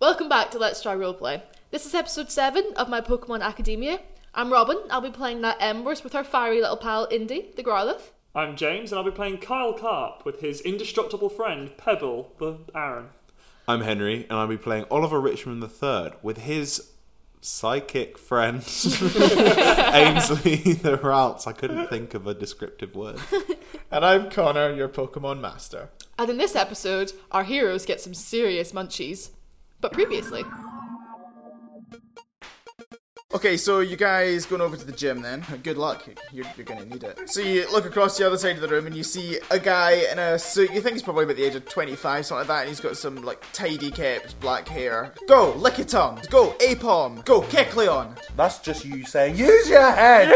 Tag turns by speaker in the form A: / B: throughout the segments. A: Welcome back to Let's Try Roleplay. This is episode 7 of my Pokemon Academia. I'm Robin, I'll be playing that Embers with her fiery little pal Indy, the Growlithe.
B: I'm James, and I'll be playing Kyle Carp with his indestructible friend Pebble the Aaron.
C: I'm Henry, and I'll be playing Oliver Richmond III with his psychic friend Ainsley the Routes. I couldn't think of a descriptive word.
D: And I'm Connor, your Pokemon Master.
A: And in this episode, our heroes get some serious munchies. But previously,
D: Okay, so you guys going over to the gym then. Good luck. You're, you're gonna need it. So you look across the other side of the room and you see a guy in a suit. You think he's probably about the age of 25, something like that, and he's got some like tidy kept black hair. Go, Lickitung! Go, Apom! Go, Kecleon!
E: That's just you saying, use your head!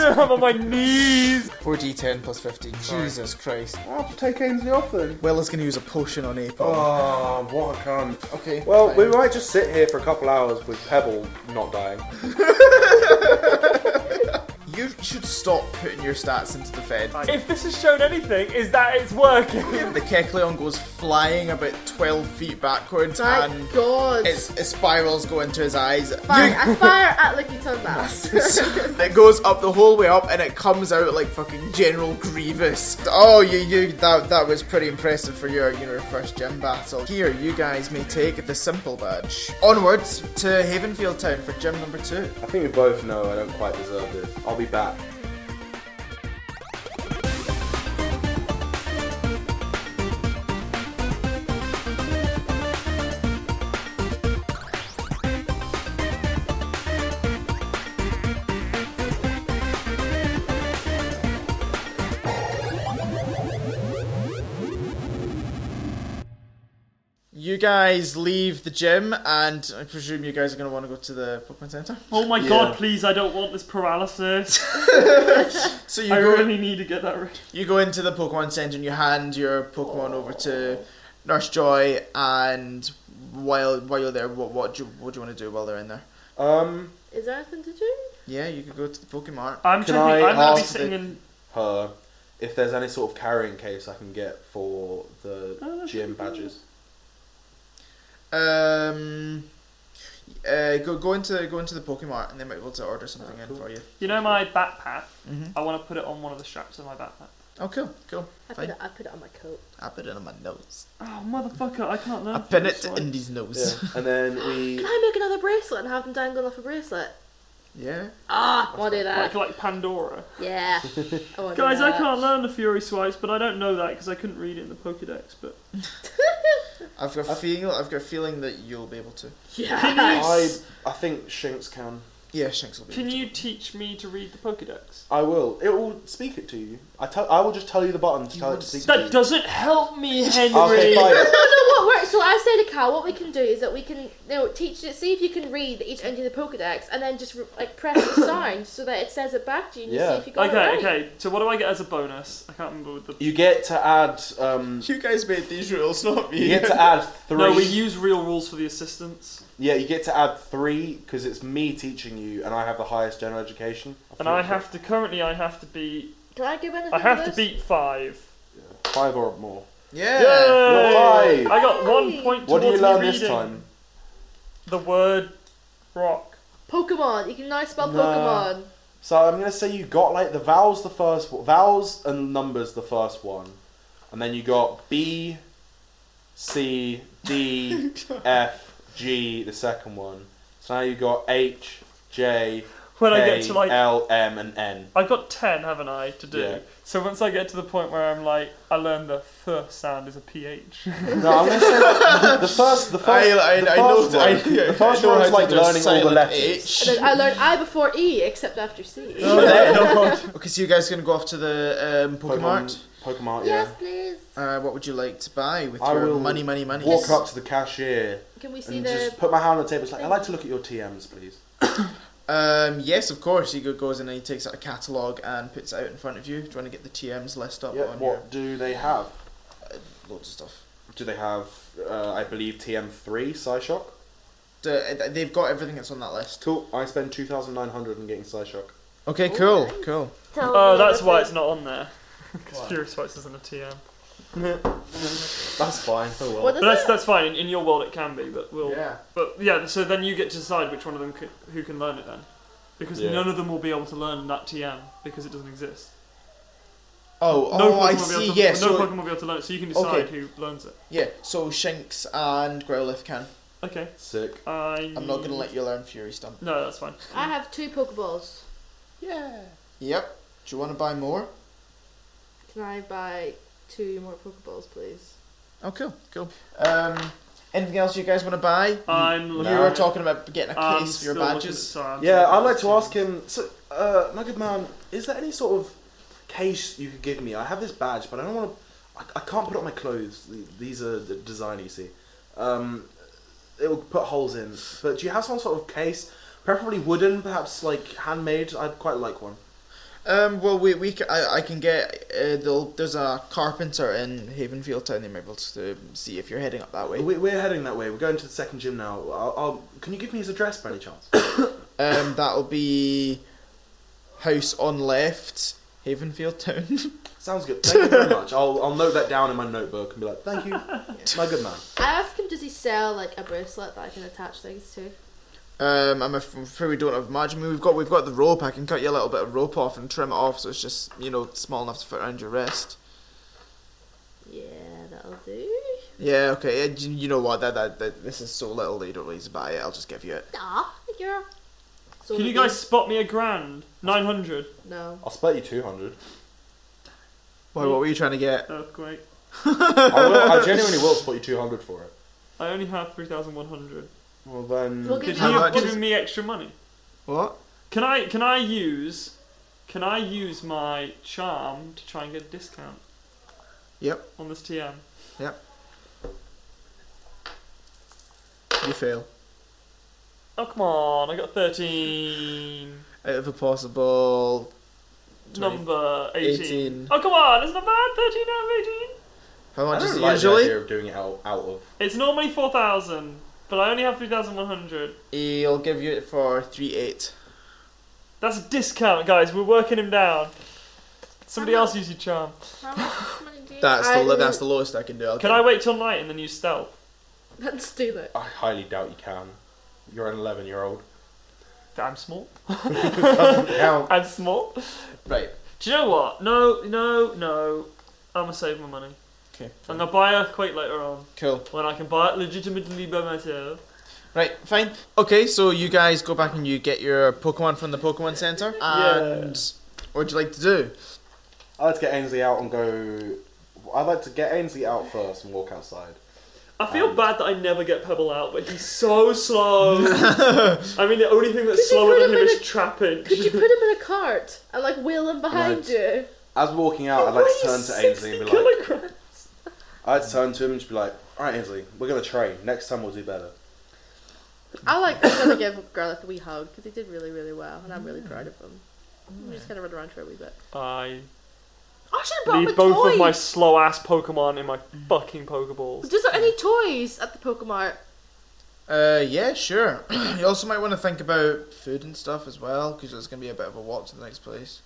B: I'm on my knees.
D: 4d10 plus 15. Jesus Christ.
E: I'll take Ainsley off then.
D: Well, is gonna use a potion on Apom.
E: Oh, what a cunt.
D: Okay.
E: Well,
D: fine.
E: we might just sit here for a couple hours with Pebble not dying.
D: you should stop putting your stats into the Fed.
B: If this has shown anything, is that it's working.
D: The Kecleon goes flying about 12 feet backwards
F: My
D: and
F: God.
D: its, its spirals go into his eyes.
F: Fine, I fire at Lucky Tongue
D: it goes up the whole way up and it comes out like fucking General Grievous. Oh, you, you, that, that was pretty impressive for your, your first gym battle. Here, you guys may take the simple badge. Onwards to Havenfield Town for gym number two.
E: I think we both know I don't quite deserve this. I'll be back.
D: You guys leave the gym, and I presume you guys are going to want to go to the Pokemon Center.
B: Oh my
E: Yeah.
B: god, please, I don't want this paralysis.
D: So you
B: I
D: go.
B: really need to get that rid
D: You go into the Pokemon Center and you hand your Pokemon over to Nurse Joy. And while while you're there, what what do you, what do you want to do while they're in there?
E: Um,
F: Is there anything to do?
D: Yeah, you could go to the Pokemon.
B: I'm
E: Can
B: checking,
E: I
B: I'm gonna be
D: ask
B: sitting
D: that-
B: in.
E: her, if there's any sort of carrying case I can get for the gym badges.
D: Um, uh, go go into go into the Pokemon and they might be able to order something in for you.
B: You know my backpack?
E: Mm-hmm.
B: I want to put it on one of the straps of my backpack.
D: Oh, cool, cool.
F: I put,
D: Fine.
F: it, I put it on my coat.
D: I put it on my nose.
B: Oh, motherfucker, I can't learn.
D: I
B: from
D: pin
B: this
D: it
B: one.
D: in his
E: Yeah.
D: nose.
E: And then we.
F: Can I make another bracelet and have them dangling off a bracelet?
D: Yeah.
F: Ah, I want to do
B: Like,
F: that.
B: like Pandora.
F: Yeah. I wanna do
B: Guys, I
F: that.
B: can't learn the Fury Swipes, but I don't know that because I couldn't read it in the Pokedex. But
D: I've got a feel. I've got a feeling that you'll be able to.
E: I,
F: Yes.
E: I think Shinx can.
D: Yeah, Shanks will be.
B: Can
D: able to.
B: you teach me to read the Pokedex?
E: I will. It will speak it to you. I tell. I will just tell you the button to
D: You
E: tell it
D: would
E: to speak to you.
B: That doesn't help me, Henry.
E: Okay, fine.
F: I don't know what works. So I say to Cal, what we can do is that we can, you know, teach it. See if you can read each entry of the Pokedex, and then just like press the sound so that it says it back to you. And You
E: Yeah.
F: see if you got it
B: Okay,
F: right.
B: okay. So what do I get as a bonus? I can't remember what the.
E: You get to add. Um,
D: You guys made these rules, not me.
E: you get to add three.
B: No, we use real rules for the assistants,
E: Yeah, you get to add three because it's me teaching you, and I have the highest general education.
B: and I have to currently I have to beat
F: Can I give anything?
B: I have
F: this?
B: to beat five.
E: five or more.
D: yeah.
B: Yay!
E: five.
B: I got one
F: Yay!
B: point.
E: What do you
B: towards me
E: learn this
B: reading
E: time?
B: The word rock.
F: Pokemon. You can now spell
E: Nah.
F: Pokemon.
E: So I'm gonna say you got like the vowels, the first one, vowels and numbers, the first one, and then you got B, C, D, F, G, the second one. So now you got H, J,
B: When I
E: K,
B: get to like
E: L, M, and N.
B: I've got ten, haven't I, to do?
E: Yeah.
B: So once I get to the point where I'm like, I learned the th sound is a ph.
E: No, I'm gonna say like, the first, the first,
D: I, I,
E: the
D: I know.
E: first
D: I,
E: one, the first
D: I know
E: one
D: how
E: is
D: to
E: like
D: do
E: learning all the
D: silent
E: letters.
D: H.
F: And then I learned I before E, except after C.
D: Okay, so you guys gonna go off to the um, Pokemon Mart.
E: Pokemon, yeah.
F: Yes, please.
D: Uh, what would you like to buy with
E: I
D: your
E: will
D: money, money, money?
E: Walk up to the cashier
F: Can we see
E: and
F: the?
E: just put my hand on the table. It's like, I'd like to look at your TMs, please.
D: Um, yes, of course. He go- goes in and he takes out a catalogue and puts it out in front of you. Do you want to get the TMs list up
E: Yeah,
D: on
E: what do they have?
D: your loads of stuff?
E: Do they have, uh, I believe, TM3 Psyshock?
D: Do- uh, they've got everything that's on that list.
E: Cool. I spend 2,900 on getting Psyshock.
D: Okay,
F: Oh,
D: cool,
F: nice.
D: cool.
F: Tell
B: Oh,
F: me
B: that's
F: everything.
B: why it's not on there. Because Fury Swipes isn't a TM.
E: That's fine. Oh well.
F: What
B: But
F: does
B: that's
F: it-
B: that's fine. In, in your world, it can be, but we'll.
D: Yeah.
B: But yeah, so then you get to decide which one of them c who can learn it then, because
E: Yeah.
B: none of them will be able to learn that TM because it doesn't exist.
D: Oh,
B: no
D: oh,
B: Pokemon
D: I
B: will be
D: see.
B: able to,
D: Yeah,
B: no
D: so
B: Pokemon will be able to learn it, so you can decide
D: Okay.
B: who learns it.
D: yeah, so Shinx and Growlithe can.
B: Okay.
E: Sick.
B: I.
D: I'm not gonna let you learn Fury Stump.
B: No, that's fine.
F: I have two Pokeballs.
D: Yeah. Yep. Do you want to buy more?
F: Can I buy two more Pokeballs, please?
D: Oh, cool, cool. Um, anything else you guys want to buy?
B: I'm looking.
D: You were
B: at-
D: talking about getting a
B: I'm
D: case for your
B: still looking at-
D: badges.
B: sorry, I'm
E: Yeah,
B: sorry.
E: I'd like to ask him. So, uh, my good man, is there any sort of case you could give me? I have this badge, but I don't want to. I, I can't put it on my clothes. Th- These are the design you see. Um, it will put holes in. But do you have some sort of case? Preferably wooden, perhaps like handmade. I'd quite like one.
D: Um, well, we, we c- I, I can get. Uh, there'll- there's a carpenter in Havenfield Town. They might be able to see if you're heading up that way.
E: Oh, We, we're heading that way. We're going to the second gym now. I'll, I'll, can you give me his address by any chance?
D: Um, that'll be house on left, Havenfield Town.
E: Sounds good. Thank you very much. I'll, I'll note that down in my notebook and be like, thank you, my good man.
F: I asked him, does he sell like a bracelet that I can attach things to?
D: um, I'm af- afraid we don't have much. I mean, we've got we've got the rope. I can cut you a little bit of rope off and trim it off, so it's just you know small enough to fit around your wrist.
F: Yeah, that'll do.
D: Yeah, okay. yeah, you- you know what? That, that that this is so little. They don't need to buy it. I'll just give you it.
F: Aw, you're. So
B: Can you guys spot me a grand? 900.
F: No.
E: I'll split you 200.
D: Why? What were you trying to get?
B: Oh, great.
E: I, will, I genuinely will split you 200 for it.
B: I only have 3,100.
E: Well then,
F: We'll
B: Could
F: give
B: you
D: How
F: you.
B: have
D: much is-
B: given me extra money?
D: What?
B: Can I can I use can I use my charm to try and get a discount
D: Yep.
B: on this TM?
D: Yep. You fail.
B: Oh come on! I got 13.
D: Out of a possible
B: Number 18.
D: 18.
B: Oh come on! It's not bad. 13 out of 18.
D: how
E: I
D: much is
E: don't
D: it
E: like the
D: usually?
E: idea of doing it out, out of.
B: It's normally 4,000, but I only have 3,100.
D: He'll give you it for three eight.
B: That's a discount, guys. We're working him down. Somebody else use your charm.
F: How much money do you
D: That's the
F: I
D: lo- that's the
F: don't-
D: lowest I can do. I'll
B: Can
D: give
B: I
D: you-
B: wait till night and then use stealth?
F: Let's do that.
E: I highly doubt you can. You're an 11 year old.
B: I'm small.
E: Now,
B: I'm small.
D: Right.
B: Do you know what? No, no, no. I'm gonna save my money.
D: Okay.
B: I'm gonna buy Earthquake later on
D: Cool.
B: when I can buy it legitimately by myself.
D: Right. Fine. Okay. So you guys go back and you get your Pokemon from the Pokemon Center. And what would you like to do?
E: I'd like to get Ainsley out and go. I'd like to get Ainsley out first and walk outside.
B: I feel
E: Um,
B: bad that I never get Pebble out, but he's so slow. I mean, the only thing that's
F: Could you
B: slower
F: put
B: than
F: him
B: him
F: in
B: is
F: a-
B: trapping.
F: Could you put him in a cart and like wheel him behind
E: Right.
F: you?
E: As we're walking out, I'd like to turn to Ainsley and be like.
B: kilograms.
E: I'd turn to him and just be like, alright, Ainsley, we're gonna train. Next time we'll do better.
F: I like. I'm gonna give Garlic a wee hug because he did really, really well, and I'm really proud of him. I'm just gonna run around for a wee bit.
B: I
F: I should have brought
B: leave
F: my
B: both
F: toys.
B: of my slow ass Pokemon in my fucking Pokeballs.
F: Is there any toys at the Pokemart?
D: Uh, yeah, sure. you also might want to think about food and stuff as well, because it's going to be a bit of a walk to the next place.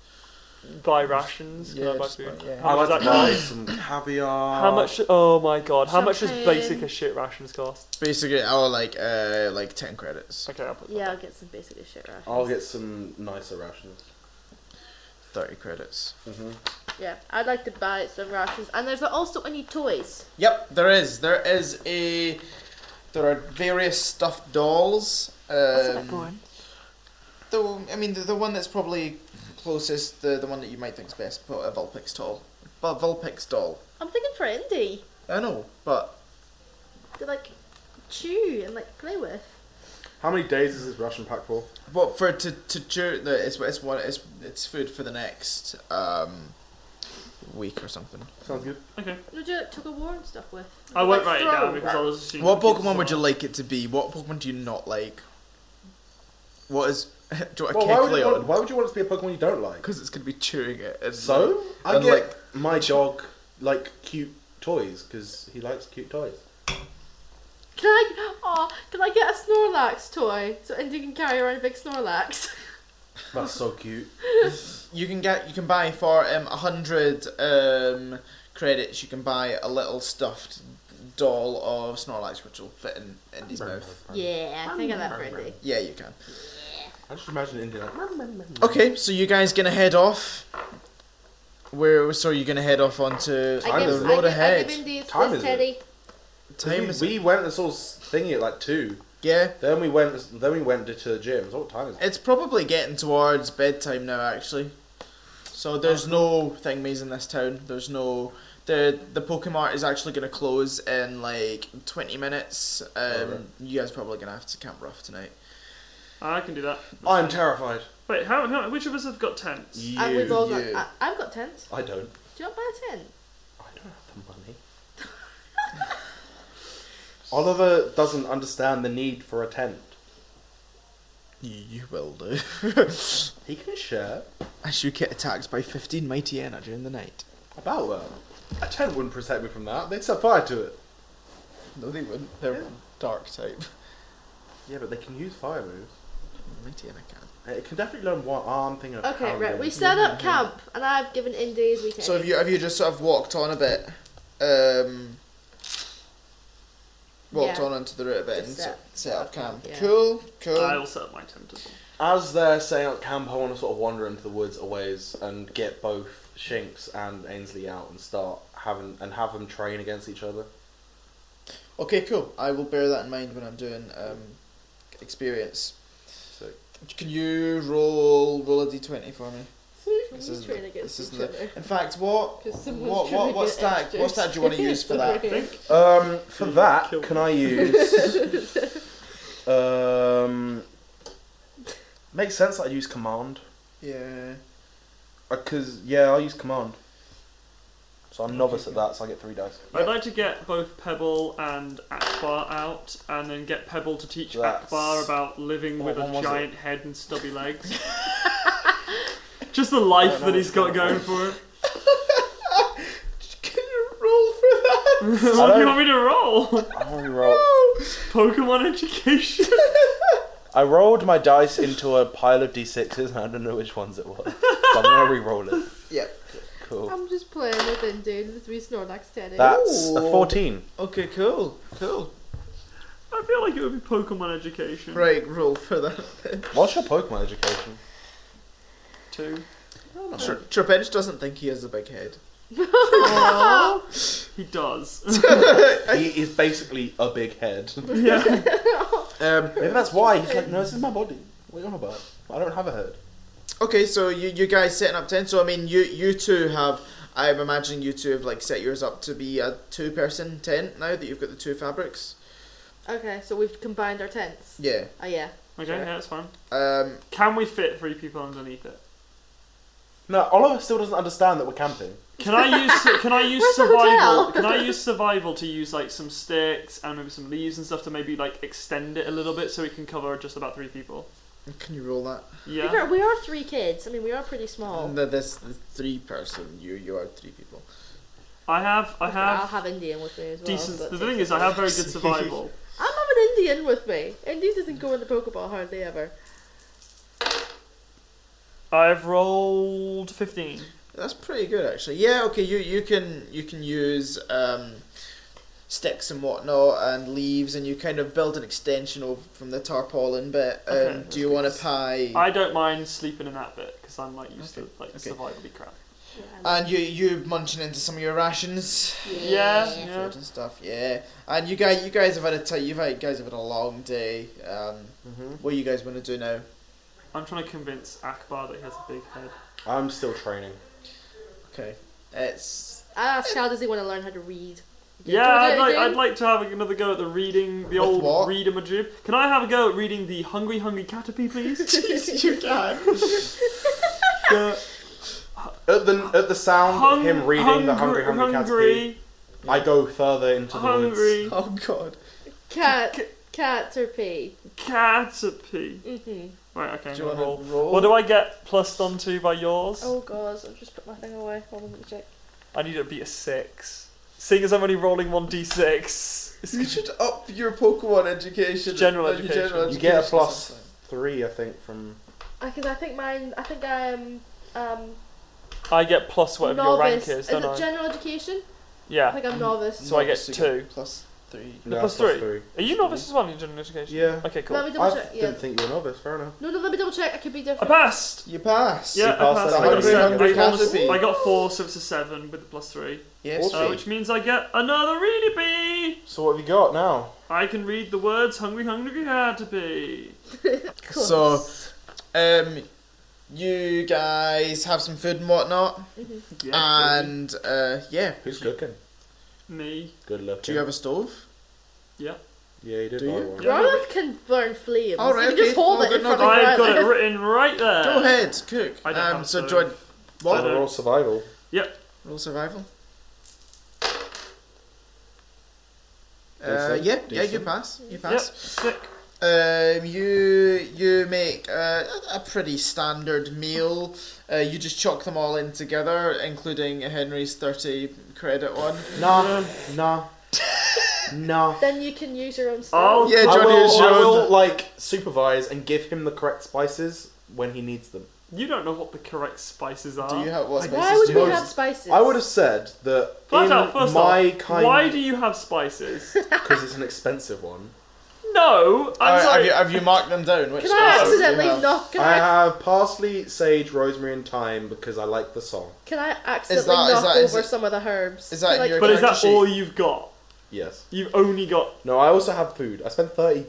B: Buy rations. Can
D: Yeah,
B: I buy
D: just
B: food?
D: buy- yeah.
B: How
E: I'd
B: much does
E: like
B: that
E: to buy
B: cost?
E: some caviar.
B: How much? Oh my god! How much does
F: Champagne.
B: basic as shit rations cost?
D: Basically, our like uh like ten credits,
B: Okay, I'll put that
F: Yeah,
B: down.
F: I'll get some basic as shit rations.
E: I'll get some nicer rations.
D: thirty credits.
F: Yeah, I'd like to buy some rations, and there's also any toys.
D: Yep, there is. There is a. There are various stuffed dolls. Um, the I mean the, the one that's probably closest, the the one that you might think's best, but a Vulpix doll. But Vulpix doll.
F: I'm thinking for Indy
D: I know, but
F: to like chew and like play with.
E: How many days is this ration pack for?
D: But for to to chew, no, it's it's one it's it's food for the next um week or something.
E: Sounds good.
B: Okay.
F: Would you like, took a war and stuff with?
B: I won't
F: Like,
B: write it down
F: throw.
B: because I'll assume.
D: What
B: it's
D: Pokemon would you
B: someone.
D: like it to be? What Pokemon do you not like? What is do you want a
E: Well, why, would you want,
D: Kecleon?
E: why would you want it to be a Pokemon you don't like?
D: Because it's gonna be chewing it. And
E: So I
D: and
E: get
D: like
E: my dog like cute toys because he likes cute toys.
F: Can I? Oh, can I get a Snorlax toy so Indy can carry around a big Snorlax?
E: That's so cute.
D: you can get you can buy for um a hundred um credits, you can buy a little stuffed doll of Snorlax, which will fit in Indy's mouth.
F: Yeah, I think of that Brandy.
D: Yeah, you can.
E: I just imagine India like. "Mum, mum, mum, mum."
D: Okay, so you guys gonna head off? Where so you gonna head off onto
F: I give,
D: the
F: I
D: road
F: give, I
D: ahead?
F: give him these,
E: Time
F: this
E: is it?
F: teddy.
D: Time
E: we,
D: is-
E: we went and saw s- thingy at like two.
D: yeah,
E: Then we went. Then we went to the gym. So what time is it?
D: it's probably getting towards bedtime now, actually. So there's no thingies in this town. There's no the the Pokemart is actually gonna close in like twenty minutes. Um,
E: Alright.
D: You guys probably gonna have to camp rough tonight.
B: I can do that.
E: I'm terrified.
B: Wait, how, how? Which of us have got tents?
F: I, we've all got,
D: you.
F: I, I've got tents.
E: I don't.
F: Do you not buy a tent?
E: I don't have the money. Oliver doesn't understand the need for a tent.
D: You, you will do.
E: He can share.
D: As you get attacked by fifteen mighty Enna during the night.
E: About that. A tent wouldn't protect me from that. They'd set fire to it.
D: No, they wouldn't. They're dark type.
E: Yeah, but they can use fire moves.
D: Mighty Enna can.
E: It can definitely learn one arm thing. of
F: Okay, right.
E: pounding.
F: We set up camp, and I've given Indy his weekend.
D: So have you have you just sort of walked on a bit, um, walked
F: Yeah.
D: on onto the route a bit
F: Just
D: and
F: set-
D: set, set up camp?
F: yeah.
D: Cool, cool.
B: I will set up my tent as well.
E: As they're setting up camp, I want to sort of wander into the woods a ways and get both Shinx and Ainsley out and start having and have them train against each other.
D: Okay, cool. I will bear that in mind when I'm doing um, experience.
E: So
D: Can you roll roll a d20 for me?
F: This
D: This isn't
F: is
D: the-
F: really good.
D: this isn't the- In fact, what
F: 'Cause someone's
D: what
F: trying to
D: what, what
F: get
D: stat
F: extras.
D: what stat do you want to use for that?
B: I think
E: Um, for that,
B: Kill
E: can I use? um, makes sense. that I'd use command
D: Yeah.
E: because yeah, I'll use command. So I'm novice at that, so I get three dice.
B: I'd like to get both Pebble and Akbar out, and then get Pebble to teach
E: That's-
B: Akbar about living
E: What
B: with
E: one
B: a
E: was
B: giant head and stubby legs. Just the life
E: know
B: that he's got
E: which one
B: going for him.
D: Can you roll for that?
B: what do you want me to roll?
E: I only roll.
B: Pokemon education.
E: I rolled my dice into a pile of d6s, and I don't know which ones it was. So I'm gonna re-roll it.
D: Yeah.
E: Cool.
F: I'm just playing with Indy with three Snorlax teddy.
E: That's a
D: Ooh.
E: 14.
D: Okay. Cool. Cool.
B: I feel like it would be Pokemon education.
D: Right. Roll for that. Then.
E: What's your Pokemon education?
B: Two.
F: Oh,
D: Tr- Trapinch doesn't think he has a big head.
B: He does.
E: He is basically a big head.
B: yeah.
F: Oh,
D: Um,
E: Maybe that's why he's like, no, this is my body. What are you on about? I don't have a head.
D: okay, so you, you guys setting up ten. So I mean, you you two have. I'm imagining you two have like set yours up to be a two person tent now that you've got the two fabrics.
F: Okay, so we've combined our tents.
D: Yeah.
F: Oh yeah.
B: Okay, yeah, that's fine.
D: Um,
B: Can we fit three people underneath it?
E: No, Oliver still doesn't understand that we're camping.
B: Can I use can I use
F: the
B: survival?
F: hotel?
B: Can I use survival to use like some sticks and maybe some leaves and stuff to maybe like extend it a little bit so we can cover just about three people?
D: can you roll that?
F: To be fair,
B: Yeah.
F: We are three kids. I mean, we are pretty
B: Mm.
F: small.
D: No, this the three person. You you are three people.
B: I have I
F: I'll
B: have
F: have Indian with me as well.
B: decent
F: but-
B: the thing is I have very good survival.
F: I'm having Indian with me. Indy doesn't go in the Pokeball hardly ever.
B: I've rolled fifteen.
D: That's pretty good actually. Yeah. Okay. You you can you can use um, sticks and whatnot and leaves and you kind of build an extension of from the tarpaulin bit. Um,
B: Okay,
D: do you want to pie?
B: I don't mind sleeping in that bit because I'm like used to like
D: okay.
B: survival crap.
F: Yeah, I
D: And you you munching into some of your rations,
B: Yeah,
D: food
B: yeah.
D: and stuff, yeah. And you guys you guys have had a ti you've had, you guys have had a long day. Um,
B: Mm-hmm.
D: what you guys want to do now?
B: I'm trying to convince Akbar that he has a big head.
E: I'm still training.
D: Okay, it's
F: asked Shao, does he want to learn how to read?
B: Yeah,
F: Do you wanna do
B: I'd
F: it
B: like,
F: again?
B: I'd like to have another go at the reading, the
D: With
B: old
D: what?
B: read a majib. Can I have a go at reading the Hungry Hungry Caterpie, please?
D: Jeez, you can.
E: At the at the sound of him reading the Hungry Hungry, Caterpie,
B: hungry,
E: I go further into the woods.
B: hungry
D: Oh God,
F: Cat, cat or pea?
B: Caterpie.
F: Mm-hmm.
B: Right, okay.
D: do you
B: I'm
D: want
B: gonna roll.
D: to roll?
B: What do I get plus onto by yours?
F: Oh god, I've just put my thing away. Hold on, let me check.
B: I need it to be a six. Seeing as I'm only rolling one d6,
D: you should up your Pokemon education.
B: General
D: uh, your
B: education.
E: You get a
D: education
E: plus
D: sometime.
E: three, I think, from
F: Because I think mine, I think um um
B: I get plus whatever
F: novice.
B: your rank is,
F: is
B: don't
F: it
B: I?
F: general education?
B: yeah. Mm.
F: I think I'm novice.
B: So I get
D: Novice, you
B: two.
D: plus three.
E: No,
B: plus
E: plus
B: three. Are you novice as well in general education?
E: Yeah.
B: Okay,
F: Let
B: cool.
F: me double
E: I
F: check. Yeah.
E: didn't think you were novice. Fair enough.
F: No, no, let me double check. I could be
B: I
F: different.
B: passed.
D: You pass.
B: Yeah, I
E: passed
B: passed.
E: that
B: I, got
E: hungry,
B: seven.
D: hungry
B: I got-
D: caterpie.
B: I got four, so it's a seven with the plus three,
D: Yes.
B: uh, which means I get another really bee.
E: So what have you got now?
B: I can read the words "hungry, hungry caterpie."
D: So, um, you guys have some food and whatnot,
B: Yeah,
D: and uh, yeah.
E: Who's cooking?
B: me.
E: Good looking.
D: Do you have a stove?
B: Yeah.
E: Yeah, you did.
D: Do
E: buy
D: you?
E: one.
B: Yeah.
F: Growlithe can burn flames.
D: All right,
F: you can just
D: okay.
F: hold
D: No,
F: it
D: good,
F: in
D: no,
F: front of
B: I've got it
F: Growlithe.
B: written right there.
D: Go ahead, cook.
B: Uh, I don't
D: um,
B: have
D: so
B: stove.
D: join
E: Well,
D: what?
E: they're all survival.
D: Roll survival. Uh,
E: Decent,
D: yeah, yeah, you
E: decent.
D: pass. You
B: Yep.
D: pass.
B: Sick.
D: Um, you you make uh, a pretty standard meal. Uh, you just chuck them all in together, including Henry's thirty credit one.
E: Nah, nah, nah.
F: Then you can use your own stuff.
B: I'll
D: Yeah,
E: I
D: Johnny
E: will,
D: is
E: I
D: your-
E: will, like supervise and give him the correct spices when he needs them.
B: You don't know what the correct spices are.
D: Do you have what spices?
F: Why would
D: do you
F: we
D: use?
F: have spices?
E: I would have said that
B: Flat
E: in
B: out, first
E: my
B: off,
E: kind,
B: why do you have spices?
E: because it's an expensive one.
B: no, I'm
D: Alright,
B: sorry.
D: Have you, have you marked them down? Which
F: Can I
D: spices do you
F: accidentally
D: have?
F: knock? Can
E: I
F: I?
E: have parsley, sage, rosemary, and thyme because I like the song.
F: Can I accidentally
D: that- is
F: knock
D: that- is
F: over
D: it-
F: some of the herbs?
D: is that
F: Like,
D: your-
B: but is that
D: Character
B: all you've got?
E: Yes.
B: You've only got
E: No, I also have food. I spent 30,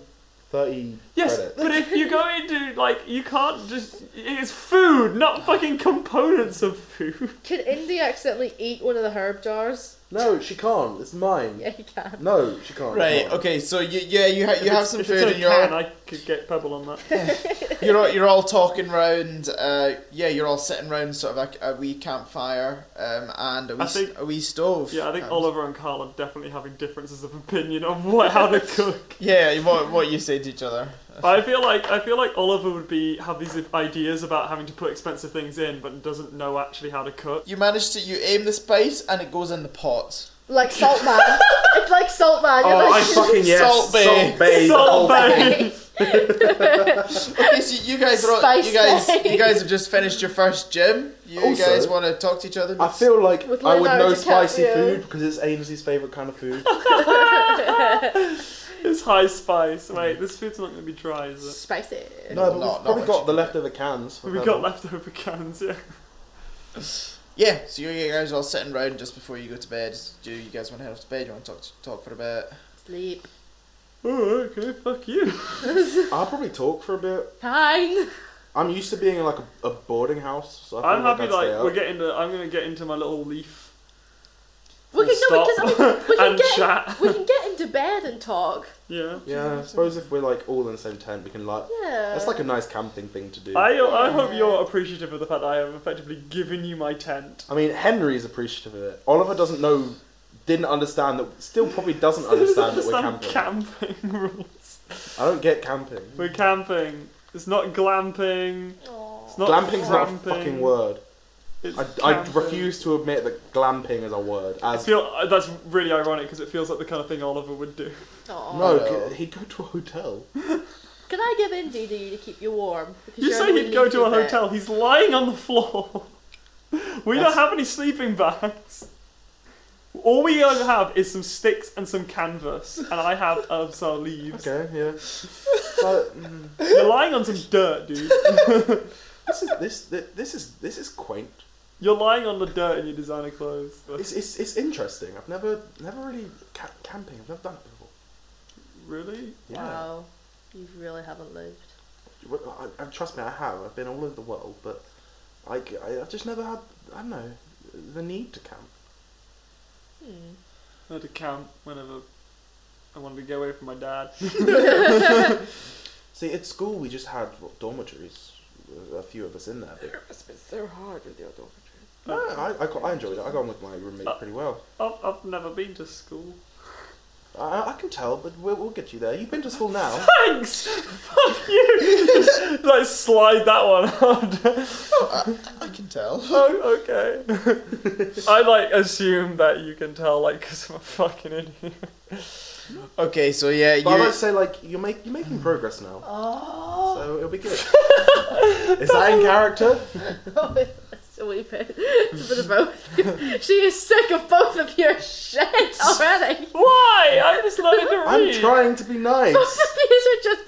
E: 30
B: yes.
E: credits.
B: But if you go into like, you can't just. It's food, not fucking components of food.
F: Can Indy accidentally eat one of the herb jars?
E: No, she can't. It's mine.
F: Yeah, he can.
E: No, she can't.
D: Right.
E: Come on.
D: Okay. So you yeah you ha- you
B: If
D: have
B: it's-
D: some
B: if
D: food
B: it's
D: and you're
B: can,
D: all,
B: I could get pebble on that.
D: you're all, you're all talking round. Uh, yeah, you're all sitting round sort of a, a wee campfire um, and a wee
B: I
D: s-
B: think-
D: a wee stove.
B: yeah, I think
D: Um,
B: Oliver and Carl are definitely having differences of opinion on what how to cook.
D: Yeah, what what you say to each other?
B: I feel like I feel like Oliver would be have these ideas about having to put expensive things in, but doesn't know actually how to cook.
D: You manage to you aim the spice and it goes in the pot.
F: Like Salt Man. it's like Salt Man. You're
E: Oh, I
F: like,
E: fucking yes.
D: Salt Bae.
E: Salt Bae. Oh,
B: Salt
E: Salt
B: Bae.
E: Bae.
D: Okay, so you guys are all,
F: Spice
D: you guys
F: day.
D: you guys have just finished your first gym. You
E: Also-
D: guys want to talk to each other?
E: I feel like
F: With
E: I would
F: Leonardo
E: know spicy
F: DiCaprio.
E: food because it's Ainsley's favourite kind of food.
B: It's high spice. Wait, this food's not going to be dry, is
F: Spicy.
E: no, but
D: Not-
E: we've
D: not
E: probably
D: much.
E: got the leftover cans.
B: it? We got leftover cans. Yeah.
D: Yeah, so you guys are all sitting round just before you go to bed. Do you guys want to head off to bed? You want to talk talk for a bit?
F: Sleep.
B: Oh, okay. Fuck you.
E: I'll probably talk for a bit.
F: Time.
E: I'm used to being in like a, a boarding house, so I
B: I'm
E: feel
B: happy.
E: I'd
B: Like
E: stay
B: we're
E: up.
B: getting. The, I'm going to get into my little leaf
F: We
B: Full
F: can, no, because I mean, we can
B: and
F: get
B: chat.
F: we can get into bed and talk.
B: Yeah.
E: Yeah, I suppose if we're like all in the same tent, we can like.
F: Yeah.
E: That's like a nice camping thing to do. I,
B: I, I hope you're appreciative of the fact that I have effectively given you my tent.
E: mean, Henry's appreciative of it. Oliver doesn't know, didn't understand that. Still, probably doesn't understand that we're
B: Understand
E: camping.
B: camping rules.
E: I don't get camping.
B: We're camping. It's not glamping. It's not
E: Glamping's not a
B: framping.
E: fucking word.
B: It's
E: I, I
B: camping.
E: refuse to admit that glamping is a word.
B: I
E: As
B: feel uh, that's really ironic because it feels like the kind of thing Oliver would do.
F: Aw.
E: no, c- he'd go to a hotel.
F: Can I give Indy to you to keep you warm? Because
B: You
F: you're
B: say
F: in a
B: he'd go
F: leafy
B: to a
F: bed.
B: hotel. He's lying on the floor. We don't have any sleeping bags. All we have is some sticks and some canvas, and I have um, some leaves.
E: Okay, yeah. But, mm,
B: You're lying on some dirt, dude.
E: this is this thi- this is this is quaint.
B: You're lying on the dirt in your designer clothes.
E: It's it's, it's interesting. I've never never really ca- camping. I've never done it before.
B: Really?
E: Yeah.
F: Wow, you really haven't lived.
E: Well, I, I, trust me, I have. I've been all over the world, but like I, I've just never had. I don't know the need to camp.
F: Hmm.
B: I had to camp whenever I wanted to get away from my dad.
E: See, at school we just had what, dormitories. A few of us in there. But,
F: It's been so hard with your dog.
E: no, I, I, quite- I enjoyed it. I got on with my roommate pretty well.
B: I've, I've never been to school.
E: I, I can tell, but we'll, we'll get you there. You've been to school now.
B: Thanks! Fuck you! Just, like, slide that one out.
D: I can tell.
B: oh, okay. I, like, assume that you can tell, like, 'cause I'm a fucking idiot.
D: Okay, so yeah,
E: But I
D: you
E: might say like you're make you're making progress now,
F: Oh.
E: so it'll be good. Is that in character?
F: That's a wee bit. It's a bit of both. she is sick of both of your shit already.
B: Why? I just love it to read.
E: I'm trying to be
F: Both
E: nice.
F: of these are just.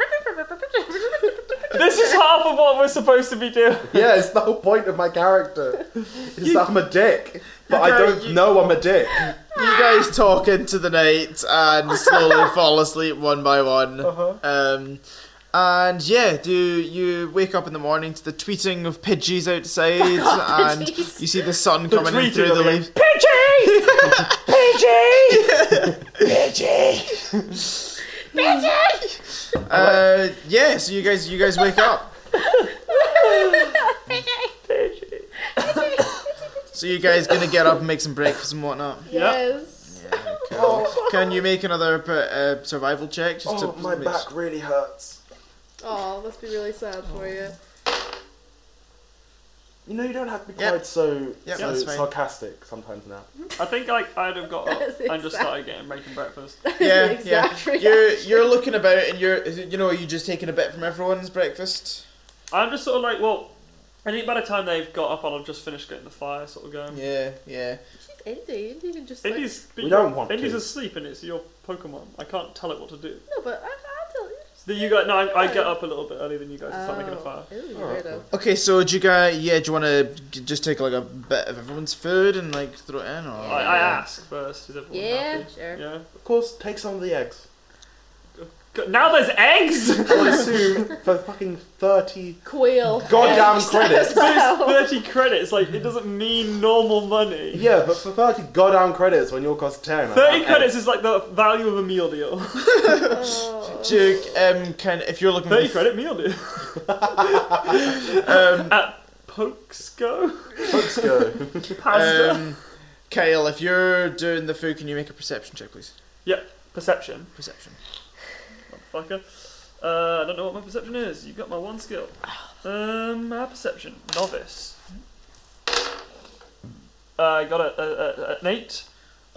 B: This is half of what we're supposed to be doing.
E: yeah, it's the whole point of my character. Is that I'm a dick, but I don't know I'm a dick.
D: You guys talk into the night and slowly fall asleep one by one.
E: Uh-huh.
D: Um, and yeah, do you wake up in the morning to the tweeting of pigeons outside,
E: Oh,
D: and
F: pigeons.
D: you see the sun coming in
B: tweeting
D: through the
B: of them.
D: leaves.
B: Pidgey! Pidgey!
D: Uh, yeah, so you guys, you guys wake up. So you guys gonna get up and make some breakfast and whatnot.
F: Yes.
D: Can you make another uh, survival check? Just
E: Oh,
D: to
E: my
D: make-
E: back really hurts.
F: Oh, must be really sad for you.
E: You know, you don't have to be
D: Yep.
E: quite so,
D: Yep,
E: so
D: that's fine.
E: sarcastic sometimes now.
B: I think like I'd have got up
F: That's
B: and just
F: exact-
B: started getting making breakfast.
D: Yeah,
F: The exact
D: yeah.
F: reaction.
D: You're you're looking about and you're you know are you just taking a bit from everyone's breakfast?
B: I'm just sort of like, well, I think by the time they've got up, I'll have just finished getting the fire sort of going.
D: Yeah, yeah.
F: Indy, Indy can just. Like, no,
B: Indy's,
E: We don't want
B: Indy's
E: to.
B: asleep and it's your Pokemon. I can't tell it what to do.
F: but I, I don't.
B: The, you guys, no, I, I get
F: Oh.
B: up a little bit earlier than you guys to start making a fire.
F: Ew, you
E: Alright,
F: weirdo.
D: Okay, so do you guys? Yeah, do you want to just take like a bit of everyone's food and like throw it in? Or
B: I, I ask first, is everyone
F: Yeah,
B: happy?
F: sure.
B: Yeah.
E: Of course, take some of the eggs.
B: Go- Now there's eggs.
E: I assume for fucking 30
F: Quail.
E: goddamn
B: There's
E: credits.
B: Thirty credits. Like it doesn't mean normal money.
E: Yeah, but for 30 goddamn credits when you're cost 10. I'm
B: Thirty
E: like,
B: credits is like the value of a meal deal.
F: Oh.
D: Duke, um, can if you're looking
B: Thirty
D: for
B: credit meal deal. At Pokesco
E: "Hey, Let's go.
B: Pasta.
D: um, Kyle, if you're doing the food, can you make a perception check, please?
B: yep. Perception.
D: Perception.
B: Fucker. Uh, I don't know what my perception is. You've got my one skill. Um, my perception. Novice. Uh, I got a, a, a, an eight.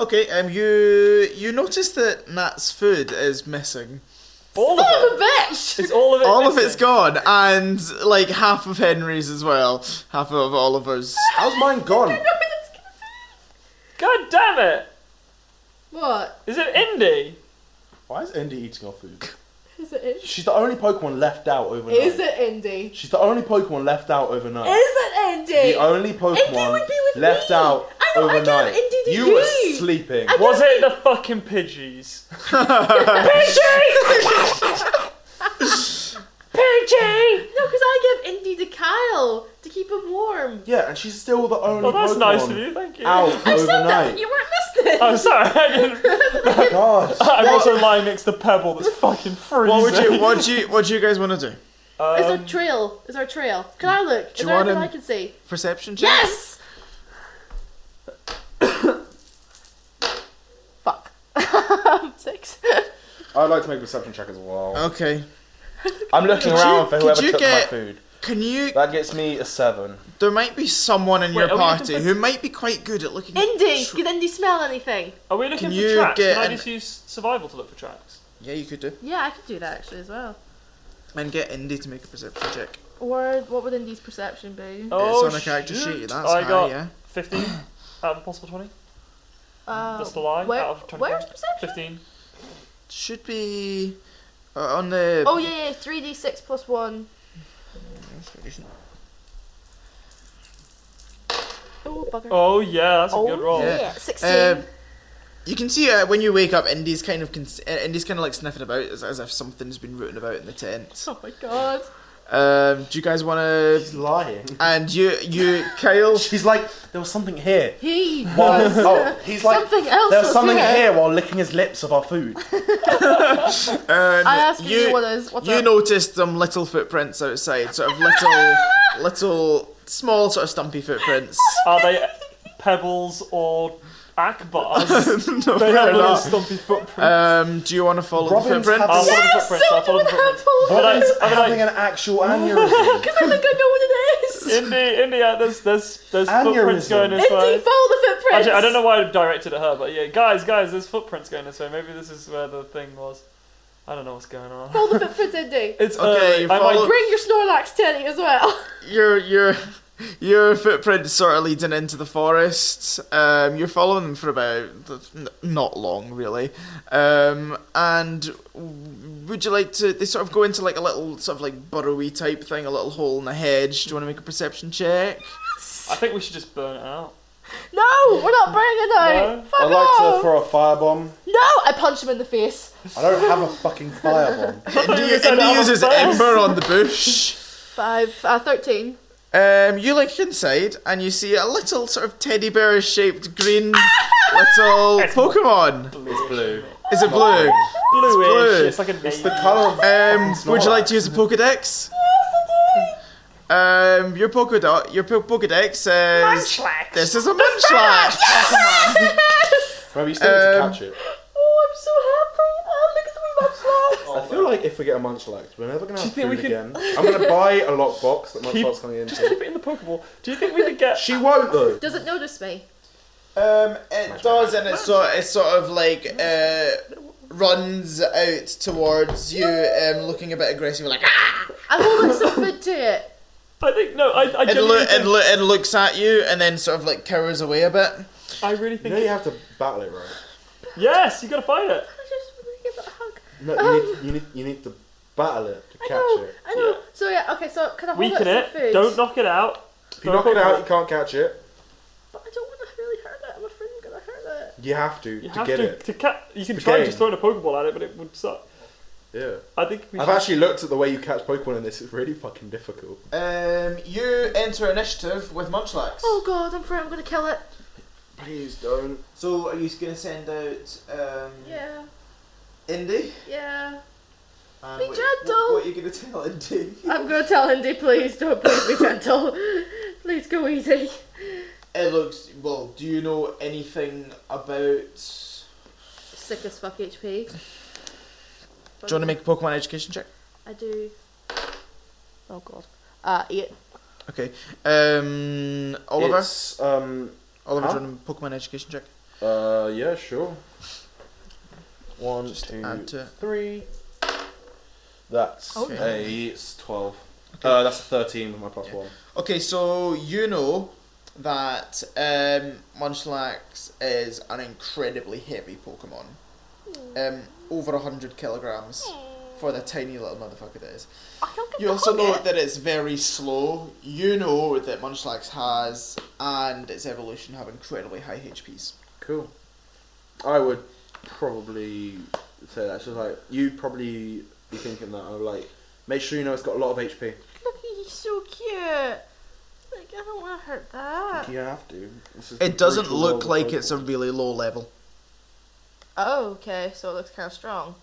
D: Okay, um, you you notice that Nat's food is missing.
B: All of
F: Son
B: it.
F: of a bitch!
B: It's all of it.
D: All of
B: missing.
D: it's gone, and like half of Henry's as well, half of Oliver's.
E: How's mine gone?
B: God damn it!
F: What?
B: Is it indie?
E: Why is Indy eating our food?
F: Is it Indy?
E: She's the only Pokemon left out overnight.
F: Is it Indy?
E: She's the only Pokemon left out overnight.
F: Is it Indy?
E: the only Pokemon
F: would be with
E: left
F: me.
E: out
F: I know, I gave
E: overnight.
F: Indy to
E: you
F: you.
E: were sleeping.
B: Was it the fucking Pidgeys?
F: Pidgey! No, because I give Indy to Kyle to keep him warm.
E: Yeah, and she's still the only
B: Well, that's
E: Pokemon
B: nice of you. Thank you.
E: out
F: I said that, but
E: overnight.
F: you weren't listening.
B: I'm sorry. I didn't,
E: Oh, God.
B: I'm also lying next to Pebble. That's fucking freezing.
D: What would you what do you what do you guys want to do?
B: Um,
F: is there trail? Is there trail? Can I look? Is
D: you
F: there
D: want
F: anything
D: him-
F: I can see?
D: Perception check.
F: Yes! Fuck. Six.
E: I'd like to make a perception check as well.
D: Okay.
E: I'm looking
D: Could
E: around
D: you-
E: for
D: could
E: whoever
D: you
E: took
D: get-
E: my food.
D: Can you?
E: That gets me a seven.
D: There might be someone in
B: Wait,
D: your
B: are we looking
D: party
B: for-
D: who might be quite good at looking. at
F: Indy!
D: tr-
F: Can Indy smell anything?
B: are we looking
D: Can
B: for
D: you
B: tracks?
D: get
B: Can I
D: an-
B: just use survival to look for tracks?
D: Yeah, you could do.
F: Yeah, I could do that actually as well.
D: And get Indy to make a perception check.
F: Or what would Indy's perception be?
B: Oh,
D: it's on a character
B: shoot.
D: sheet. That's
B: I
D: high,
B: got
D: yeah.
B: 15 out of a possible 20.
F: Uh,
B: That's the lie.
F: where-
B: out of 25.
F: where's perception?
B: 15.
D: Should be uh, on the.
F: Oh yeah, yeah, three d six plus one. Oh bugger. Oh,
B: Oh, yeah, that's a good roll.
D: yeah.
F: sixteen.
D: Um, you can see uh, when you wake up, Indy's kind of cons- uh, Indy's kind of like sniffing about as, as if something's been rooting about in the tent.
B: Oh my god.
D: Um, do you guys want to?
E: She's lying.
D: And you, you, Kyle.
E: She's like, there was something here.
F: he
E: While, oh, he's like,
F: something else.
E: there was
F: was
E: something
F: here.
E: here while licking his lips of our food.
D: Um,
F: I asked you, what is what's
D: you
F: up?
D: noticed some little footprints outside, sort of little, little, small, sort of stumpy footprints.
B: Are they pebbles or akbars?
D: no,
B: they have
D: they're
B: little
D: not.
B: stumpy footprints.
D: Um, do you want to follow the
E: Robin's
D: footprints?
B: I'll
E: having,
B: follow the
F: Yes,
B: footprints. I'll follow the
F: someone
B: footprints.
F: apple.
E: Robin's
B: I mean,
E: having an actual aneurysm.
F: Because I think I know what it is.
B: Indy, Indy, yeah, uh, there's there's there's
E: Aneurysm.
B: footprints going this
F: Indy,
B: way.
F: follow the footprints.
B: Actually, I don't know why I directed at her, but yeah, guys, guys, there's footprints going this way. Maybe this is where the thing was. I don't know what's going on.
F: Follow the footprints, Indy.
B: It's
D: Okay,
B: early.
D: you
B: I might
D: follow-
F: Bring your Snorlax teddy as well.
D: You're, you're, Your footprint sort of leading into the forest. Um, you're following them for about n- not long, really. Um, and w- would you like to? They sort of go into like a little sort of like burrowy type thing, a little hole in the hedge. Do you want to make a perception check?
B: I think we should just burn it out.
A: No, we're not burning it out.
B: No?
A: Fuck
E: I'd like to
A: off.
E: throw a firebomb.
A: No, I punch him in the face.
E: I don't have a fucking firebomb.
D: And he,
B: said
D: and he
B: that was
D: uses
B: first.
D: ember on the bush.
A: Five, uh, thirteen.
D: Um, you look inside and you see a little sort of teddy bear shaped green little
B: It's
D: Pokemon.
E: It's blue.
D: Is it blue?
B: Bluish. It's,
D: blue.
B: like a
E: It's the colour of.
D: Um, would you
E: not.
D: like to use a Pokedex? Um, your Pokedex, your po- Pokedex says this is a Munchlax.
E: Maybe you still need
D: um,
E: to catch it.
A: Oh, I'm so happy. Oh, look at the wee much
E: I feel like if we get a munchlax, we're never gonna have
B: think
E: food
B: we
E: again.
B: can-
E: I'm gonna buy a lockbox that
B: Keep-
E: munchlax coming into.
B: Keep it in the Pokeball. Do you think we could get?
E: She won't though.
F: Does it notice me?
D: Um, it does, and it sort, it sort of like uh, runs out towards you, um, looking a bit aggressive, like ah!
F: I'm holding some food to it.
B: I think no. I, I
D: It,
B: genuinely
D: loo- it,
B: think,
D: loo- it looks at you, and then sort of like cowers away a bit.
B: I really
E: You
B: think.
E: know you have to battle it, right?
B: Yes, you gotta find it.
F: I just want to give it a hug.
E: No, you need, you need, you need to battle it to
F: I
E: catch
F: know,
E: it.
F: I know.
B: Yeah.
F: So yeah, okay. Oh, So can I hold
B: Weaken
F: out
B: it.
F: some food?
B: Don't knock it out.
E: If you knock it out, you can't catch it.
F: But I don't want to really hurt it. I'm afraid I'm gonna hurt it.
E: You have to
B: You
E: to
B: have
E: get
B: to,
E: it.
B: to ca- You can
E: It's the
B: try
E: game.
B: just throwing a Pokeball at it, but it would suck.
E: Yeah.
B: I think we
E: I've
B: should-
E: actually looked at the way you catch Pokemon in this. It's really fucking difficult.
D: Um, you enter initiative with Munchlax.
F: Oh god, I'm afraid I'm gonna kill it.
D: Please don't. So, are you gonna send out um,
F: Yeah,
D: Indy?
F: yeah.
D: And
F: Be
D: what-
F: gentle. Uh.
D: What, what are you gonna tell Indy?
F: I'm gonna tell Indy, please don't please be gentle. Please go easy.
D: It looks well. Do you know anything about? Do
F: Sick as fuck HP.
D: you want to make a Pokemon education check?
F: I do. Oh god. Uh, yeah.
D: Okay. Um, Oliver.
E: It's, um.
D: Oliver,
E: huh?
D: do you want to Pokemon education check?
E: Uh. Yeah. Sure. One,
D: Just
E: two,
D: add to it. Oh,
E: three. That's
D: Okay.
E: a it's twelve. Uh, that's thirteen with my plus one.
D: Okay, so you know that um, Munchlax is an incredibly heavy Pokemon. Um, over 100 kilograms for the tiny little motherfucker that is. You also know that it's very slow. You know that Munchlax has and its evolution have incredibly high HPs.
E: Cool. I would probably say that's just like you probably be thinking that. I would like make sure you know it's got a lot of HP.
F: Look, he's so cute. Like I don't want to hurt that.
E: You have to. This is
D: It doesn't
E: brutal
D: look
E: world
D: like
E: of
D: it's a really low level.
F: Oh, okay. So it looks kind of strong.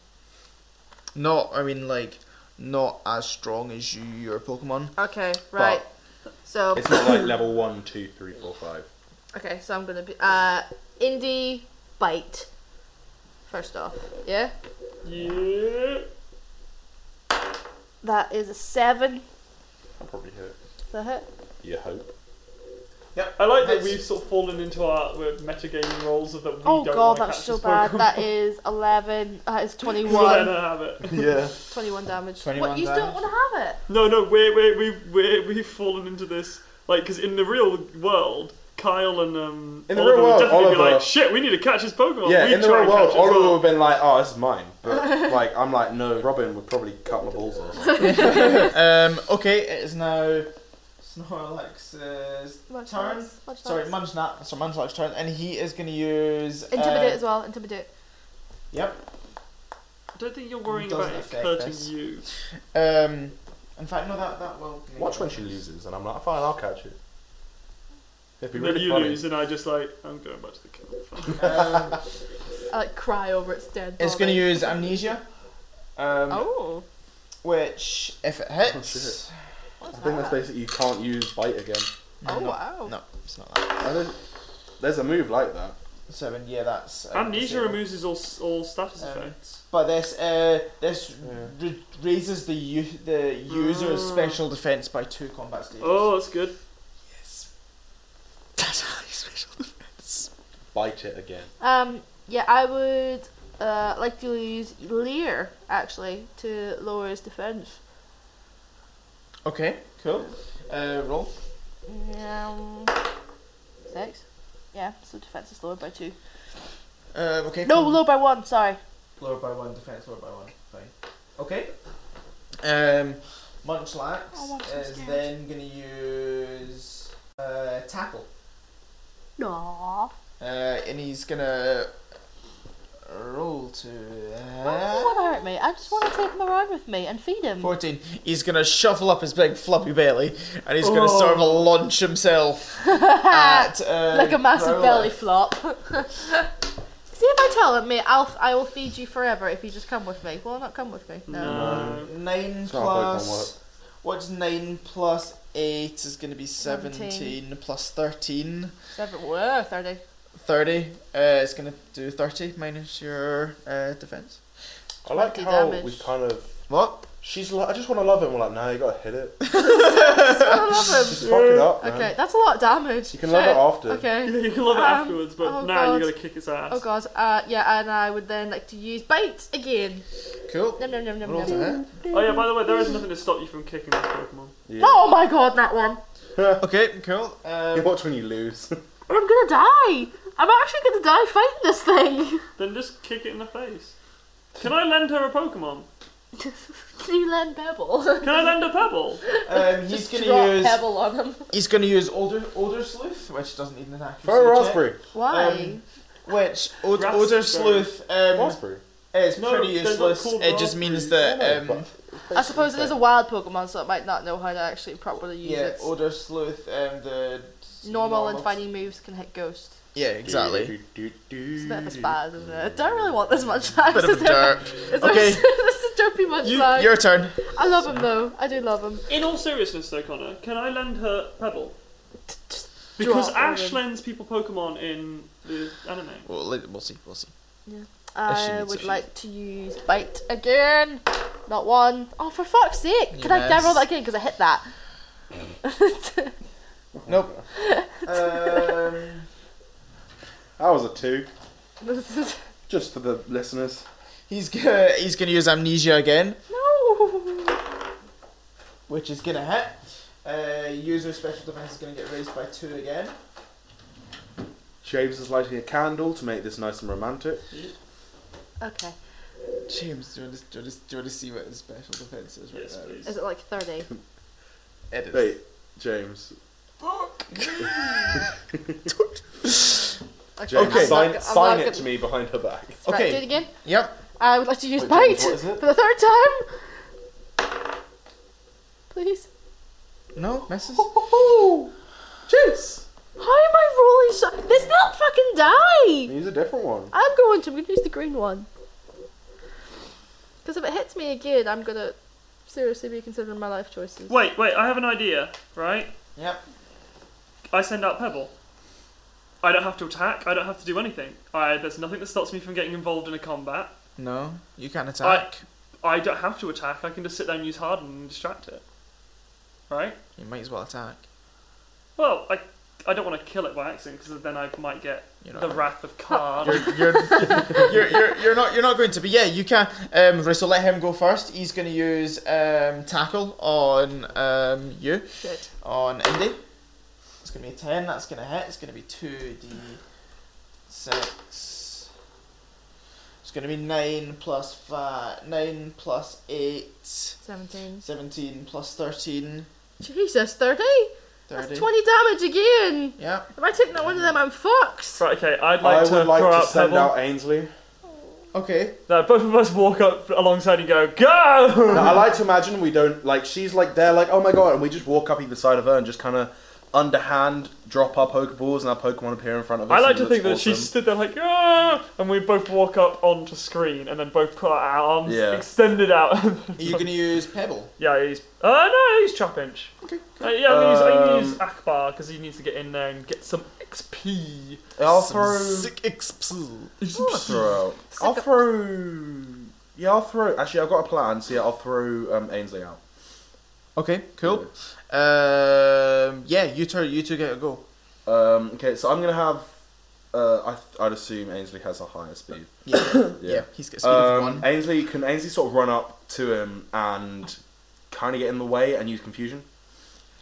D: Not, I mean, like, not as strong as you, your Pokemon.
F: Okay, right. so
E: Pokemon. It's not like level one, two, three, four, five.
F: Okay, so I'm gonna be uh indie bite. First off, yeah,
B: Yeah.
F: that is a seven.
E: That probably hit.
F: Is that hit?
E: You hope.
B: I like that
D: That's-
B: we've sort of fallen into our we're metagaming roles of that we
F: oh
B: don't
F: god,
B: wanna
F: that's
B: catch
F: so
B: this
F: bad.
B: Pokemon.
F: That is eleven. That is
B: Let
F: 21.
B: her have it.
E: Yeah.
F: 21 damage.
D: 21
F: what? You
D: damage.
F: don't want to have it.
B: No, no, we're, we're, we've we're, we've fallen into this like because in the real world, Kyle and um
E: In the
B: Oliver
E: real
B: would
E: world,
B: definitely be
E: Oliver-
B: like, shit, we need to catch his Pokemon.
E: yeah.
B: we
E: In the
B: try and
E: real
B: catch
E: world,
B: it as
E: Oliver would
B: well.
E: have been like, "Oh, this is mine," but like I'm like, "No." Robin would probably cut my balls off.
D: Um, okay, it is now Snorlax's
F: Much
D: turn.
F: less, much
D: Sorry,
F: less.
D: Munchnat, sorry, Munchlax's turn, and he is going to use.
F: Intimidate
D: uh,
F: as well. Intimidate.
D: Yep.
B: I don't think you're worrying
D: Doesn't
B: about it
D: affect
B: hurting
D: us.
B: you.
D: Um, in fact, no, that, that will. make
E: Watch
D: it
E: when she
D: worse.
E: loses, and I'm like, "Fine, I'll catch it." It'd be
B: And
E: really
B: then you
E: funny.
B: lose, and I just like I'm going back to the kennel.
D: Um,
F: I like cry over its dead.
D: it's going to
F: body.
D: use Amnesia, um,
F: Oh.
D: which, if it hits.
E: I think that's basically you can't use bite again.
F: Oh
D: no,
F: wow.
D: No, it's not that.
E: I don't- There's a move like that.
D: Seven, yeah, that's. uh,
B: Amnesia
D: disabled.
B: removes all all status
D: Um,
B: effects.
D: But this uh, this
E: Yeah.
D: re- raises the u- the user's
F: Mm.
D: special defense by two combat stages.
B: Oh, that's good.
D: Yes. That's how he's special defense.
E: Bite it again.
F: Um. Yeah, I would uh like to use leer actually to lower his defense.
D: Okay, cool. Uh, roll.
F: Um, six. Yeah, so defense is lower by two.
D: Um, okay.
F: No,
D: cool.
F: lower by one. Sorry.
D: Lower by one, defense lower by one. Fine. Okay. Um, Munchlax
F: Oh, I'm so
D: is
F: scared.
D: then going to use uh, Tackle.
F: No.
D: Uh, and he's going to roll to.
F: Why does he
D: Uh,
F: want to hurt me? I just want to take him around with me and feed him.
D: 14. He's going to shuffle up his big floppy belly and he's
E: Oh.
D: going to sort of launch himself at. Uh,
F: like a massive
D: Growlithe.
F: belly flop. See if I tell him, mate, I'll I will feed you forever if you just come with me. Well, not come with me. No.
B: No.
D: Um, Nine
E: not a big one,
D: plus. What's nine plus eight is going to be
F: Seventeen.
D: 17 plus 13.
F: Seven. Whoa, thirty.
D: 30. Uh, it's going to do 30 minus your uh, defense.
E: I like
F: 20
E: how
F: damage.
E: we kind of.
D: What?
E: She's like, I just want to love it. and We're like, no, you gotta hit it.
F: I love him.
E: Just fuck it up, man.
F: Okay, that's a lot of damage.
E: You can love it
F: Shit.
E: after.
F: Okay.
B: You can love it
F: Um,
B: afterwards, but
F: oh
B: now you
F: God.
B: gotta kick its ass.
F: Oh god. Uh, yeah, and I would then like to use bite again.
D: Cool.
F: Nom nom nom nom
D: Roll
F: nom.
D: to hit.
B: Oh yeah, by the way, there is nothing to stop you from kicking this Pokemon.
E: Yeah.
F: Oh my god, that one.
D: Okay, cool. Um,
E: Watch when you lose.
F: I'm gonna die. I'm actually gonna die fighting this thing.
B: Then just kick it in the face. Can I lend her a Pokemon?
F: Can you lend pebble?
B: Can I lend a Pebble?
D: um, he's
F: Just
D: going
F: drop
D: to use
F: pebble on him.
D: he's going to use older older sleuth, which doesn't need an accuracy
E: Throw a
D: check,
E: raspberry.
F: Why?
D: Which old,
B: Raspberry.
D: older sleuth um,
E: Raspberry.
D: is
B: No,
D: pretty
B: they're not
D: useless.
B: called
D: It just means
E: I know,
D: that um,
E: but-
F: I suppose it is a wild Pokemon, so it might not know how to actually properly use
D: yeah,
F: its
D: older sleuth um, the
F: normal and fighting moves can hit ghost.
D: Yeah, exactly.
F: It's a bit of a
E: Hmm.
F: spaz, isn't it? I don't really want this much time.
D: Bit of a jerk. Okay.
F: this is a derpy much
D: You,
F: time.
D: your turn.
F: I love him though. I do love him.
B: In all seriousness, though, Connor, can I lend her Pebble?
F: just
B: Because
F: drop
B: Ash
F: them.
B: lends people Pokemon in the anime.
D: Well, let- we'll see. We'll see. she
F: I
D: needs
F: would
D: to
F: like to use bite again. Not one. Oh, for fuck's sake! Can I can I roll
D: Yes.
F: that again? Because I hit that.
D: Nope. um,
E: That was a two. Just for the listeners.
D: He's gonna he's gonna use amnesia again,
F: no.
D: which is gonna hit. Uh, user special defense is gonna get raised by two again.
E: James is lighting a candle to make this nice and romantic.
F: Okay.
D: James, do you want to do you want to, do you want to see what his special defense is right
B: Yes,
D: now?
B: please.
F: Is it like thirty?
D: Edit.
E: Wait, James. James,
F: I'm not
E: sign,
F: go- I'm
E: sign
F: not
E: it
F: go-
E: to me behind her back.
F: Right,
D: Okay.
F: Do it again.
D: Yep.
F: I would like to use
E: Wait,
F: bite
E: James, what is it?
F: for the third time. Please.
D: No misses.
E: James!
F: How am I rolling so? This not fucking die.
E: Use a different one.
F: I'm going to. I'm going to use the green one. Because if it hits me again, I'm gonna seriously be considering my life choices.
B: Wait, wait, I have an idea, right?
D: Yep.
B: I send out Pebble. I don't have to attack, I don't have to do anything. I, there's nothing that stops me from getting involved in a combat.
D: No, you can attack.
B: I don't have to attack, I can just sit there and use Harden and distract it. Right?
D: You might as well attack.
B: Well, I, I don't want to kill it by accident because then I might get
D: You're not-
B: the wrath of Card.
D: You're you're, you're you're you're not you're not going to be. Yeah, you can. Um, right, so let him go first. He's gonna use um tackle on um you.
F: Shit.
D: on Indy. It's gonna be a ten. That's gonna hit. It's gonna be two d six. It's gonna be nine plus five, nine plus eight,
F: 17.
D: seventeen plus thirteen,
F: Jesus, 30?
D: thirty.
F: That's 20 damage again!
D: Yeah.
F: If I take that one of them, I'm fucked!
B: Right, okay, I'd
E: I
B: like to
E: would like
B: throw
E: to
B: out
E: send
B: Pebble.
E: out Ainsley.
D: Okay.
B: No, both of us walk up alongside and go, Go!
E: Now, I like to imagine we don't like. She's like there, like oh my god, and we just walk up either side of her and just kind of underhand drop our Pokeballs and our Pokemon appear in front of us.
B: I like
E: and
B: to
E: it
B: think that
E: looks
B: she
E: awesome.
B: stood there like, ah, and we both walk up onto screen and then both put our arms
E: Yeah.
B: extended out.
D: Are you gonna use pebble?
B: yeah, he's. Uh, no, he's Trap Inch.
D: Okay,
B: Uh, yeah, I'm gonna, use, I'm gonna
E: Um,
B: use Akbar because he needs to get in there and get some XP.
E: I'll throw.
D: Sick exp-
E: I'll throw. I'll throw. Yeah, I'll throw. Actually, I've got a plan. So yeah, I'll throw um, Ainsley out.
D: Okay. Cool. Um. Yeah. You turn. You two get a go.
E: Um, okay, so I'm gonna have. Uh, I, th- I'd assume Ainsley has a higher speed.
D: Yeah. yeah.
E: Yeah.
D: He's got speed of
E: Um,
D: one.
E: Ainsley can Ainsley sort of run up to him and kind of get in the way and use confusion.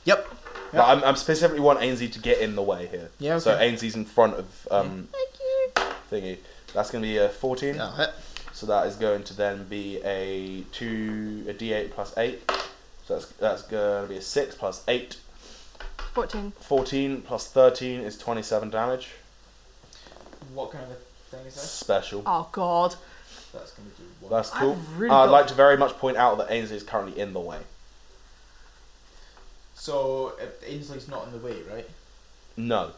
D: Yep.
E: Like, I'm, I'm specifically want Ainsley to get in the way here.
D: Yeah,
E: So
D: okay.
E: Ainsley's in front of um,
F: Thank you.
E: thingy. That's gonna be a 14.
D: Yeah, hit.
E: So that is going to then be a two, a d8 plus eight. So that's that's going to be a six plus eight.
F: 14.
E: 14 plus 13 is 27 damage.
G: What kind of a thing is that?
E: Special.
F: Oh, God.
G: That's going to do one.
E: That's cool.
F: I've really
E: Uh, I'd
F: got-
E: like to very much point out that Ainsley is currently in the way.
G: So uh, Ainsley's not in the way, right?
E: No.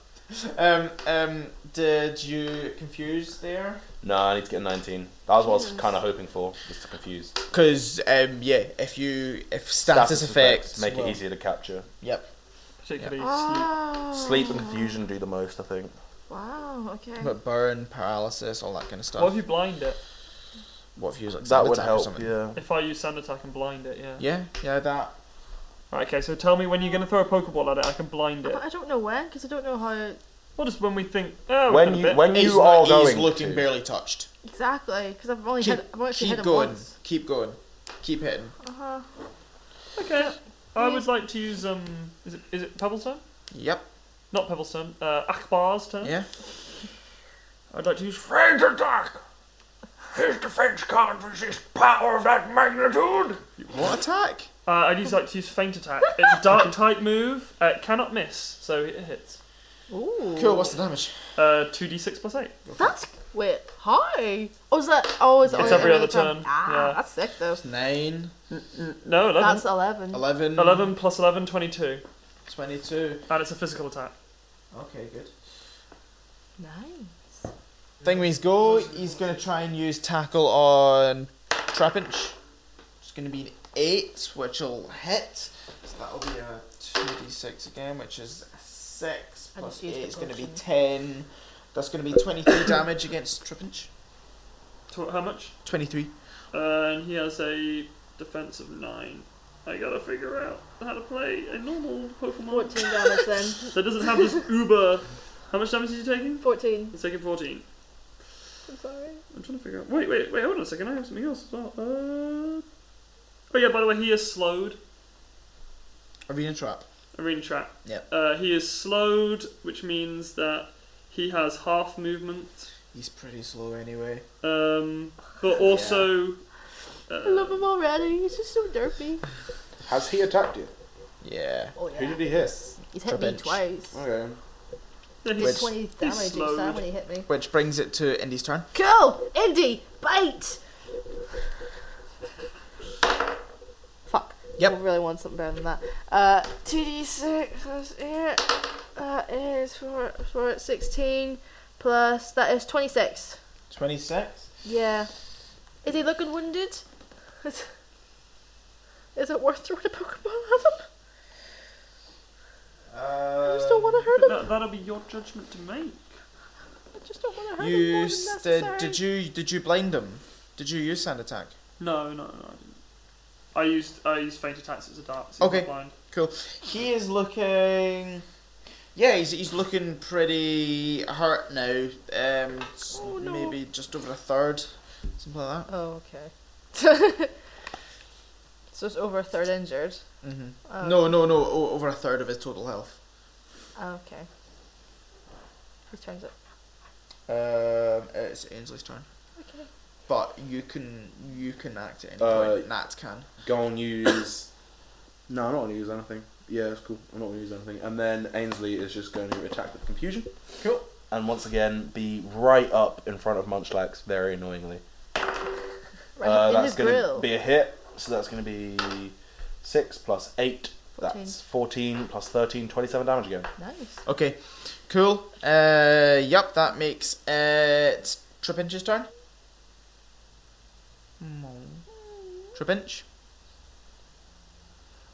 G: Um, um, did you confuse there?
E: No, I need to get a 19. That was what I was kind of hoping for, just to confuse.
D: Because um, yeah, if you if status, effect,
E: effects Make
G: well.
E: it easier to capture.
D: yep.
B: Particularly sleep.
F: Oh.
E: Sleep and confusion do the most, I think.
F: Wow, okay.
D: But burn, paralysis, all that kind of stuff.
B: What if you blind it?
D: What if you use like
E: That
D: sand
E: would
D: attack or
E: help,
D: something?
E: yeah.
B: If I use sand attack and blind it, yeah.
D: Yeah, yeah, that.
B: Right, okay, so tell me when you're going to throw a Pokeball at it, I can blind it.
F: But I don't know when, because I don't know how.
B: Well, just when we think. Oh,
E: When you, when
D: He's
E: you
D: not-
E: are
D: he's
E: going.
D: looking
E: to-
D: barely touched.
F: Exactly, because I've only
D: Keep,
F: hit, I've actually hit
D: keep
F: him
D: going,
F: once.
D: keep going, keep hitting.
F: Uh-huh.
B: Okay. I would like to use um. Is it is it Pebble's turn?
D: Yep.
B: Not Pebble's turn. Uh, Akbar's
F: Mm.
B: turn.
D: Yeah.
B: I'd like to use French attack. His defense can't resist power of that magnitude.
D: What attack?
B: Uh, I'd use, like to use feint attack. It's a dark type move. Uh, it cannot miss, so it hits.
F: Ooh.
D: Cool. What's the damage?
B: Uh, 2d6 plus 8.
F: That's. Wait, hi! Oh, is that. Oh, is it
B: It's
F: only
B: every other turn,
F: Ah,
B: yeah.
F: that's sick, though.
D: Nine,
B: No, 11.
F: That's 11.
D: 11,
B: 11 plus 11, 22.
G: 22.
B: And it's a physical attack.
G: Okay, good.
F: Nice.
D: Thing means go. He's gonna try and use tackle on Trapinch. It's gonna be an eight, which'll hit. So that'll be a two d six again, which is six
F: I
D: plus
F: just used
D: eight.
F: the
D: It's gonna be
F: potion.
D: ten. That's gonna be twenty three damage against Trapinch.
B: To- How much?
D: Twenty three.
B: Uh, and he has a defense of 9. I gotta figure out how to play a normal Pokemon
F: 14 damage then.
B: that doesn't have this uber. How much damage is he taking?
F: 14.
B: He's taking 14.
F: I'm sorry.
B: I'm trying to figure out. Wait, wait, wait, hold on a second. I have something else as well. Uh... Oh, yeah, by the way, he is slowed.
D: Arena trap.
B: Arena trap.
D: Yep.
B: Uh, he is slowed, which means that he has half movement.
D: He's pretty slow anyway.
B: Um, but also.
F: I love him already. He's just so derpy.
E: Has he attacked you?
D: Yeah.
F: Oh,
E: Who
F: yeah.
E: did he hit?
F: He's hit me
D: Revenge.
F: twice.
E: Okay.
B: yeah,
F: He
B: he's-
F: did 20 damage each
B: slowed.
F: time when he hit me.
D: Which brings it to Indy's turn.
F: Cool! Indy! Bite! Fuck.
D: Yep.
F: I really want something better than that. Uh, 2d6 plus 8. That is for, for 16 plus. That is 26.
D: Twenty six.
F: Yeah. Is he looking wounded? Is, is it worth throwing a Pokeball at him? I just
D: Uh,
F: don't want to hurt him.
B: That, that'll be your judgment to make.
F: I just don't want to hurt him.
D: You
F: more than
D: s- did,
F: necessary.
D: did you did you blind him? Did you use sand attack?
B: No, no, no, I didn't. I used I used faint attacks as a dart. So he's
D: Okay.
B: not blind.
D: Cool. He is looking. Yeah, he's, he's looking pretty hurt now. Um, s-
F: Oh, no.
D: Maybe just over a third, something like
F: Oh, okay. so it's over a third injured.
D: that. hmm
F: Oh,
D: No, no, no, o- over a third of his total health.
F: oh, okay. Whose turn is it?
D: Um, it's Ainsley's turn,
F: Okay.
D: but you can you can act at any
E: Uh,
D: point. Nat can.
E: Go and use. no, I'm not going to use anything. Yeah, it's cool. I'm not going to use anything. And then Ainsley is just going to attack with confusion.
D: Cool.
E: And once again, be right up in front of Munchlax very annoyingly.
F: Right
E: Uh,
F: in
E: that's
F: his
E: gonna
F: grill.
E: be a hit. So that's going to be 6 plus 8. That's 14 plus 13, 27 damage again.
F: Nice.
D: Okay, cool. Uh, yep, that makes it Tripinch's turn.
F: Hmm.
D: Tripinch.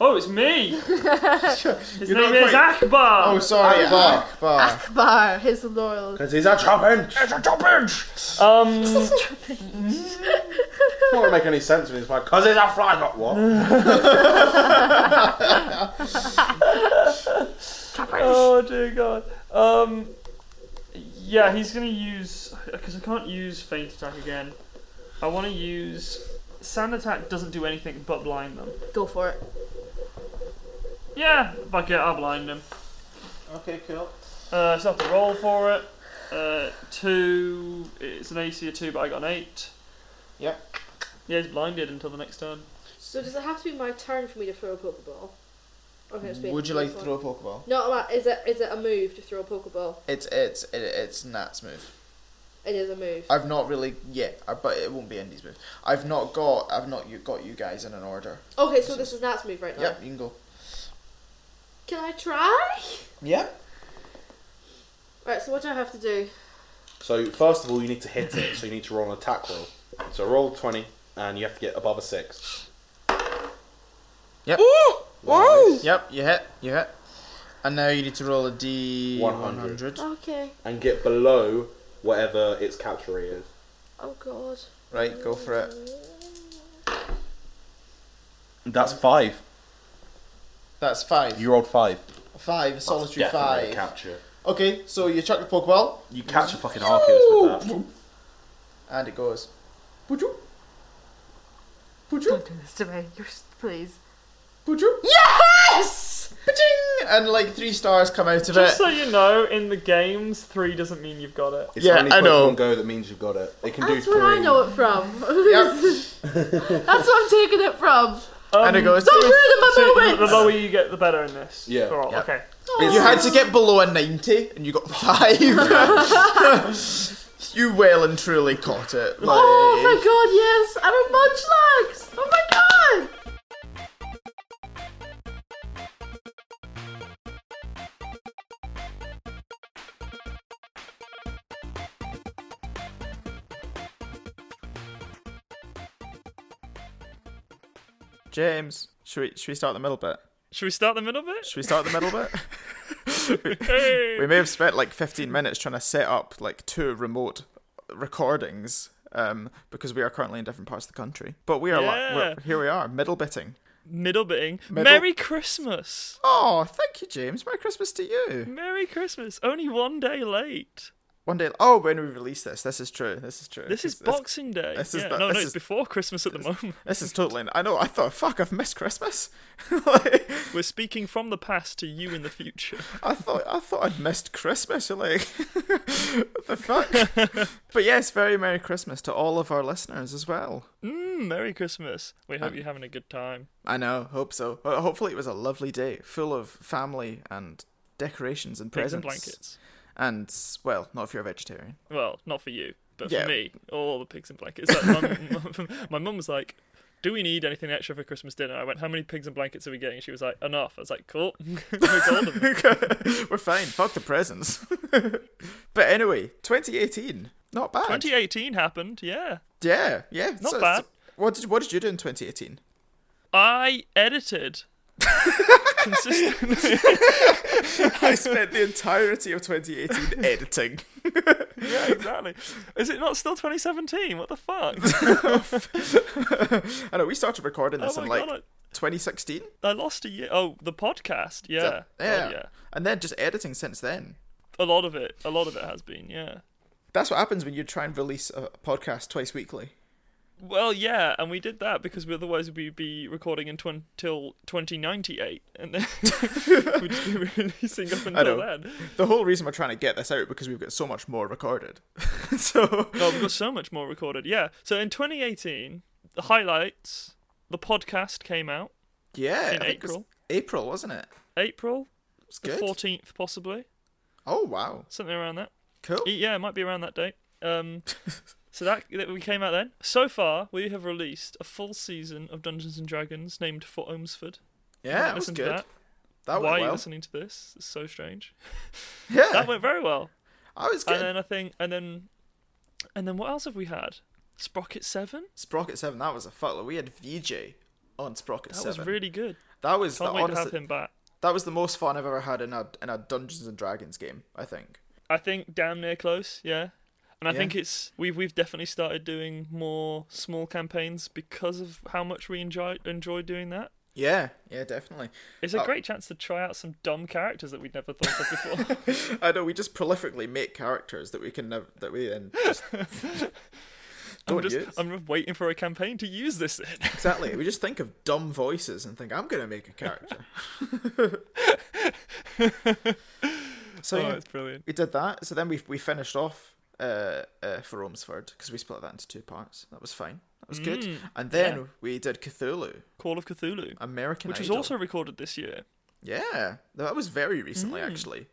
B: Oh, it's me. His
D: You're
B: name
D: not
B: is
D: quite-
B: Akbar.
D: Oh, sorry, Akbar. Akbar.
F: Akbar, his loyal.
E: Because he's a chopinch! It's a chopinch!
D: Oh,
B: Um,
E: not going to make any sense when he's like, because he's a fly got what?
G: Mm.
B: oh dear God. Um, yeah, he's gonna use because I can't use faint attack again. I want to use sand attack. Doesn't do anything but blind them.
F: Go for it.
B: Yeah, fuck it, I'll blind him.
G: Okay, cool.
B: Uh, so I have to roll for it. Uh, two. It's an AC of two, but I got an eight.
G: Yep.
B: Yeah, he's blinded until the next turn.
F: So does it have to be my turn for me to throw a pokeball? Or can it just be
D: Would you like to
F: before?
D: throw a Pokeball?
F: No, I'm not- is it is it a move to throw a pokeball?
D: It's it's it, it's Nat's move.
F: It is a move.
D: I've not really yet, I- but it won't be Indy's move. I've not got I've not you got you guys in an order.
F: Okay, so this is Nat's move right now.
D: Yep, you can go.
F: Can I try?
D: Yep.
F: Right, so what do I have to do?
E: So first of all, you need to hit it. So you need to roll an attack roll. So roll twenty, and you have to get above a six.
D: Yep.
E: Nice.
D: Yep. You hit. You hit. And now you need to roll a D 100.
E: 100.
F: Okay.
E: And get below whatever its catch rate is.
F: Oh god.
D: Right, go for it.
E: That's five.
D: That's five.
E: rolled five.
D: Five, solitary
E: Definitely a
D: five.
E: capture.
D: Okay, so you chuck the Pokeball,
E: You catch a fucking Arceus with that.
D: and it goes. Poochoo.
H: Don't
D: Poochoo.
H: do this to me. You're, please.
D: Poochoo.
F: Yes!
D: Paching! And like three stars come out of
B: Just
D: it.
B: so you know, in the games, three doesn't mean you've got it.
E: It's
D: Yeah,
E: only
D: I know.
E: Pokemon Go that means you've got it. It can
F: That's
E: do three.
F: where I know it from.
D: Yep.
F: That's what I'm taking it from.
D: And it goes.
F: Don't ruin
B: Um,
F: my
B: so the
F: moment!
B: lower you get, the better in this.
E: Yeah.
B: Overall,
D: Yep.
B: Okay.
D: You had to get below a 90 and you got 5. you well and truly caught it. Like,
F: Oh my god, yes! I'm a munchlax! Oh my god!
D: James, should we, should we start the middle bit?
B: Should we start the middle bit?
D: Should we start the middle bit? we,
B: Hey.
D: we may have spent like 15 minutes trying to set up like two remote recordings um, because we are currently in different parts of the country. But we are li- we're,
B: Yeah.
D: here we are, middle bitting.
B: Middle bitting.
D: Middle-
B: Merry Christmas.
D: Oh, thank you, James. Merry Christmas to you.
B: Merry Christmas. Only one day late.
D: One day, oh, when we release this, this is true. This is true.
B: This is Boxing Day.
D: this is
B: yeah,
D: the-
B: no,
D: this
B: no, it's
D: is-
B: before Christmas at the moment.
D: This is totally. I know. I thought, fuck, I've missed Christmas. like,
B: We're speaking from the past to you in the future.
D: I thought, I thought I'd missed Christmas. You're like, what the fuck? but yes, very Merry Christmas to all of our listeners as well.
B: Mm, Merry Christmas. We hope you're having a good time.
D: I know. Hope so. Ho- Hopefully, it was a lovely day, full of family and decorations and
B: Pigs
D: presents
B: and blankets.
D: And well, not if you're a vegetarian.
B: Well, not for you, but
D: Yeah.
B: for me. All the pigs and blankets. Like, my, my mum was like, "Do we need anything extra for Christmas dinner?" I went, "How many pigs and blankets are we getting?" She was like, "Enough." I was like, "Cool." We got them.
D: We're fine. Fuck the presents. but anyway, 2018, not bad.
B: 2018 happened. Yeah,
D: Yeah, yeah,
B: Not bad.
D: what did what did you do in 2018?
B: I edited. Consistent.
D: I spent the entirety of 2018 editing.
B: Yeah, exactly. Is it not still 2017? What the fuck?
D: I know we started recording
B: Oh
D: this
B: my
D: in like
B: god,
D: 2016.
B: I, I lost a year. Oh, the podcast. Yeah. Oh,
D: yeah.
B: yeah.
D: and then just editing since then.
B: A lot of it. A lot of it has been. Yeah.
D: That's what happens when you try and release a podcast twice weekly.
B: Well, yeah, and we did that because we- otherwise we'd be recording until 2098, and then we'd just be releasing up until
D: know.
B: then.
D: The whole reason we're trying to get this out because we've got so much more recorded. so
B: Oh, we've got so much more recorded. Yeah. So in 2018, the highlights, the podcast came out
D: yeah,
B: In
D: I think it was
B: April.
D: April wasn't it?
B: April
D: It's
B: the
D: good.
B: 14th, possibly
D: Oh wow,
B: something around that.
D: cool.
B: Y- Yeah, it might be around that date. Um, so that, that we came out then. So far, we have released a full season of Dungeons and Dragons named For Omsford.
D: Yeah, it was
B: Listen
D: good.
B: to that.
D: That, went
B: Why are you
D: well.
B: listening to this? It's so strange.
D: Yeah,
B: That went very well.
D: I was
B: And
D: good.
B: then I think, and then, and then what else have we had? Sprocket Seven.
D: Sprocket Seven, that was a fuckler. We had VJ on Sprocket
B: That
D: Seven.
B: was really good.
D: that was the,
B: Can't wait to
D: honestly,
B: have him back.
D: that was the most fun I've ever had in a in a Dungeons and Dragons game. I think.
B: I think damn near close. Yeah. And I
D: Yeah.
B: think it's we've we've definitely started doing more small campaigns because of how much we enjoy enjoy doing that.
D: Yeah, yeah, definitely.
B: It's a
D: Oh.
B: great chance to try out some dumb characters that we'd never thought of before.
D: I know we just prolifically make characters that we can never, that we then just Don't
B: I'm just,
D: use.
B: I'm waiting for a campaign to use this in.
D: Exactly. We just think of dumb voices and think, I'm going to make a character. so
B: oh,
D: yeah,
B: it's brilliant.
D: we did that. So then we we finished off uh, uh, for Romsford because we split that into two parts. That was fine. That was good.
B: Mm,
D: And then
B: yeah.
D: we did Cthulhu,
B: Call of Cthulhu,
D: American
B: which was
D: Idol.
B: also recorded this year.
D: yeah. That was very recently actually.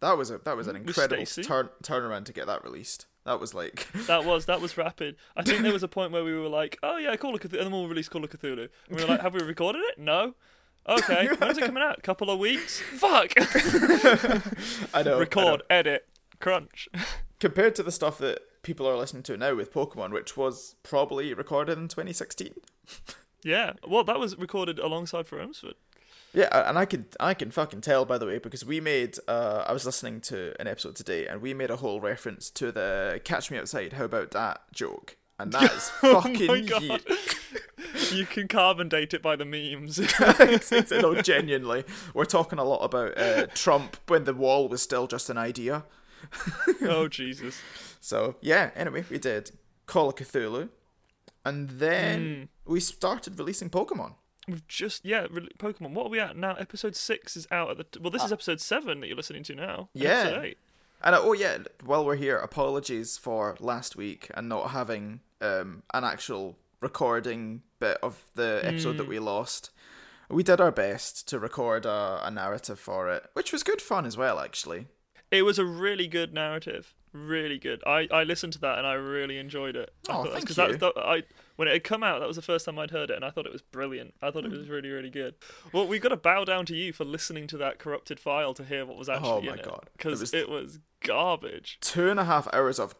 D: That was a that was an
B: With
D: incredible
B: Hmm. Stacey.
D: turn turnaround to get that released. That was like
B: That was that was rapid. I think there was a point where we were like, "Oh yeah, Call of Cthulhu," and then we'll release Call of Cthulhu. And we were like, "Have we recorded it? No." Okay, when's it coming out? Couple of weeks. Fuck.
D: I know I know.
B: Record, edit, crunch.
D: compared to the stuff that people are listening to now with Pokemon, which was probably recorded in 2016.
B: Yeah. Well, that was recorded alongside for Elmsford.
D: Yeah, a- and I can I can fucking tell by the way because we made uh, I was listening to an episode today and we made a whole reference to the "Catch Me Outside, How About That" joke, and that is fucking
B: Oh my God.
D: ye-
B: You can carbon date it by the memes.
D: It's- it's- no, "Oh, genuinely, we're talking a lot about uh, Trump when the wall was still just an idea.
B: oh Jesus.
D: So yeah, anyway, we did Call of Cthulhu, and then we started releasing Pokemon.
B: We've just yeah, re- Pokemon. What are we at now? Episode six is out at the. T- well, this is episode seven that you're listening to now. and
D: Yeah.
B: Episode eight.
D: And uh, oh yeah, while we're here, apologies for last week and not having um, an actual recording bit of the episode that we lost. We did our best to record a, a narrative for it, which was good fun as well, actually.
B: It was a really good narrative. Really good. I, I listened to that and I really enjoyed it. I
D: Oh,
B: thought that's-
D: thank
B: 'cause That was the, I when it had come out, that was the first time I'd heard it, and I thought it was brilliant. I thought it
D: Mm.
B: was really really good. Well, we've got to bow down to you for listening to that corrupted file to hear what was actually
D: Oh,
B: in
D: my
B: it.
D: God. It
B: because
D: was-
B: it was garbage.
D: Two and a half hours of.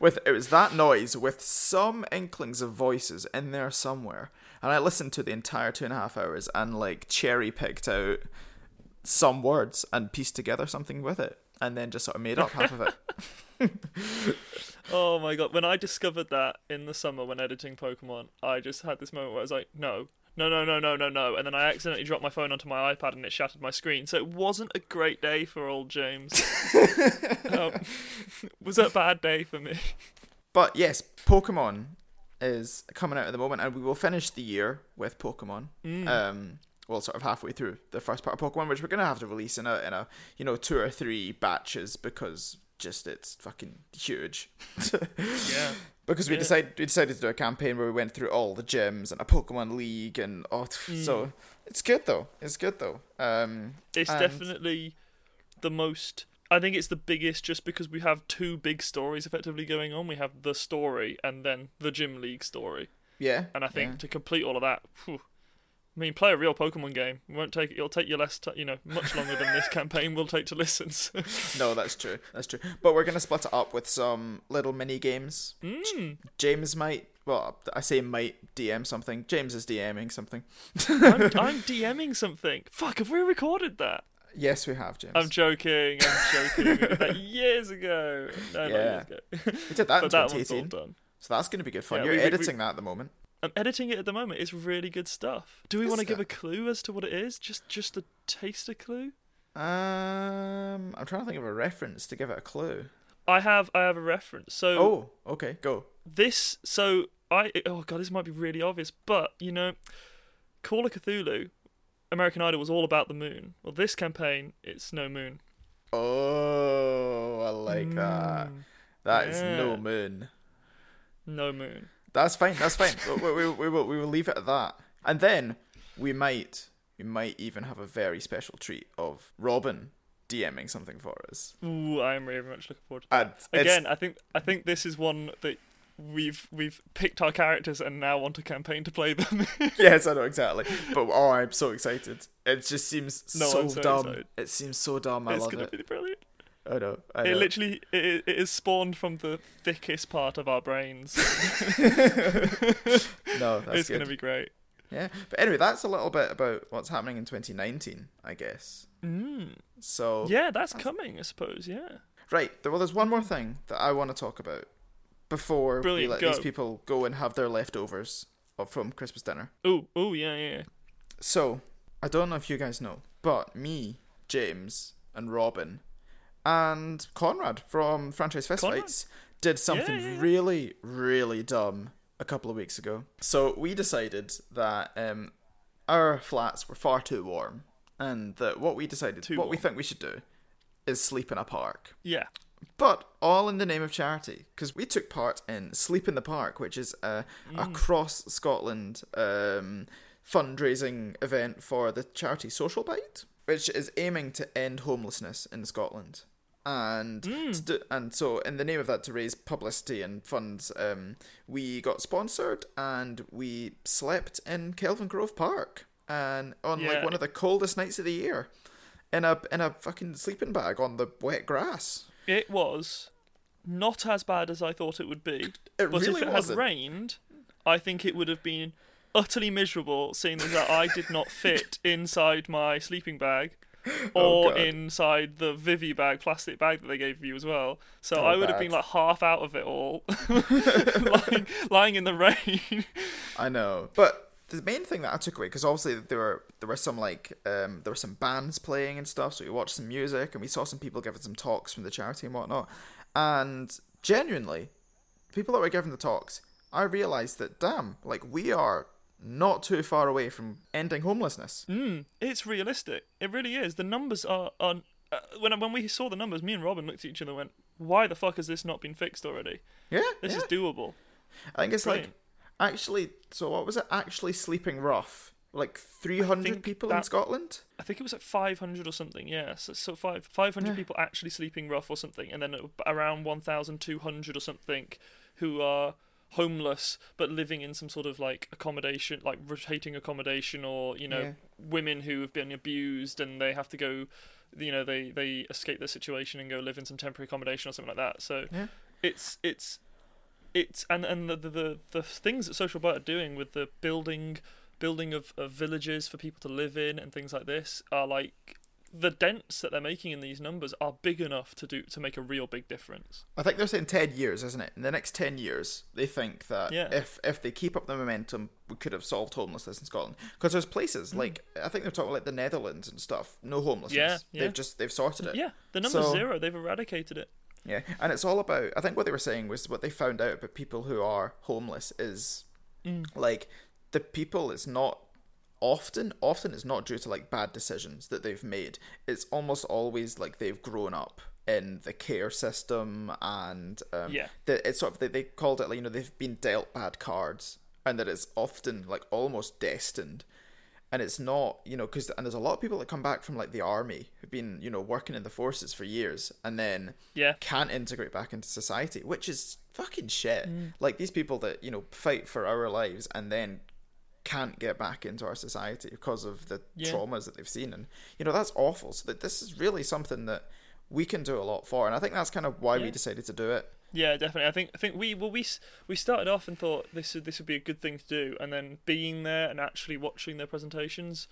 D: with it was that noise with some inklings of voices in there somewhere, and I listened to the entire two and a half hours and like cherry picked out some words and pieced together something with it, and then just sort of made up half of it.
B: Oh my god! When I discovered that in the summer when editing Pokemon, I just had this moment where I was like, no. No, no, no, no, no, no. And then I accidentally dropped my phone onto my iPad and it shattered my screen. So it wasn't a great day for old James. um, was a bad day for me.
D: But yes, Pokemon is coming out at the moment, and we will finish the year with Pokemon.
B: Mm.
D: Um, well, sort of halfway through the first part of Pokemon, which we're gonna have to release in a in a you know two or three batches because just it's fucking huge.
B: Yeah.
D: because we
B: Yeah.
D: decided we decided to do a campaign where we went through all the gyms and a Pokemon league and oh, pff,
B: Mm.
D: so it's good though. It's good though. Um,
B: It's
D: and-
B: definitely the most. I think it's the biggest just because we have two big stories effectively going on. We have the story and then the Gym League story.
D: yeah.
B: And I think
D: yeah.
B: to complete all of that, phew, I mean, play a real Pokemon game. It won't take. It'll take you less. T- you know, much longer than this campaign will take to listen. so-
D: No, that's true. That's true. But we're gonna split it up with some little mini games.
B: Hmm.
D: James might. Well, I say might DM something. James is DMing something.
B: I'm, I'm DMing something. Fuck, have we recorded that?
D: Yes, we have James.
B: I'm joking. I'm joking. We did that years ago. No, not years ago.
D: we did that
B: but
D: in
B: that one's all
D: 2018,
B: done.
D: so that's gonna be good fun.
B: Yeah,
D: You're
B: we- we-
D: editing that at the moment.
B: I'm editing it at the moment. It's really good stuff. Do we
D: Is
B: want to give
D: it?
B: a clue as to what it is? Just just a taster clue?
D: Um, I'm trying to think of a reference to give it a clue.
B: I have I have a reference. So
D: Oh, okay, go.
B: this so I oh god, this might be really obvious, but you know, Call of Cthulhu, American Idol was all about the moon. Well, this campaign, it's no moon.
D: Oh, I like that. That is
B: Hmm. yeah.
D: no moon.
B: No moon.
D: That's fine. That's fine. we, we, we, we will we will leave it at that. And then we might we might even have a very special treat of Robin DMing something for us.
B: Ooh, I am very much looking forward to
D: And it's-
B: Again, I think I think this is one that we've we've picked our characters and now want a campaign to play them.
D: yes, I know exactly. But oh, I'm so excited. It just seems
B: No,
D: so,
B: I'm so
D: dumb.
B: excited.
D: It seems so dumb. I
B: it's
D: love
B: gonna
D: it.
B: be brilliant.
D: I know. I know.
B: It literally it, it is spawned from the thickest part of our brains.
D: no, that's
B: it's
D: good.
B: going to be great.
D: Yeah. But anyway, that's a little bit about what's happening in 2019, I guess. So
B: Mm. Yeah, that's coming, I suppose. Yeah.
D: Right. there- Well, there's one more thing that I want to talk about before
B: Brilliant,
D: we let
B: go.
D: these people go and have their leftovers of, from Christmas dinner.
B: Oh, oh, yeah, yeah.
D: So, I don't know if you guys know, but me, James, and Robin, and Conrad from Franchise Fest
B: Conrad?
D: Fights did something
B: yeah, yeah.
D: really, really dumb a couple of weeks ago. So we decided that um, our flats were far too warm, and that what we decided,
B: Too
D: what we
B: warm.
D: think we should do, is sleep in a park.
B: Yeah.
D: But all in the name of charity, because we took part in Sleep in the Park, which is a across Scotland um, fundraising event for the charity Social Bite, which is aiming to end homelessness in Scotland. And to do, and so in the name of that, to raise publicity and funds, um, we got sponsored and we slept in Kelvin Grove Park, and on like
B: Yeah.
D: one of the coldest nights of the year, in a in a fucking sleeping bag on the wet grass.
B: It was not as bad as I thought it would be.
D: It
B: but
D: really
B: if it
D: wasn't.
B: had rained, I think it would have been utterly miserable, seeing as that I did not fit inside my sleeping bag or
D: Oh, God.
B: inside the Vivi bag, plastic bag that they gave you as well. So I would have
D: Oh, bad.
B: been like half out of it all, lying, lying in the rain.
D: I know, but the main thing that I took away because obviously there were there were some like um, there were some bands playing and stuff, so we watched some music and we saw some people giving some talks from the charity and whatnot. And genuinely, people that were giving the talks, I realised that damn, like we are not too far away from ending homelessness.
B: Mm. It's realistic. It really is. The numbers are on. Uh, when when we saw the numbers, me and Robin looked at each other and went, "Why the fuck has this not been fixed already?
D: Yeah,
B: This
D: yeah.
B: is doable."
D: I think it's like
B: brilliant.
D: actually. So what was it? Actually, sleeping rough. Like three hundred
B: think
D: people in
B: that-
D: Scotland.
B: I think it was like 500 or something. Yeah, so, so five 500 people actually sleeping rough or something, and then a- around 1,200 or something who are homeless but living in some sort of like accommodation, like rotating accommodation, or you know,
D: Yeah.
B: women who have been abused and they have to go, you know, they they escape their situation and go live in some temporary accommodation or something like that. So
D: Yeah.
B: it's it's it's and and the the, the, the things that social bite are doing with the building building of, of villages for people to live in and things like this are like the dents that they're making in these numbers are big enough to do to make a real big difference.
D: I think they're saying ten years, isn't it? In the next ten years, they think that
B: Yeah.
D: if if they keep up the momentum, we could have solved homelessness in Scotland. Because there's places like I think they're talking like the Netherlands and stuff. No homelessness.
B: Hmm. Yeah, yeah.
D: They've just they've sorted it.
B: Yeah, the number's
D: So-
B: zero. They've eradicated it.
D: Yeah, and it's all about. I think what they were saying was what they found out about people who are homeless is like the people. It's not often. Often it's not due to like bad decisions that they've made. It's almost always like they've grown up in the care system and um,
B: Yeah.
D: the, it's sort of they, they called it like you know they've been dealt bad cards and that it's often like almost destined and it's not you know because and there's a lot of people that come back from like the army who've been you know working in the forces for years and then
B: Yeah.
D: can't integrate back into society which is fucking shit
B: Mm.
D: like these people that you know fight for our lives and then can't get back into our society because of the
B: Yeah.
D: traumas that they've seen and you know that's awful so that this is really something that we can do a lot for and i think that's kind of why we decided to do it
B: Yeah, definitely. I think I think we well we s- we started off and thought this would- this would be a good thing to do, and then being there and actually watching their presentations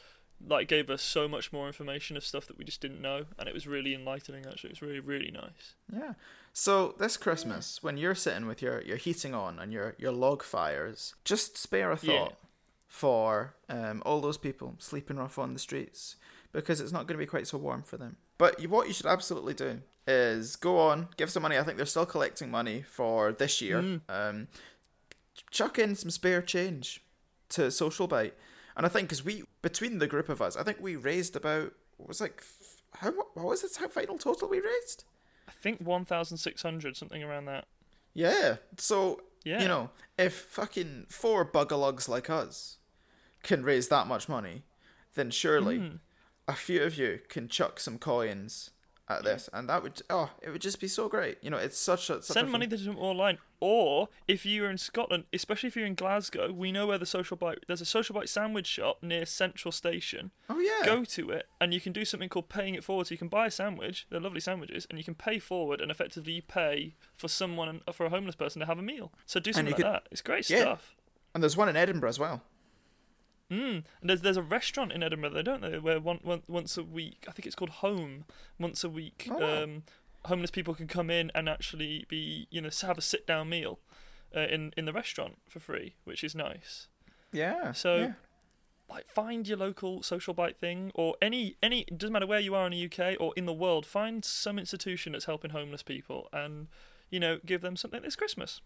B: like gave us so much more information of stuff that we just didn't know, and it was really enlightening. Actually, it was really really nice.
D: Yeah. So this Christmas, when you're sitting with your, your heating on and your, your log fires, just spare a thought
B: Yeah.
D: for um, all those people sleeping rough on the streets because it's not going to be quite so warm for them. But you, what you should absolutely do is go on, give some money. I think they're still collecting money for this year. Um, chuck in some spare change to Social Bite. And I think because we, between the group of us, I think we raised about, what was it, like, f- how, mu- what was this, how final total we raised?
B: I think one thousand six hundred something around that.
D: Yeah. So
B: Yeah.
D: you know, if fucking four bugalugs like us can raise that much money, then surely
B: Mm-hmm.
D: a few of you can chuck some coins at this, and that would oh, it would just be so great. You know, it's such a such a
B: Send
D: fun-
B: money to them online, or if you're in Scotland, especially if you're in Glasgow, we know where the social bite. There's a social bite sandwich shop near Central Station.
D: Oh yeah.
B: Go to it, and you can do something called paying it forward. So you can buy a sandwich. They're lovely sandwiches, and you can pay forward, and effectively you pay for someone for a homeless person to have a meal. So do something
D: you
B: like
D: could-
B: that. It's great
D: Yeah.
B: stuff.
D: And there's one in Edinburgh as well.
B: And there's there's a restaurant in Edinburgh, though, don't they? Where one, one, once a week, I think it's called Home. Once a week,
D: Oh, wow.
B: um, homeless people can come in and actually be you know s- have a sit down meal uh, in in the restaurant for free, which is nice.
D: Yeah.
B: So.
D: yeah.
B: Like find your local social bite thing, or any any it doesn't matter where you are in the UK or in the world. Find some institution that's helping homeless people, and you know, give them something this Christmas.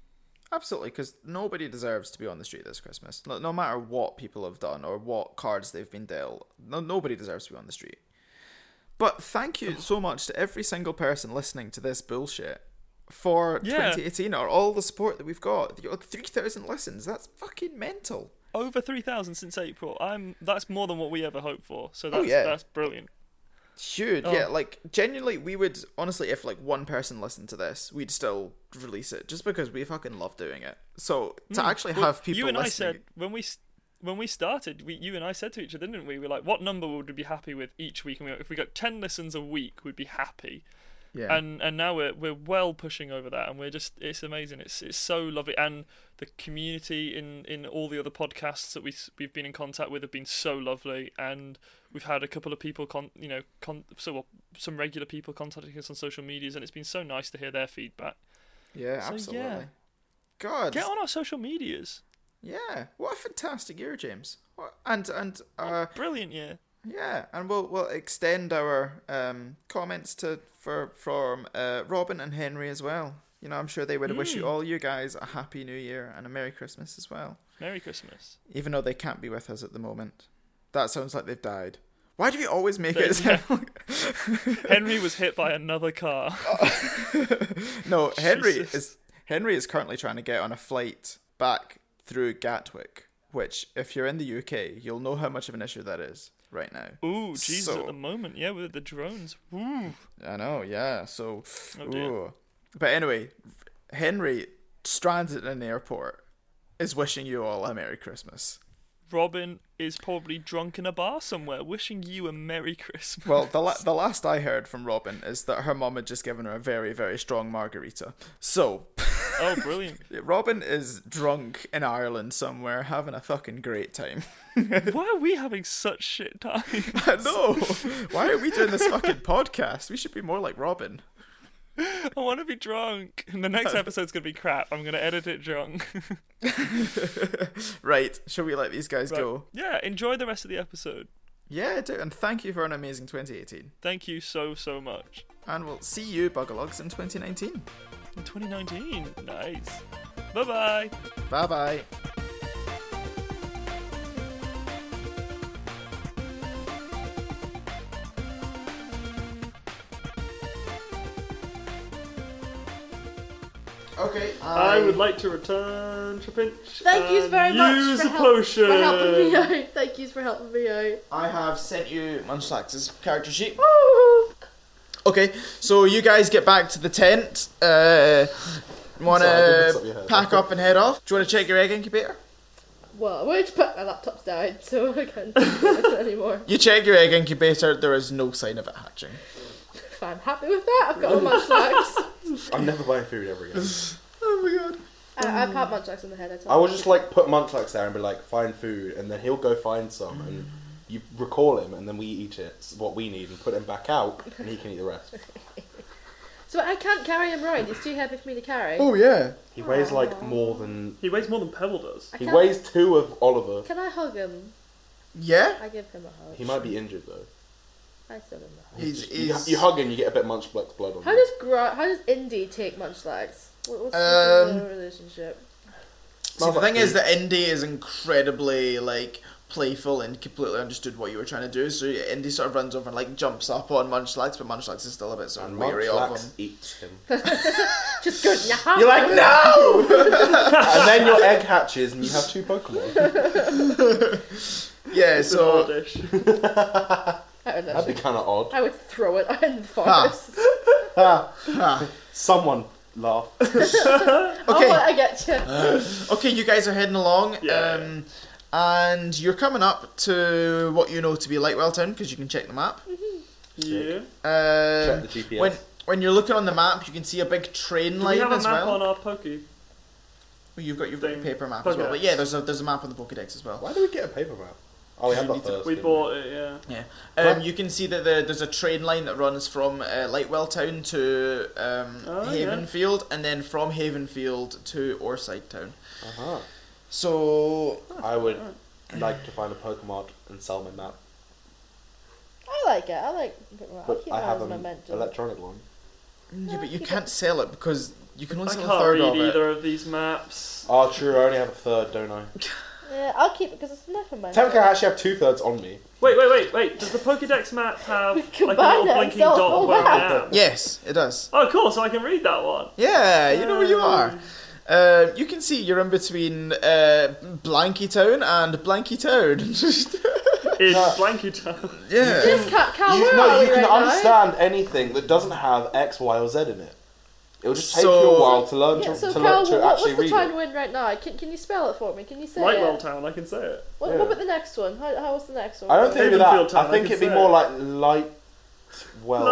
D: Absolutely, because nobody deserves to be on the street this Christmas. No, no matter what people have done or what cards they've been dealt, no, nobody deserves to be on the street. But thank you so much to every single person listening to this bullshit for
B: Yeah.
D: 2018 or all the support that we've got. You got 3,000 listens. That's fucking mental.
B: Over three thousand since April. I'm that's more than what we ever hoped for. So that's
D: Oh, yeah.
B: that's brilliant.
D: Huge. Yeah,
B: Oh.
D: like genuinely, we would honestly, if like one person listened to this, we'd still release it just because we fucking love doing it. So to actually have people
B: Hmm. you and
D: listening,
B: I said when we s- when we started, we, you and I said to each other, didn't we? We were like, what number would we be happy with each week? And we were, if we got ten listens a week, we'd be happy.
D: yeah.
B: And and now we're we're well pushing over that, and we're just it's amazing. It's it's so lovely, and the community in in all the other podcasts that we s- we've been in contact with have been so lovely, and we've had a couple of people con you know con so well, some regular people contacting us on social medias, and it's been so nice to hear their feedback.
D: yeah,
B: So,
D: absolutely.
B: yeah.
D: God,
B: Get on our social medias,
D: Yeah, what a fantastic year, James. What, and and uh,
B: brilliant year.
D: yeah, and we'll we'll extend our um, comments to for from uh, Robin and Henry as well. You know, I'm sure they would wish you all you guys a happy New Year and a Merry Christmas as well.
B: Merry Christmas.
D: Even though they can't be with us at the moment, that sounds like they've died. Why do you always make
B: They-
D: it? sound like-
B: Henry was hit by another car.
D: no, Henry
B: Jesus.
D: is Henry is currently trying to get on a flight back through Gatwick, which, if you're in the UK, you'll know how much of an issue that is right now.
B: Ooh, Jesus! um,
D: So-
B: At the moment, yeah, with the drones. Ooh,
D: I know, yeah. So,
B: oh, dear.
D: ooh. but anyway, Henry stranded in an airport is wishing you all a Merry Christmas.
B: Robin is probably drunk in a bar somewhere, wishing you a Merry Christmas.
D: Well, the la- the last I heard from Robin is that her mom had just given her a very very strong margarita. So,
B: oh, brilliant!
D: Robin is drunk in Ireland somewhere, having a fucking great time.
B: Why are we having such shit time?
D: I know. Why are we doing this fucking podcast? We should be more like Robin.
B: I want to be drunk. And the next episode's gonna be crap. I'm gonna edit it drunk.
D: Right? Shall we let these guys go?
B: yeah, enjoy the rest of the episode.
D: Yeah, do. And thank you for an amazing 2018.
B: Thank you so so much.
D: And we'll see you, Bugalogs, in 2019.
B: In 2019, nice. Bye bye.
D: Bye bye.
G: Okay. um,
B: I would like to return to pinch.
F: Thank yous very much for, help- for helping me out. Thank yous for helping me out.
G: I have sent you Munchlax's character sheet.
F: Woo!
G: Okay, so you guys get back to the tent. Uh,
E: Sorry, I
G: wanna
E: did mix up your head.
G: pack up and head off? Do you wanna check your egg incubator?
F: Well, I wanted to put my laptops down so I can't do it anymore.
G: You check your egg incubator. There is no sign of it hatching.
F: If I'm happy with that. I've got all my slacks.
E: I'm never buying food ever again. Oh
F: I, I pat Munchlax on the head. I, told
E: I will
F: him.
E: just like put Munchlax there and be like, find food, and then he'll go find some, and you recall him, and then we eat it, it's what we need, and put him back out, and he can eat the rest.
F: So I can't carry him around. He's too heavy for me to carry.
G: Oh yeah.
E: He weighs like more than.
B: He weighs more than Pebble does.
F: I
E: He
F: can't-
E: weighs two of Oliver.
F: Can I hug him?
G: Yeah.
F: I give him a hug.
E: He might be injured though.
F: I still give him a hug.
G: He's,
E: You,
G: he's
E: you hug him, you get a bit Munchlax blood on
F: How
E: him.
F: does Gra- How does Indy take Munchlax? What, what's
G: Um,
F: the relationship?
G: See, the thing is that indie is incredibly like playful and completely understood what you were trying to do. So indie sort of runs over and like jumps up on Munchlax, but Munchlax is still a bit sort of
E: And
G: weary of
E: Munchlax
G: him.
E: eats him.
F: Just go. Nah.
G: You're like, no.
E: and then your egg hatches, and you have two Pokemon.
G: yeah. So
B: Oddish.
F: I would,
E: That'd
F: literally-
E: be kind of odd.
F: I would throw it out in the forest.
E: Someone laugh.
G: Okay.
F: Oh, I get you.
E: Uh.
G: Okay, you guys are heading along,
B: Yeah.
G: um, and you're coming up to what you know to be Lightwell Town because you can check the map.
B: Yeah.
G: Um,
E: Check the GPS.
G: when when you're looking on the map, you can see a big train
B: Do
G: line
B: we have a
G: as
B: map
G: well.
B: on our Poke?
G: Well, you've got your
B: thing?
G: paper map as well, but
B: Pokedex.
G: yeah, there's a there's a map on the Pokédex as well.
E: Why do we get a paper map? Oh, we had
G: need
E: that
G: to-
E: first.
B: We
E: didn't
B: bought it, yeah.
G: Yeah, um, you can see that the, there's a train line that runs from uh, Lightwell Town to um,
B: Oh, yeah.
G: Havenfield, and then from Havenfield to Orside Town.
E: we? Uh-huh.
G: So
E: I would like to find a Pokemon and sell my map,
F: I like it. I like. I'll
E: but
F: keep
E: I
F: my eyes
E: have
F: on my
E: an
F: mental.
E: electronic one.
G: yeah, but you can't sell it because
D: You can
B: I
D: only see a
B: can't
D: third
B: read
D: of it.
B: either of these maps.
E: Oh, true. I only have a third, don't I?
F: Yeah, I'll keep it because it's never mind.
E: Technically, I actually have two thirds on me.
B: Wait, wait, wait, wait. Does the Pokedex map have like a
F: Combine
B: little
F: it,
B: blinking
F: so
B: dot
F: full
B: where
F: map.
B: I am?
D: Yes, it does.
B: Oh, cool. So I can read that one.
D: Yeah, you know where you are. Uh, you can see you're in between uh, Blanky Town and Blanky Town.
B: Is
E: No.
B: Blanky Town?
D: yeah.
F: Just Cal, Cal
E: You,
F: where
E: no,
F: are
E: you
F: we
E: can
F: right now?
E: understand anything that doesn't have X, Y, or Z in it. It'll just take
D: So-
E: you a while to learn
F: Yeah,
E: to,
F: so
E: to,
F: Cal,
E: learn,
F: what,
E: to actually
F: what's the
E: read
F: time
E: it.
F: we're in right now? Can, can you spell it for me? Can you say
B: Lightwell
F: it?
B: Town. I can say it.
F: What,
E: Yeah.
F: what about the next one? How, how was the next one?
E: I don't think it'd be
B: Havenfield
E: that.
B: Town,
E: I
B: I
E: think
B: can
E: it'd be
B: say
E: more
B: it.
E: like light, well,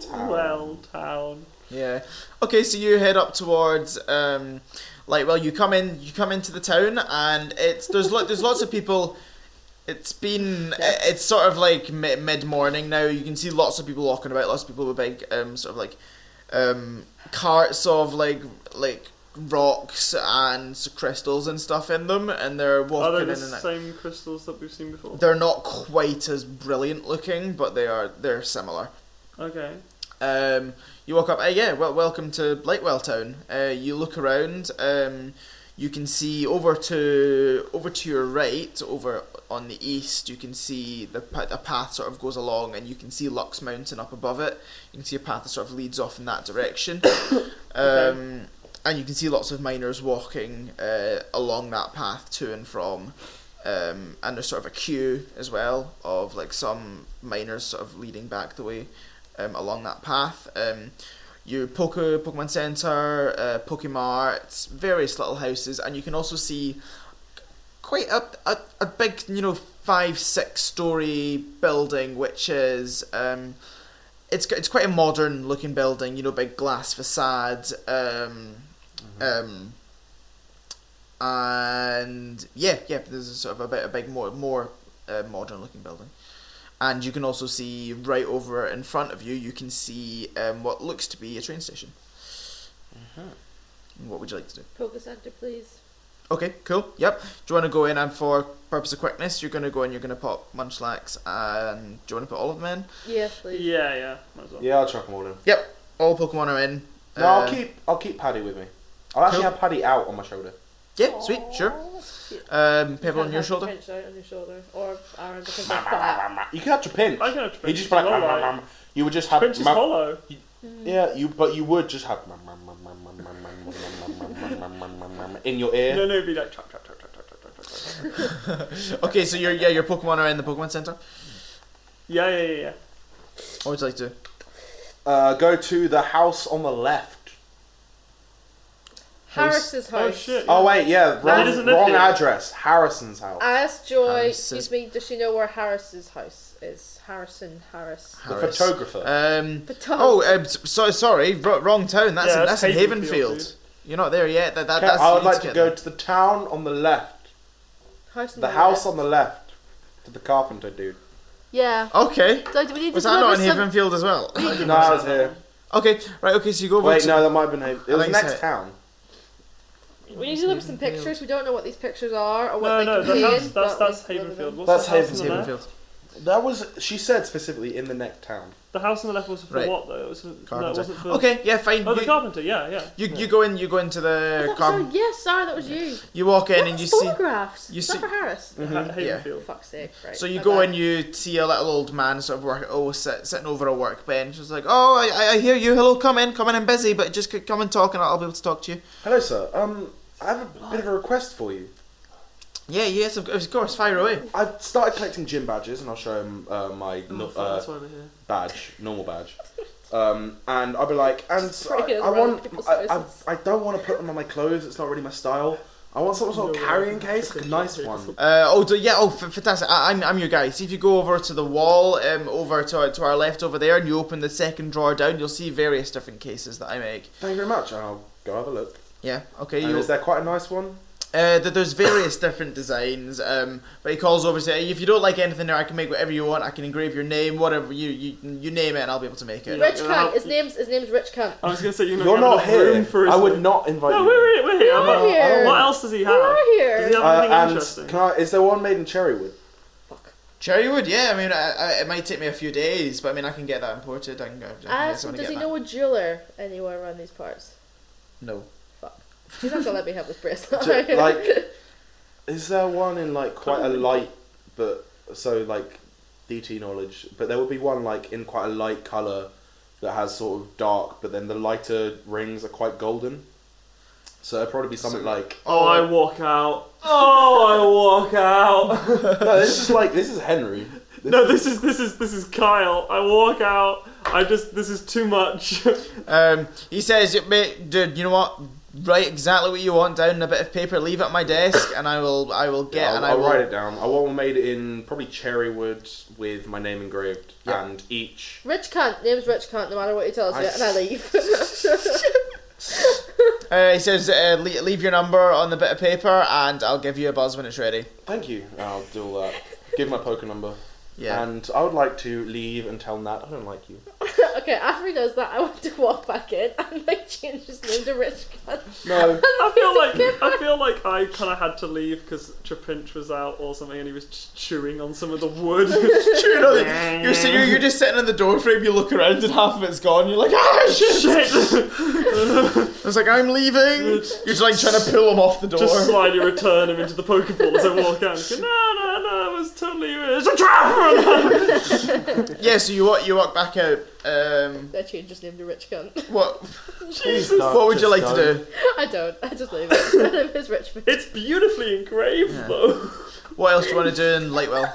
E: town.
B: Lightwell Town.
D: Yeah. Okay, so you head up towards um like well you come in you come into the town and it's there's lo- there's lots of people it's been i- it's sort of like mi- mid-morning now you can see lots of people walking about lots of people with big um sort of like um carts of like like rocks and s- crystals and stuff in them and they're
B: Are
D: walking
B: they
D: in
B: the
D: and out.
B: same crystals that we've seen before?
D: they're not quite as brilliant looking but they are they're similar
B: Okay.
D: um, you walk up. Uh, yeah, well, welcome to Blightwell Town. Uh, you look around. Um, you can see over to over to your right, over on the east. You can see the pa- a path sort of goes along, and you can see Lux Mountain up above it. You can see a path that sort of leads off in that direction. um, And you can see lots of miners walking uh, along that path to and from. Um, and there's sort of a queue as well of like some miners sort of leading back the way um, along that path. Um, your Poku, Pokemon Center, uh, Pokemart, various little houses, and you can also see quite a, a, a big, you know, five, six story building, which is. Um, it's, got- it's quite a modern looking building, you know, big glass facade. Um,
E: Mm-hmm.
D: um, and yeah, yeah, there's a sort of a bit a big more more uh, modern looking building. And you can also see right over in front of you, you can see um, what looks to be a train station.
E: Mm-hmm.
D: What would you like to do?
F: Poker Center, please.
D: Okay, cool. Yep. Do you want to go in and for purpose of quickness, you're going to go in, you're going to pop Munchlax, and do you want to put all of them in?
F: Yes, please.
B: Yeah, yeah. Might as well.
E: Yeah, I'll chuck them all in.
D: Yep. All Pokemon are in.
E: No,
D: Uh,
E: I'll keep. I'll keep Paddy with me. I'll actually
D: Cool.
E: have Paddy out on my shoulder.
D: Yeah, sweet, sure. Um, Pebble on
F: Can't
D: your
F: have the
D: shoulder.
F: French out on your shoulder, or Aaron because they're fat.
E: You can have to pinch.
B: I can have
E: You
B: Prince.
E: just be like.
B: Hollow.
E: um, "Mam, mam, mam." You would just have.
B: Prince is
E: mam-
B: hollow.
E: Yeah, you. But you would just have. "Mam, mam, mam, mam, mam, mam, mam, mam, mam, mam, mam, mam, mam, mam," In your ear.
B: No, no, it'd be like trap, trap, trap, trap, trap, trap, trap, trap, trap. trap.
D: Okay, so your yeah your Pokemon are in the Pokemon Center.
B: Yeah, yeah, yeah, yeah.
D: What would you like to? do?
E: Uh, go to the house on the left.
F: Harris's house.
B: Oh shit.
E: Oh wait, yeah,
B: doesn't
E: wrong,
B: live
E: wrong
B: here.
E: address. Harrison's house.
F: Ask Joy,
D: Harris's-
F: excuse me, does she know where Harris's house is? Harrison, Harris.
E: the
D: Harris.
E: photographer.
D: Um,
F: Photog-
D: oh, um, s- so sorry, wr- wrong town. That's
B: Yeah,
D: in,
B: that's
D: that's in
B: Havenfield,
D: Havenfield.
B: dude.
D: You're not there yet. That, that,
E: Okay,
D: that's
E: I would
D: you
E: like
D: need
E: to
D: get
E: go
D: there.
E: to the town on the left.
F: house on
E: The
F: left.
E: house on the left. To the carpenter dude.
I: Yeah.
D: Okay,
I: So do we need
D: Oh. was
I: to
D: that not
I: deliver some...
D: in Havenfield as well?
E: No, I was here.
D: okay, right. Okay, so you go over
E: Wait,
D: to
E: no, that might have been. It was
D: think
E: next
D: so.
E: town.
F: We need to look at some pictures. We don't know what these pictures are or what
B: No,
F: they
B: no,
F: contain.
B: that's that's,
F: but
B: that's
F: we-
B: Havenfield. What's
E: That's
B: the house on the left?
D: Havenfield.
E: That was. She said specifically in the next town.
B: The house on the left was for
D: Right.
B: what though? It was for, no, it
D: Carpenter.
B: wasn't for.
D: Okay, yeah, fine.
B: Oh, the
D: you,
B: carpenter. Yeah, yeah.
D: you, you go in. You go into
F: Oh,
D: the
F: that-
D: car.
F: sorry, yes, sorry, that was you.
D: You walk in
F: What
D: and you see.
F: photographs.
D: you
F: You
D: see- Mm-hmm.
F: for Harris.
E: Hmm,
B: Ha-
F: For
B: Havenfield.
F: fuck's sake, right.
D: So you
F: my
D: go
F: bad.
D: in, you see a little old man sort of work, oh, sit, sitting over a workbench. It's like, oh, I, I- I hear you. Hello, come in, come in. I'm busy, but just c- come and talk, and I'll be able to talk to you.
E: Hello, sir. Um, I have a bit of a request for you.
D: Yeah, yes, of, of course, fire away.
E: I've started collecting gym badges, and I'll show him uh, my no- uh,
B: That's why we're here.
E: badge, normal badge. Um, and I'll be like, and so I,
F: breaking
E: I
F: around
E: want,
F: people's
E: I,
F: faces.
E: I, I don't want to put them on my clothes. It's not really my style. I want some sort of carrying case, like a nice one.
D: Uh, oh, d- yeah, oh, f- fantastic. I, I'm, I'm your guy. See if you go over to the wall, um, over to our, to our left over there, and you open the second drawer down, you'll see various different cases that I make.
E: Thank you very much. and I'll go have a look.
D: Yeah, okay.
E: And
D: You,
E: is there quite a nice one?
D: Uh, th- there's various different designs, um, but he calls over to say, if you don't like anything there, I can make whatever you want. I can engrave your name, whatever you you, you name it, and I'll be able to make it.
B: Yeah.
F: Rich cunt. His name's his name's Rich cunt.
D: Ah.
B: I was gonna say you're not,
E: You're
B: gonna
E: not
B: have enough
E: here.
B: Room for his
E: I would not invite
B: No,
E: you.
B: we're here. We're here.
F: We
B: but
F: are here.
B: What else does he have?
F: We are here.
B: Does he have
E: Uh,
B: anything interesting?
E: and can I, is there one made in cherrywood?
D: Cherrywood, yeah. I mean, I, I, it might take me a few days, but I mean, I can get that imported. I can go. I can get
F: Ask him,
D: someone to
F: Ah, does
D: get
F: he
D: that.
F: know a jeweler anywhere around these parts?
G: No.
F: He's not gonna let me have this bracelet.
E: Ju- like, is there one in like quite a light, but so like DT knowledge? But there would be one like in quite a light color that has sort of dark, but then the lighter rings are quite golden. So it'd probably be something like
B: Oh, I walk out. Oh, I walk out.
E: no, this is like this is Henry.
B: No, this is this is this is Kyle. I walk out. I just this is too much.
D: Um, he says, "Mate, dude, you know what? Write exactly what you want down on a bit of paper. Leave it at my desk, and I will, I will get,
E: Yeah, I'll,
D: and I
E: I'll
D: will
E: write it down. I want one made in probably cherry wood with my name engraved, and each
F: Rich cunt. Name's Rich cunt. No matter what he tells
E: I
F: you, and I leave.
D: Uh, he says, uh, le- leave your number on the bit of paper and I'll give you a buzz when it's ready.
E: Thank you. I'll do all that. Give my poker number.
D: Yeah.
E: And I would like to leave and tell Nat I don't like you.
F: okay, after he does that, I want to walk back in and like change his name to Rich cunt.
E: No.
B: I feel like I feel like I kind of had to leave because Trapinch was out or something, and he was ch- chewing on some of the wood.
D: you know, you're, sitting- you're, you're just sitting in the doorframe, you look around and half of it's gone. You're like, ah, shit!
B: Shit!
D: I was like, I'm leaving. You're just like trying to pull him off the door.
B: Just slyly return him into the Pokeball as I walk out. And go, no, no, no! It was totally it's a trap.
D: yeah, so you walk, you walk back out. Um,
F: I change his name to Rich cunt.
D: what
E: Jesus.
D: what would you like to do?
F: I don't. I just leave it. I leave it as Rich. cunt.
B: It's beautifully engraved though.
D: What else do you want to do in Lightwell?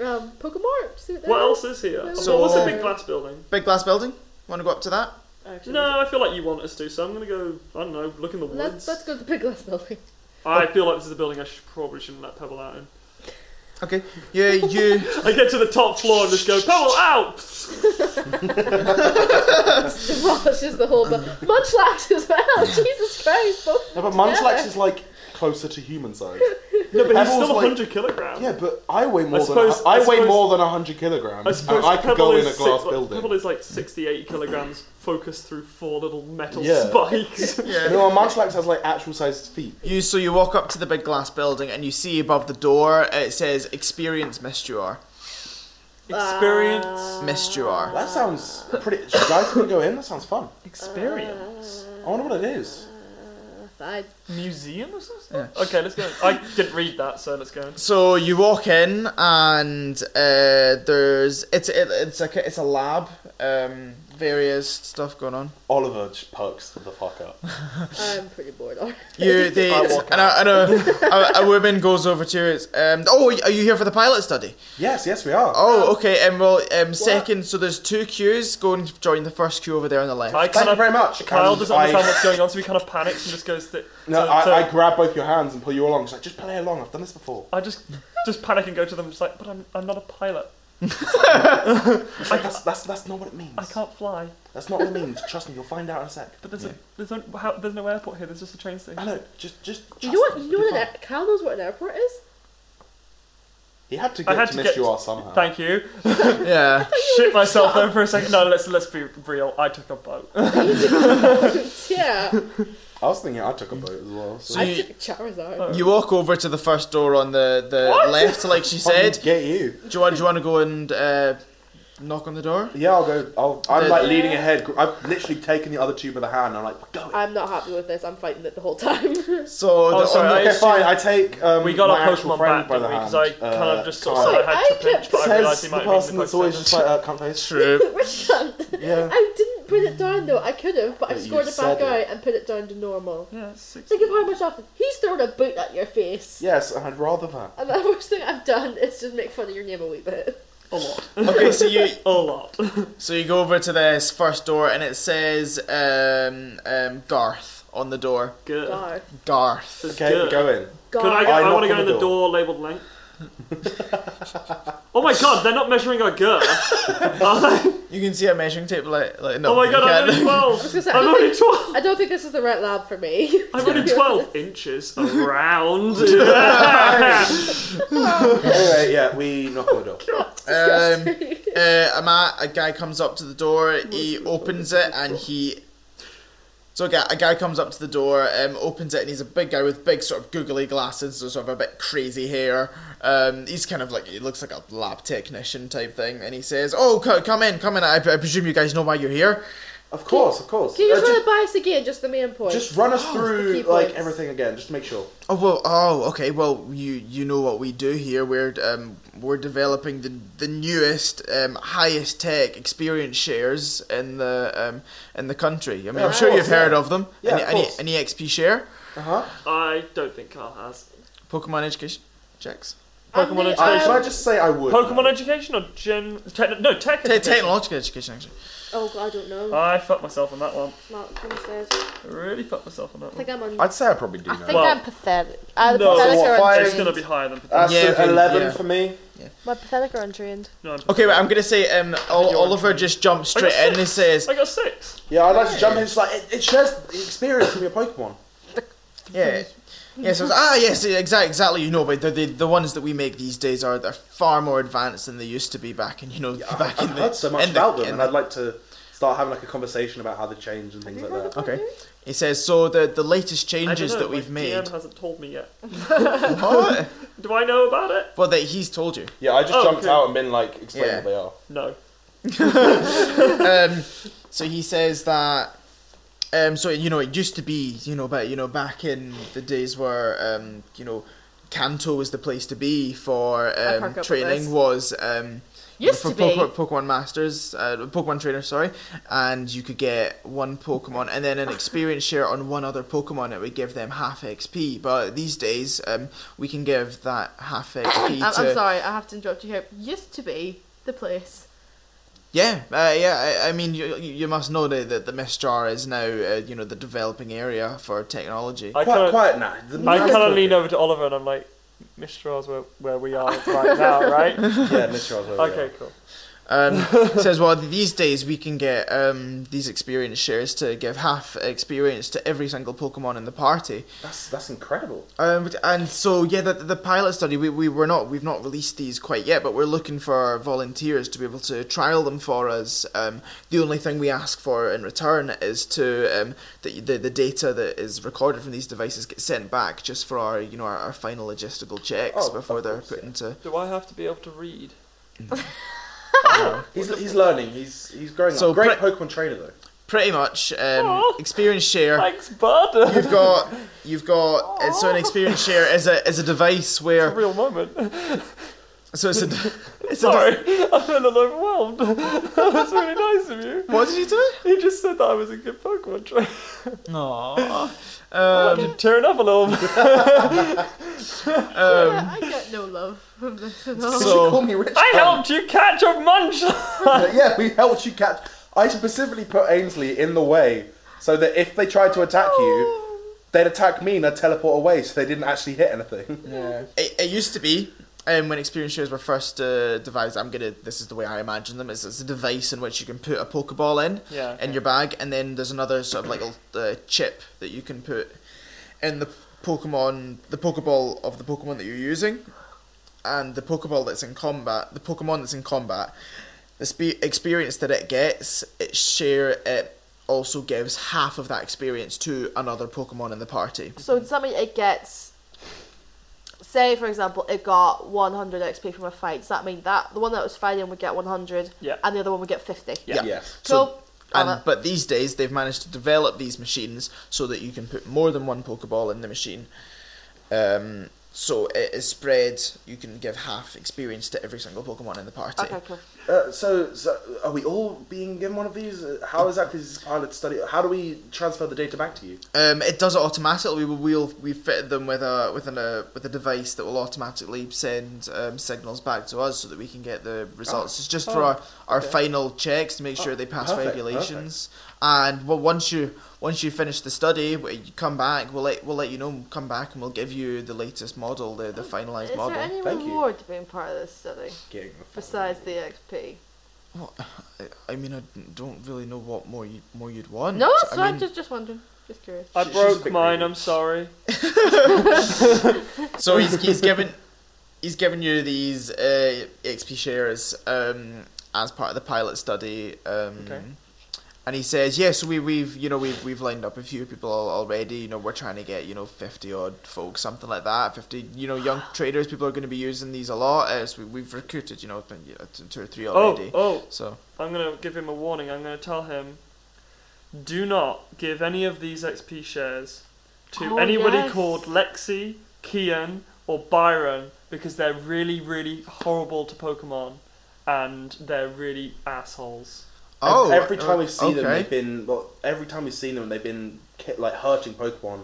F: Um, Pokemon. See
B: What else is here? Oh,
F: So-
B: what's the big glass building?
D: Big glass building? Want to go up to that?
F: Actually,
B: No, I feel like you want us to, so I'm gonna go. I don't know. Look in the woods.
F: Let's let's go to the big glass building.
B: I feel like this is a building I sh probably shouldn't let Pebble out in.
D: Okay. Yeah, you.
B: I get to the top floor and just go Pebble out.
F: Demolishes the whole building. Munchlax as well. Jesus Christ. both-
E: No, but Munchlax
F: Yeah.
E: is like closer to human size.
B: No, but he's
E: Pebble's
B: still
E: like-
B: 100 kilograms.
E: Yeah, but I weigh more
B: I suppose-
E: than I,
B: I
E: weigh
B: suppose-
E: more than hundred kilograms.
B: I suppose
E: and I could
B: Pebble
E: go in
B: is
E: a
B: six-
E: glass
B: like,
E: building.
B: Pebble is like 68 kilograms focused through four little metal
E: Yeah.
B: spikes.
E: You know, Munchlax has like actual sized feet.
D: You so you walk up to the big glass building and you see above the door it says experience Mistuar. Uh,
B: Experience.
D: Mistuar.
B: Ah.
E: That sounds pretty. Should I can go in? That sounds fun.
D: Experience.
E: I wonder what it is.
F: Fine.
B: Museum or something? Okay, let's go. I didn't read that, so let's go.
D: So you walk in and uh, there's it's it, it's like a, it's a lab, um, various stuff going on.
E: Oliver just perks the fuck up.
F: I'm pretty bored already.
D: You they
E: I walk
D: and, a, and a, a, a woman goes over to you. It's, um, oh, are you here for the pilot study?
E: Yes, yes, we are.
D: Oh, okay. Um, well, um, second. So there's two queues. Go and join the first queue over there on the left.
B: I
E: Thank
B: kind
E: you
B: of.
E: very much.
B: Kyle
E: And
B: doesn't
E: I-
B: understand what's going on, so he kind of panics and just goes. To,
E: No,
B: to-
E: I,
B: to-
E: I grab both your hands and pull you along. She's like, just play along. I've done this before.
B: I just just panic and go to them. Just like, but I'm I'm not a pilot.
E: She's like, that's, that's, that's not what it means.
B: I can't fly.
E: That's not what it means. Trust me, you'll find out in a sec.
B: But there's a there's no how, there's no airport here. There's just a train
E: I
B: station.
E: know. Just, just. Trust
F: You know what?
E: me,
F: You know what
E: it'll be
F: an
E: fine.
F: air- Cal knows what an airport is.
E: He had to
B: I
E: get
B: had
E: to,
B: to
E: miss
B: get-
E: you all somehow.
B: Thank you.
D: Yeah.
B: Shit myself there for a second. No, let's let's be real. I took a boat.
F: Yeah.
E: I was thinking I took a boat as well. So.
D: So
F: I
D: you,
F: took Charizard.
D: You walk over to the first door on the, the left, like she
E: Fucking
D: said.
E: get you.
D: Do you want, do you want to go and uh, knock on the door?
E: Yeah, I'll go. I'll, I'm
D: The-
E: like leading ahead. I've literally taken the other two by the hand. And I'm like, go.
F: I'm not happy with this. I'm fighting it the whole time.
D: So
B: Oh,
D: the,
B: sorry,
D: on
B: I
E: Okay,
B: assume-
E: fine. I take. Um,
B: We got
E: my
B: our
E: actual
B: Pokemon
E: friend
B: back,
E: by the
B: didn't we?
E: hand.
B: Because I kind
E: uh,
B: of just sort
E: Kyle.
B: of had
F: I
B: to pinch, but I realised
E: Says
B: he
E: the
B: might have
E: person
B: been the
E: that's always
B: Pokemon.
E: just like, uh, can't face.
D: true.
F: Which cunt?
E: Yeah.
F: I didn't put it down though. I could have, but I
E: But you
F: scored it
E: said
F: back
E: it.
F: out and put it down to normal.
B: Yeah, six-
F: Think of how much often he's thrown a boot at your face.
E: Yes, and I'd rather that.
F: And the worst thing I've done is just make fun of your name a wee bit.
B: a lot,
D: Okay, so you
B: a lot.
D: so you go over to this first door and it says um, um, Garth on the door.
B: Good.
F: Gar.
D: Garth.
B: This is
E: Okay,
B: good.
E: go in.
F: Gar.
B: Can I? Go,
E: I
B: I,
E: knock
B: want to go
E: on
B: in
E: the
B: the door labeled length. oh my god, they're not measuring our girth.
D: You can see a measuring tape like, like no.
B: Oh my
D: you
B: god, I'm
D: can't.
B: only twelve.
F: gonna say,
B: I'm
F: I
B: only twelve.
F: I don't think this is the right lab for me.
B: I'm only twelve inches around. Yeah.
E: anyway, yeah, we knock on the door.
D: Um, uh, a, ma- a guy comes up to the door, he opens it, and he. So a guy, a guy comes up to the door, um, opens it, and he's a big guy with big sort of googly glasses, so sort of a bit crazy hair. Um, he's kind of like he looks like a lab technician type thing, and he says, "Oh, co- come in, come in. I, I presume you guys know why you're here."
E: Of course, of course.
J: Can you
E: Uh,
J: just
E: ju-
J: run it by us again, just the main point?
E: just run
F: Oh,
E: us
J: the
E: through
J: key
E: like
J: points.
E: everything again, just to make sure.
D: Oh well. Oh, okay. Well, you you know what we do here. We're um we're developing the the newest um highest tech experience shares in the um in the country. I mean,
E: Yeah,
D: I'm
E: of
D: sure
E: course,
D: you've heard
E: yeah.
D: of them.
E: Yeah,
D: any,
E: of
D: any
E: course.
D: any XP share,
E: Uh huh.
B: I don't think Carl has.
D: Pokemon education checks,
J: And
B: Pokemon
J: the, um,
E: Can I just say I would?
B: Pokemon
E: know?
B: education or gem? Techn no, tech.
D: Te-
B: education.
D: technological education actually.
J: Oh god, I don't
E: Uh,
J: know.
B: I fucked myself on that one.
J: Mark, come upstairs. I
B: I really fucked myself on that one.
J: think I'm on.
E: I'd say I probably do
F: I
E: know.
F: think
B: Well-
F: I'm pathetic. Either
B: No,
F: pathetic
E: so
F: or
E: what,
B: It's
F: untrained.
B: gonna be higher than.
E: That's
D: Yeah,
E: an
D: okay,
E: eleven
D: yeah.
E: for me.
F: We're pathetic or untrained.
B: No, I'm-
D: Okay, but I'm gonna say um Ol-
B: You're
D: Oliver just jumps straight in and
B: six.
D: says,
B: I got six.
E: Yeah, I'd like to jump in. It's like it, it shares the experience from your Pokemon.
D: yeah. Yes, I was- ah, yes, exactly, exactly. You know, but the, the the ones that we make these days are they're far more advanced than they used to be back in you know
E: I-
D: back
E: I've
D: in the
E: heard so much
D: in the-
E: about them,
D: in
E: and
D: the-
E: I'd like to start having like a conversation about how they change and things like that.
D: Okay.
J: Mm-hmm.
D: He says, so the, the
B: I
D: latest
B: don't
D: changes
B: know,
D: that
B: my
D: we've made.
B: DM hasn't told me yet.
D: What?
B: Do I know about it?
D: well, that he's told you.
E: Yeah, I just
B: Oh,
E: jumped
B: okay.
E: out and been like, explain
D: Yeah.
E: what they are.
B: No.
D: Um, so he says that. Um, so you know, it used to be, you know, but you know, back in the days where, um, you know, Kanto was the place to be for
F: perk up
D: um,
F: with this.
D: training was. Um,
J: Used
D: for
J: to be.
D: Poke- Pokemon Masters, uh, Pokemon Trainer, sorry, and you could get one Pokemon and then an experience share on one other Pokemon. It would give them half XP. But these days, um, we can give that half XP
J: I'm,
D: to
J: I'm sorry, I have to interrupt you here. Used to be the place.
D: Yeah, uh, yeah. I, I mean, you, you you must know that, that the Mistrar is now, uh, you know, the developing area for technology.
B: I
E: Quiet,
B: kinda-
E: quiet now. The
B: I
E: man's
B: kind of
E: talking.
B: lean over to Oliver and I'm like, Mr. Oz, where, where we are right now, right?
E: Yeah, Mr. Oswald.
B: Okay, cool.
D: Um, says, well, these days we can get um, these experience shares to give half experience to every single Pokemon in the party.
E: That's that's incredible.
D: Um, and so, yeah, the, the pilot study we we were not we've not released these quite yet, but we're looking for volunteers to be able to trial them for us. Um, the only thing we ask for in return is to um, that the, the data that is recorded from these devices get sent back just for our you know our, our final logistical checks
E: Oh,
D: before
E: of
D: they're
E: course,
D: put
E: yeah.
D: into.
B: Do I have to be able to read?
E: He's, he's learning. He's he's growing
D: So
E: up. Great
D: pre-
E: Pokemon trainer though.
D: Pretty much, um,
B: Aw.
D: experience share.
B: Thanks, bud.
D: You've got you've got and so an experience share is a is a device where
B: Real moment.
D: so it's a it's a
B: Sorry, I'm a little overwhelmed. That's really nice of you.
D: what did you do?
B: He just said that I was a good Pokemon trainer.
D: Aww.
B: I'm just tearing up a little bit.
D: Um,
J: I get no love from this at all.
E: Did you
D: so
E: call me rich?
B: I helped you catch a munch.
E: yeah, we helped you catch. I specifically put Ainsley in the way so that if they tried to attack you, they'd attack me and I'd teleport away, so they didn't actually hit anything.
D: it, it used to be um, when experience shares were first uh, devised. I'm gonna. This is the way I imagine them. It's, it's a device in which you can put a pokeball in
B: Yeah,
D: in your bag, and then there's another sort of like a uh, chip that you can put in the Pokemon, the pokeball of the Pokemon that you're using, and the pokeball that's in combat. The Pokemon that's in combat. The spe- experience that it gets, its share it also gives half of that experience to another Pokemon in the party.
F: So does that mean it gets? Say for example, it got 100 XP from a fight. Does that mean that the one that was fighting would get 100,
B: Yeah.
F: and the other one would get 50?
D: Yeah.
E: Yes.
D: So-
F: Cool. Love
D: And
F: it.
D: but these days they've managed to develop these machines so that you can put more than one Pokeball in the machine. Um, so it is spread. You can give half experience to every single Pokemon in the party.
F: Okay, cool.
E: Uh, so, so, are we all being given one of these? Uh, How exactly is this pilot study? How do we transfer the data back to you?
D: Um, it does it automatically. We we'll, we fitted them with a with an, uh, with a device that will automatically send um, signals back to us so that we can get the results. it's just for our, our final checks to make sure they pass
E: perfect,
D: regulations. And well, once you once you finish the study, w- you come back. We'll let we'll let you know. Come back and we'll give you the latest model, the the finalized
F: Is
D: model.
F: there any
E: Thank you.
F: reward to being part of this study
E: Getting
F: besides the XP?
D: I, I mean, I don't really know what more you, more you'd want.
J: no, that's
D: I
J: fine,
D: mean-
J: just, just wondering. Just curious.
B: I
F: Uh,
E: She- she's a
B: broke
E: quick
B: mine.
E: reader.
B: I'm sorry.
D: So he's he's given he's given you these uh, XP shares um, as part of the pilot study. Um,
B: Okay.
D: And he says, "Yes, we, we've you know we've we've lined up a few people al- already. You know, we're trying to get you know fifty odd folks, something like that. Fifty, you know, young traders. People are going to be using these a lot. As we, we've recruited, you know, been, you know, two or three
B: Oh,
D: already.
B: oh!
D: So
B: I'm gonna give him a warning. I'm gonna tell him do not give any of these XP shares to
H: Oh,
B: anybody
H: yes.
B: called Lexi, Kian, or Byron because they're really, really horrible to Pokemon and they're really assholes.
E: And
D: Oh,
E: every
D: uh,
E: time we've seen them,
D: okay.
E: they've been. Well, every time we've seen them, they've been ki- like hurting Pokemon.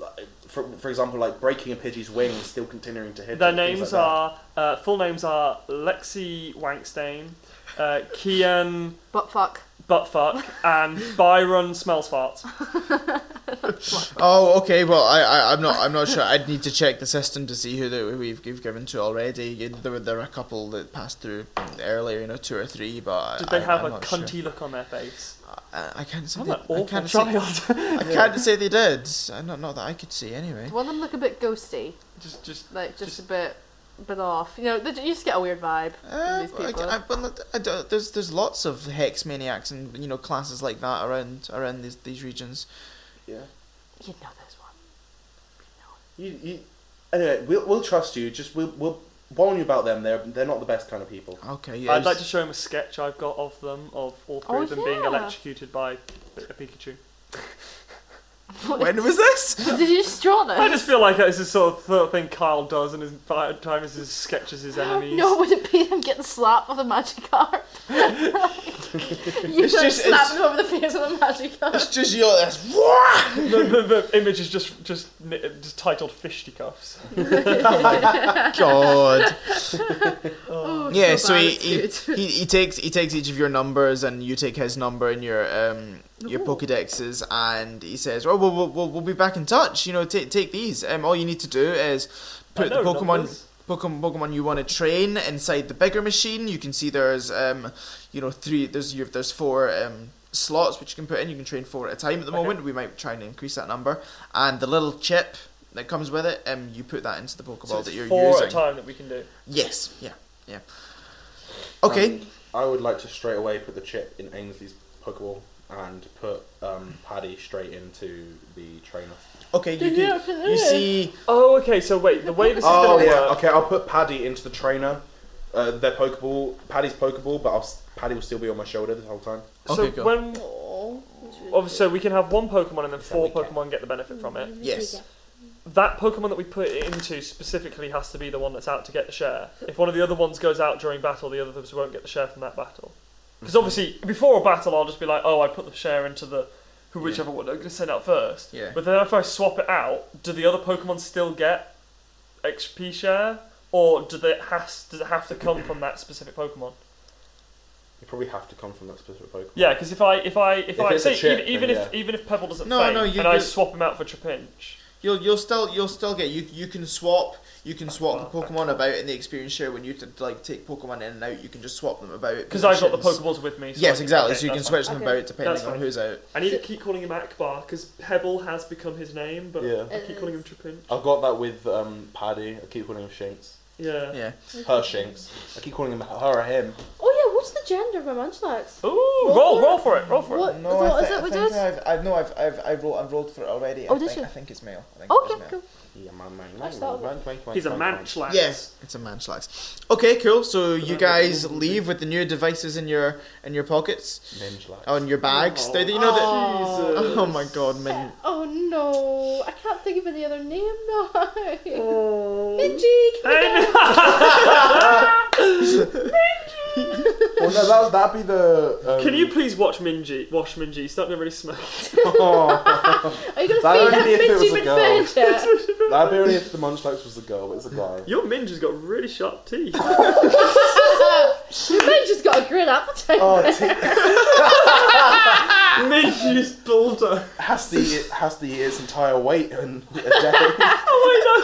E: Like, For, for example, like breaking a Pidgey's wing and still continuing to hit.
B: Their
E: it, things
B: names
E: like that.
B: are uh, full names are Lexi Wankstein, uh, Kian
H: But fuck.
B: Buttfuck, and Byron Smells Farts.
D: Oh, okay. Well, I, I, I'm not, I'm not sure. I'd need to check the system to see who that we've, we've given to already. You- There were, there were a couple that passed through earlier, you know, two or three. But
B: Did
D: I,
B: they have
D: a
B: a cunty look on their face?
D: Uh, I, I can't say.
B: I'm
D: they-
B: an
D: I
B: awful
D: can't say,
B: child.
D: I can't say they did. I not, not that I could see anyway.
H: One of them look a bit ghosty,
B: just, just
H: like just,
B: Just-
H: a bit, bit off. You know, they, you just get a weird vibe
D: Uh,
H: from these
D: I,
H: people.
D: I, but look, I don't- there's there's lots of hex maniacs and you know classes like that around around these these regions.
H: you know this one.
E: You, you, anyway, we'll, we'll trust you. Just we'll, we'll warn you about them. They're they're not the best kind of people.
D: Okay, yeah.
B: I'd like to show him a sketch I've got of them, of all three
H: Oh,
B: of them being
H: yeah.
B: electrocuted by a Pikachu.
D: when was this?
H: Did you just draw this?
B: I just feel like this is sort of sort of thing Kyle does in his fi- time is his sketches his enemies.
H: No, would it be them getting slapped with a magic carp? you
D: It's
H: just,
D: just-
H: slap
D: it's-
H: them over the face with a magic carp.
D: It's just you like this. Wah!
B: the, the, the image is just just ni- just titled fisticuffs.
D: God. yeah, so,
F: Oh, so bad,
D: he, he,
F: it's
D: he he takes he takes each of your numbers and you take his number and your um your Pokedexes and he says, "Well, we'll we'll, we'll, we'll be back in touch. You know, take take these. Um, all you need to do is put the
B: I know
D: Pokemon."
B: numbers.
D: Pokemon, Pokemon you want to train inside the bigger machine. You can see there's um, you know, three. There's you there's four um slots which you can put in. You can train four at a time at the
B: Okay.
D: moment. We might try and increase that number. And the little chip that comes with it, um, you put that into the Pokeball
B: So it's
D: that you're
B: four
D: using.
B: at a time that we can do.
D: Yes. Yeah. Yeah. Okay.
E: Um, I would like to straight away put the chip in Ainsley's Pokeball and put um, Paddy straight into the trainer.
D: okay. You can, You see.
B: Oh, okay. So wait, the way this is
E: Oh
B: gonna
E: yeah.
B: work.
E: Okay, I'll put Paddy into the trainer. Uh, their Pokeball, Paddy's Pokeball, but I'll, s- Paddy will still be on my shoulder the whole time.
B: So
D: Okay, cool.
B: when obviously Oh, so we can have one Pokemon and then four Pokemon get the benefit from it.
D: Yes.
B: That Pokemon that we put it into specifically has to be the one that's out to get the share. If one of the other ones goes out during battle, the other ones won't get the share from that battle. Because obviously, before a battle, I'll just be like, oh, I put the share into the who whichever one I'm going to send out first.
D: Yeah.
B: But then if I swap it out, do the other Pokemon still get XP share, or do they has does it have to come from that specific Pokemon?
E: You probably have to come from that specific Pokemon.
B: Yeah, because if I if I if,
E: If
B: I
E: it's a
B: say
E: chip,
B: even, even
E: then
B: if
E: yeah.
B: even if Pebble doesn't
D: No,
B: faint
D: no, you-
B: and I
D: you-
B: swap him out for Trapinch,
D: You'll you'll still you'll still get you you can swap you can swap the Pokemon about in the experience share when you to, like take Pokemon in and out you can just swap them about
B: because I've got the
D: positions.
B: Pokeballs with me. So I
D: Yes,
B: can-
D: exactly.
B: okay,
D: so you can
B: that's fine.
D: switch them
F: Okay.
D: about depending
B: That's
D: on
B: fine.
D: who's out.
B: I need to keep calling him Akbar because Pebble has become his name, but
E: Yeah.
B: I keep calling him Trapinch.
E: I've got that with um, Paddy. I keep calling him Shinx.
B: Yeah.
D: Yeah.
E: Her Shinx. I keep calling him her or him.
F: Oh yeah, what's the gender of Ramantulax?
B: Ooh, roll, roll for it, roll for it.
F: What? what is it we did?
D: I've, I've no I've I've I've rolled, I've rolled for it already.
F: Oh, did think- you? I
D: think it's male. I think
F: Okay, cool.
E: Yeah, man, man,
F: That's that one.
B: He's a manchlan.
D: Yes, it's a manslax. Okay, cool. So you guys leave with the new devices in your in your pockets,
E: Oh,
D: on your bags. They, you know that.
B: Jesus.
D: Oh my god, man.
F: Oh no, I can't think of any other name now.
B: Oh.
F: Minji.
B: Hey,
E: Well, no, that that'd be the. Um,
B: Can you please watch Minji? Wash Minji. Stop never really smoke.
F: Are you
E: That
F: gonna feed
E: would
F: that
E: be if it was a
F: Minji with
E: girl.
F: furniture?
E: that'd be only if the Munchlax was a girl, but it's a guy.
B: Your Minji's got really sharp teeth.
F: Minji's got a great appetite.
E: Oh, t-
B: Minji's bulldozer.
E: has to eat, has to eat its entire weight in a day.
B: Oh my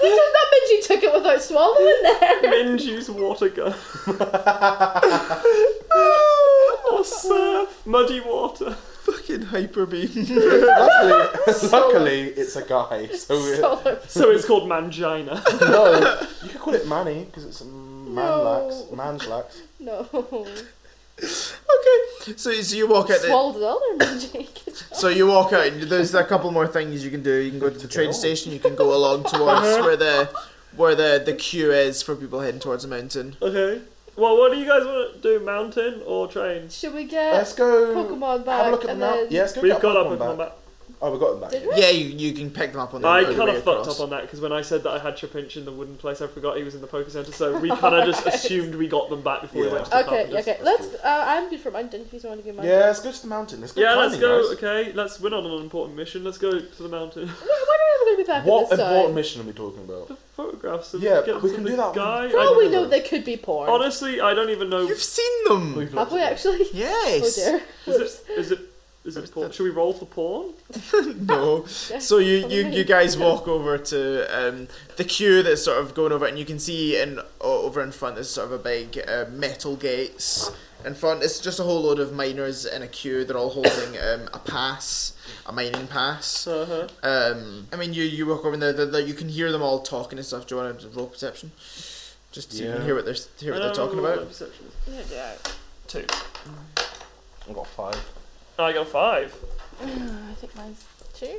F: He took that Minji took it without swallowing there.
B: god. Minji's water gun. or Oh, surf. Muddy water.
D: Fucking hyper beam.
E: luckily, luckily, it's a guy. So, it-
F: So,
B: So it's called Mangina.
E: no, you could call it Manny because it's a manlax,
F: No.
E: manslax.
F: no.
D: Okay. So, so you walk out. The,
F: Swallowed the other Minji. Good job.
D: so you walk out. And there's a couple more things you can do. You can go to the train station. You can go along towards where the where the the queue is for people heading towards the mountain.
B: Okay. Well, what do you guys want to do? Mountain or train?
F: Should we get
E: Let's go.
F: Pokemon back?
E: Have a look at the
F: and
E: map.
F: then-
E: Yeah, let's go
B: We've
E: get
B: got up
E: Pokemon
B: and
E: back.
B: come back.
E: Oh, we got them back.
F: Did
D: Yeah, you, you can pick them up on the
B: I
D: on the
B: kind
D: way
B: of fucked
D: across.
B: up on that because when I said that I had Trapinch in the wooden place, I forgot he was in the Poké Center. So we kind of just assumed we got them back before we
E: Yeah.
B: went to the
F: Okay,
B: Carpenter's.
F: okay. Let's. Uh, I'm good for mountain. If you want to give mountain.
E: Yeah, let's go to the mountain. Let's go.
B: Yeah, let's
E: climbing,
B: go.
E: guys.
B: Okay, let's. We're not on an important mission. Let's go to the mountain.
F: When, when are we going to be back
E: What
F: at this
E: important
F: time?
E: mission are we talking about?
B: Photographs. Of,
E: Yeah,
B: get
E: we
B: to
E: can
B: the
E: do that one.
B: Guy.
F: For
B: I-
F: all we know, they could be porn.
B: honestly, I don't even know.
D: You've seen them.
F: Have we actually? Oh
D: Yes.
F: dear.
B: Is
F: Whoops.
B: it? Is it? Is it porn? Should we roll for porn?
D: no. So you, you, you guys walk over to um, the queue that's sort of going over, and you can see in o- over in front there's sort of a big uh, metal gates in front. It's just a whole load of miners in a queue. They're all holding um, a pass, a mining pass.
B: Uh huh.
D: Um, I mean, you you walk over there, there, there, you can hear them all talking and stuff. Do you want to roll perception? Just so you
E: Yeah.
D: can hear what they're hear what they're talking about.
F: Oh
B: Two.
E: I got five.
B: I got five.
K: Oh, I think mine's two.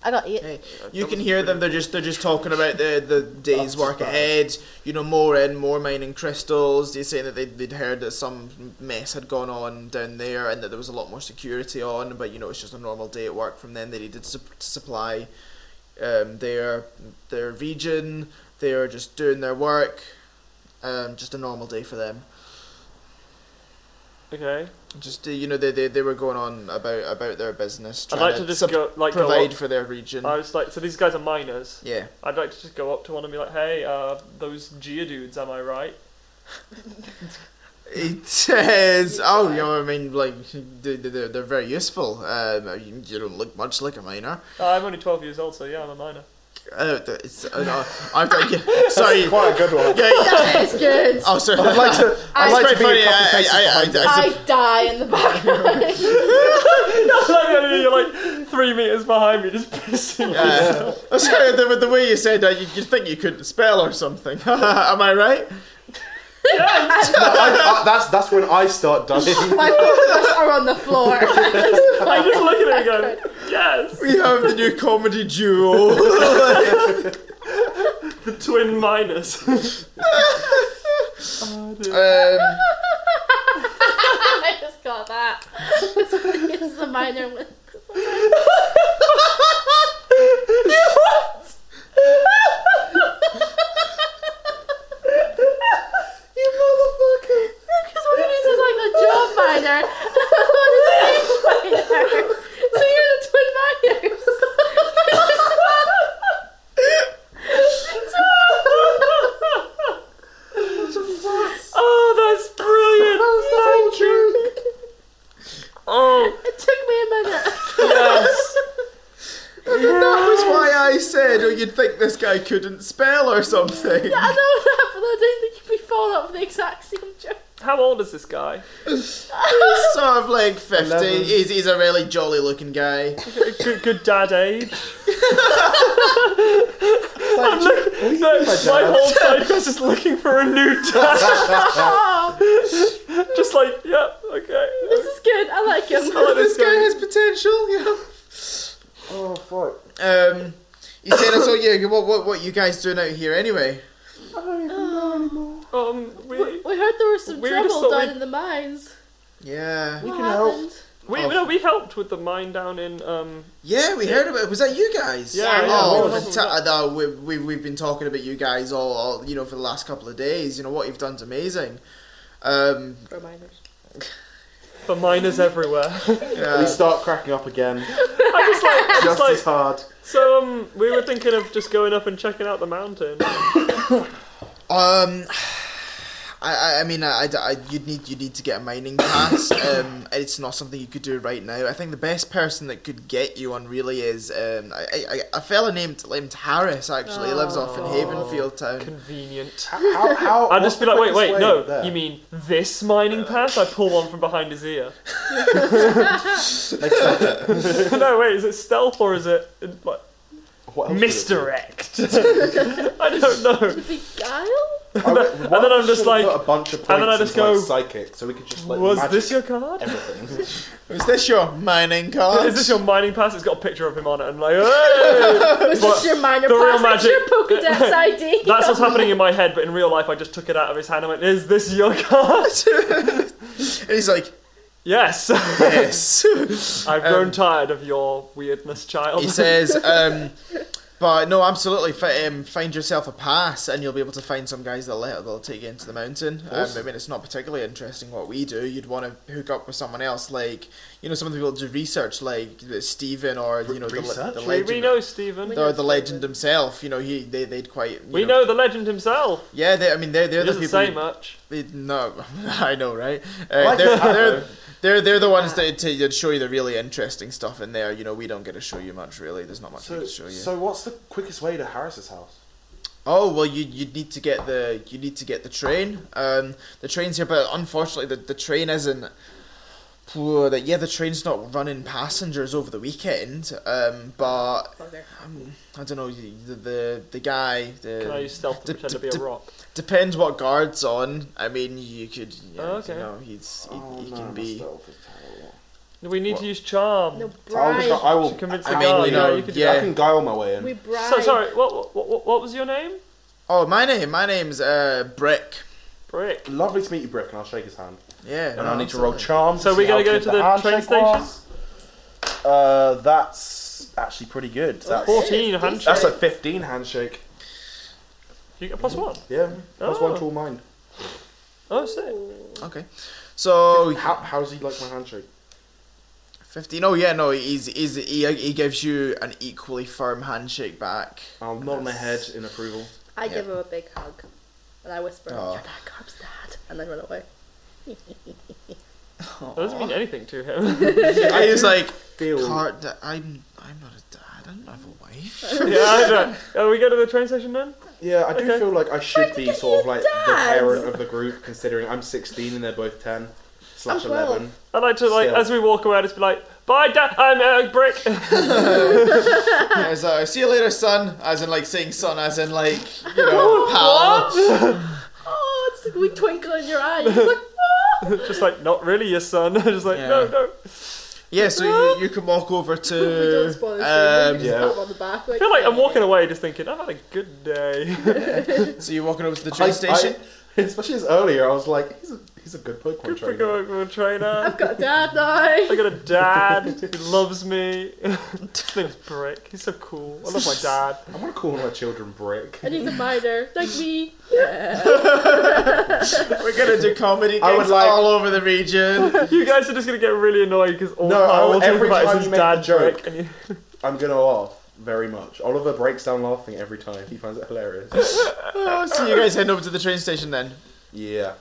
K: I got eight.
D: Hey, you can hear them. They're just they're just talking about the the day's work ahead. You know, more in more mining crystals. They're saying that they'd, they'd heard that some mess had gone on down there and that there was a lot more security on. But you know, it's just a normal day at work from them. They needed to supply um, their their region. They are just doing their work. Um, just a normal day for them.
B: Okay.
D: Just uh, you know, they, they they were going on about about their business.
B: I'd
D: Trying
B: like to just
D: sup-
B: go like go
D: provide
B: up-
D: for their region.
B: I was like, so these guys are miners.
D: yeah.
B: I'd like to just go up to one and be like, hey, uh, those Geodudes, am I right?
D: It says, oh, you know, I mean, like, they- they- they're, they're very useful. Um, you you don't look much like a miner.
B: Uh, I'm only 12 years old, so yeah, I'm a miner.
D: Uh, th- it's, uh, no, I'm, I'm, yeah, sorry.
E: Quite a good one.
D: Yeah, yeah.
F: That is good.
D: Oh, sorry. I'd like to,
K: I'd
D: it's
K: like
D: very
E: to be
D: funny.
E: a couple faces
D: I, I, I, I, I,
K: I die in the background.
B: You're like three meters behind me, just pissing me.
D: uh, I'm sorry, the, the way you said that, you, you'd think you couldn't spell or something. Am I right?
E: I- that's that's when I start dying.
K: My both of us are on the floor.
B: I'm just looking at it going, yes!
D: We have the new comedy duo.
B: The twin miners.
D: um,
F: I just got that. This is the minor one. Because one of these is like a job minor, and the other one is an age minor. So you're the twin minors.
B: oh, that's brilliant! Thank you! Oh,
F: It took me a minute.
B: yes!
D: that was why I said, oh, you'd think this guy couldn't spell or something.
F: I know that, but I don't think you'd be falling up with the exact same joke.
B: How old is this guy?
D: He's sort of like 50.
E: Eleven.
D: He's, he's a really jolly looking guy.
B: Good, good dad age.
E: Like, what do you
B: No,
E: mean by
B: my
E: dad?
B: whole side quest is looking for a new dad. Just like, yep, okay.
F: This is good. I like him.
D: this guy has potential, yeah.
E: Oh fuck!
D: Um, he said, oh, so yeah, what, what, what you guys doing out here anyway?
B: Um, we
F: We heard there was some
B: We just
F: trouble
B: thought
F: down
B: we'd-
F: in the mines.
D: Yeah.
E: We
F: What
E: can help.
F: happened?
B: we no, we helped with the mine down in um.
D: Yeah, we heard about it. Was that you guys?
B: Yeah, yeah,
D: Oh,
B: we were
D: fanta- uh, no, we, we, we've been talking about you guys all, all, you know, for the last couple of days. You know, what you've done's amazing. Um,
F: For minors.
B: The miners everywhere.
E: We
D: yeah.
E: start cracking up again,
B: I just like, I
E: just
B: just
E: as
B: like.
E: hard.
B: So um, we were thinking of just going up and checking out the mountain.
D: Um, I, I, I mean, I, I, I- you'd need you need to get a mining pass. um, it's not something you could do right now. I think the best person that could get you one really is um, I, I, I- a fella named named Harris. Actually, he lives
B: Oh.
D: off in Havenfield Town.
B: Convenient.
E: How? how
B: I'd
E: what's
B: just be
E: the
B: like, wait,
E: quickest
B: wait,
E: way
B: no,
E: there?
B: you mean this mining pass? I pull one from behind his ear.
E: Next time.
B: no, wait, is it stealth or is it like
E: What else would it be?
B: misdirect? I don't know.
F: Beguile?
E: I would-
B: and then I'm just
E: Should've
B: like,
E: put a bunch of
B: and then I
E: points
B: just
E: into,
B: go,
E: like, psychic, so we could just like
B: was
E: magic
B: this your card?
E: everything.
D: Is this your mining card?
B: Is this your mining pass? It's got a picture of him on it. and like, hey!
F: It's just your minor
B: the real
F: pass. That's your
B: magic-
F: Pokedex ID.
B: That's what's happening in my head, but in real life, I just took it out of his hand and went, Is this your card?
D: And he's like,
B: yes.
D: yes.
B: I've grown tired of your weirdness, child.
D: Um, he says, um, but no, absolutely. Fi- um, find yourself a pass, and you'll be able to find some guys that'll let they'll take you into the mountain. Um, I mean, it's not particularly interesting what we do. You'd want to hook up with someone else, like you know, some of the people that do research, like Stephen or you know, the, le-
E: research?
D: the
B: we,
E: We-
D: legend,
B: we know Stephen.
D: or the legend himself. You know, he they they'd quite. you
B: we know the legend himself.
D: Yeah, they, I mean, they're they're
B: He
D: the
B: doesn't
D: people.
B: say
D: you-
B: much.
D: They- No, I know, right? Uh, they're, they're, they're, they're the ones that, to, that show you the really interesting stuff in there. You know, we don't get to show you much, really. There's not much we
E: So,
D: can show you.
E: so what's the quickest way to Harris's house?
D: oh well, you you need to get the you need to get the train. Um, the train's here, but unfortunately, the, the train isn't. Phew, That yeah, the train's not running passengers over the weekend. Um, but um, I don't know you- the the, the guy. The,
B: Can I use stealth to
D: d-
B: pretend
D: d-
B: to be a
D: d-
B: rock?
D: Depends what guard's on. I mean, you could. Yeah,
B: Oh, okay.
D: You know, he's he,
E: Oh,
D: he
E: no,
D: can
E: my
D: be.
E: stealth is terrible.
B: We need to
D: What?
B: use charm.
F: No,
E: So I'll just go-
F: Brian.
E: I will.
B: To convince
E: I
B: the
E: mean,
B: guy,
E: you
B: yeah,
E: know,
B: you could
E: yeah,
D: do
E: I can guile my way in.
F: We bribe.
B: So, sorry, what, what, what, what was your name?
D: Oh, my name. My name's uh Brick.
B: Brick.
E: Lovely to meet you, Brick, and I'll shake his hand.
D: Yeah.
E: And I need to roll charm.
B: So
E: to
B: we
E: see
B: gotta
E: how
B: go
E: good
B: to the train
E: handshake was. Uh, that's actually pretty good. That's,
B: 14, Oh, handshake.
E: that's a 15 handshake.
B: you get plus one.
E: Yeah, that's
B: Oh.
E: one to all mine.
B: Oh, sick.
D: Okay. So
E: Oh, How, how does he like my handshake?
D: fifteen. Oh yeah, no, he's, he's he he gives you an equally firm handshake back.
E: I'll nod my head in approval.
F: I give him a big hug. And I whisper,
D: Aw.
F: You're that Garb's dad. And then run away.
B: That doesn't mean anything to him.
D: I was like,
E: Feel
D: "Car- da- I'm I'm not a dad. I don't have a wife.
B: yeah, I know. Are we go to the train station then?
E: yeah, I do
B: Okay.
E: feel like I should be
F: get
E: sort of
F: you
E: like the
F: dads.
E: parent of the group, considering I'm 16 and they're both 10 slash
F: I'm 12.
E: 11.
B: I like to like
E: Still.
B: as we walk around, just be like, "Bye, Dad. I'm uh, Brick."
D: I was like, see you later, son. As in like saying son, as in like you know pal.
F: Oh, it's like a wee twinkle in your eye. You're just like,
B: just like, not really your son. just like, no,
D: Yeah.
B: no.
D: Yeah, so you, you can walk over
F: we don't spoil
D: to.
F: the
D: Um,
F: scene.
E: yeah.
F: Yeah. on the back.
B: I feel like I'm walking away just thinking, I've had a good day.
D: um, so you're walking over to the train
E: I-
D: station.
E: I- especially as earlier, I was like, he's a, he's a good Pokemon
B: good for
E: trainer.
B: going for a trainer.
F: I've got a dad now.
B: I got a dad who loves me. His name's Brick. He's so cool. I love my dad.
E: I want to call my children Brick.
F: And he's a minor, like me. Yeah.
D: We're gonna do comedy
E: I would
D: gigs
E: like-
D: all over the region.
B: You guys are just gonna get really annoyed because all
E: No,
B: I will talk
E: every
B: about
E: time
B: is his
E: you make a
B: dad
E: joke.
B: Brick. And you...
E: I'm gonna laugh very much. Oliver breaks down laughing every time. He finds it hilarious.
D: Oh, so you guys head over to the train station then.
E: yeah.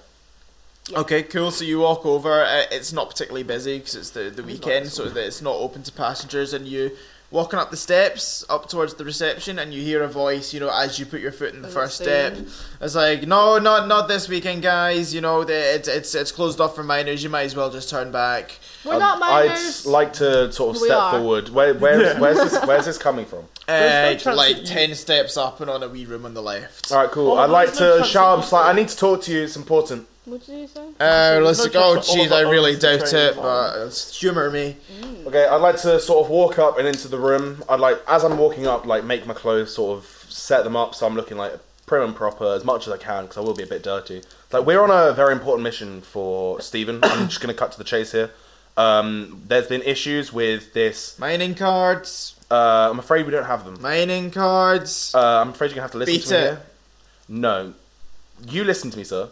D: Okay, cool. So you walk over. Uh, it's not particularly busy because it's the, the weekend, so that it's not open to passengers. And you walking up the steps up towards the reception, and you hear a voice. You know, as you put your foot in the
F: Oh,
D: first step,
F: same.
D: it's like, no, not not this weekend, guys. You know, the, it's it's it's closed off for minors. You might as well just turn back.
F: We're not minors.
E: I'd like to sort of
F: We
E: step
F: are.
E: forward. Where, where's, where's, this, where's this coming from?
B: There's no
D: Uh,
B: chance that
D: like
B: you-
D: ten steps up and on a wee room on the left.
E: All right, cool.
B: Oh,
E: I'd like
B: there's no
E: to
B: chance
E: shout
B: that
E: up. Like, I need to talk to you. It's important.
F: What did you say?
D: Uh, let's
B: no
D: go.
B: chance that all
D: Jeez,
B: of our
D: I really
B: owners are
D: doubt
B: trained
D: it, but uh, humour me.
B: Mm.
E: Okay, I'd like to sort of walk up and into the room. I'd like, as I'm walking up, like make my clothes sort of set them up so I'm looking like prim and proper as much as I can because I will be a bit dirty. Like we're on a very important mission for Stephen. I'm just gonna cut to the chase here. Um, there's been issues with this.
D: Mining cards.
E: Uh, I'm afraid we don't have them.
D: Mining cards.
E: Uh, I'm afraid you're gonna have to listen
D: Beat
E: to me.
D: it.
E: Here. No, you listen to me, sir.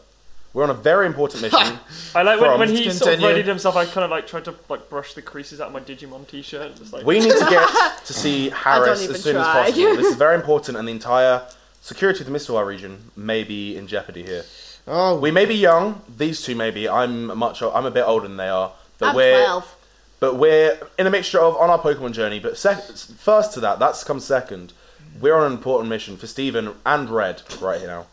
E: We're on a very important mission.
B: I like when,
E: From-
B: when he sort of
D: Continue.
B: readied himself. I kind of like tried to like brush the creases out of my Digimon T-shirt. and Just like
E: we need to get to see Harris
H: even
E: as soon
H: try.
E: as possible. This is very important, and the entire security of the Mistwar region may be in jeopardy here.
D: oh,
E: We may be young; these two may be. I'm much. o- I'm a bit older than they are. But
H: I'm
E: we're,
H: 12.
E: But we're in a mixture of on our Pokemon journey. But sec- first to that, that's come second. We're on an important mission for Steven and Red right here now.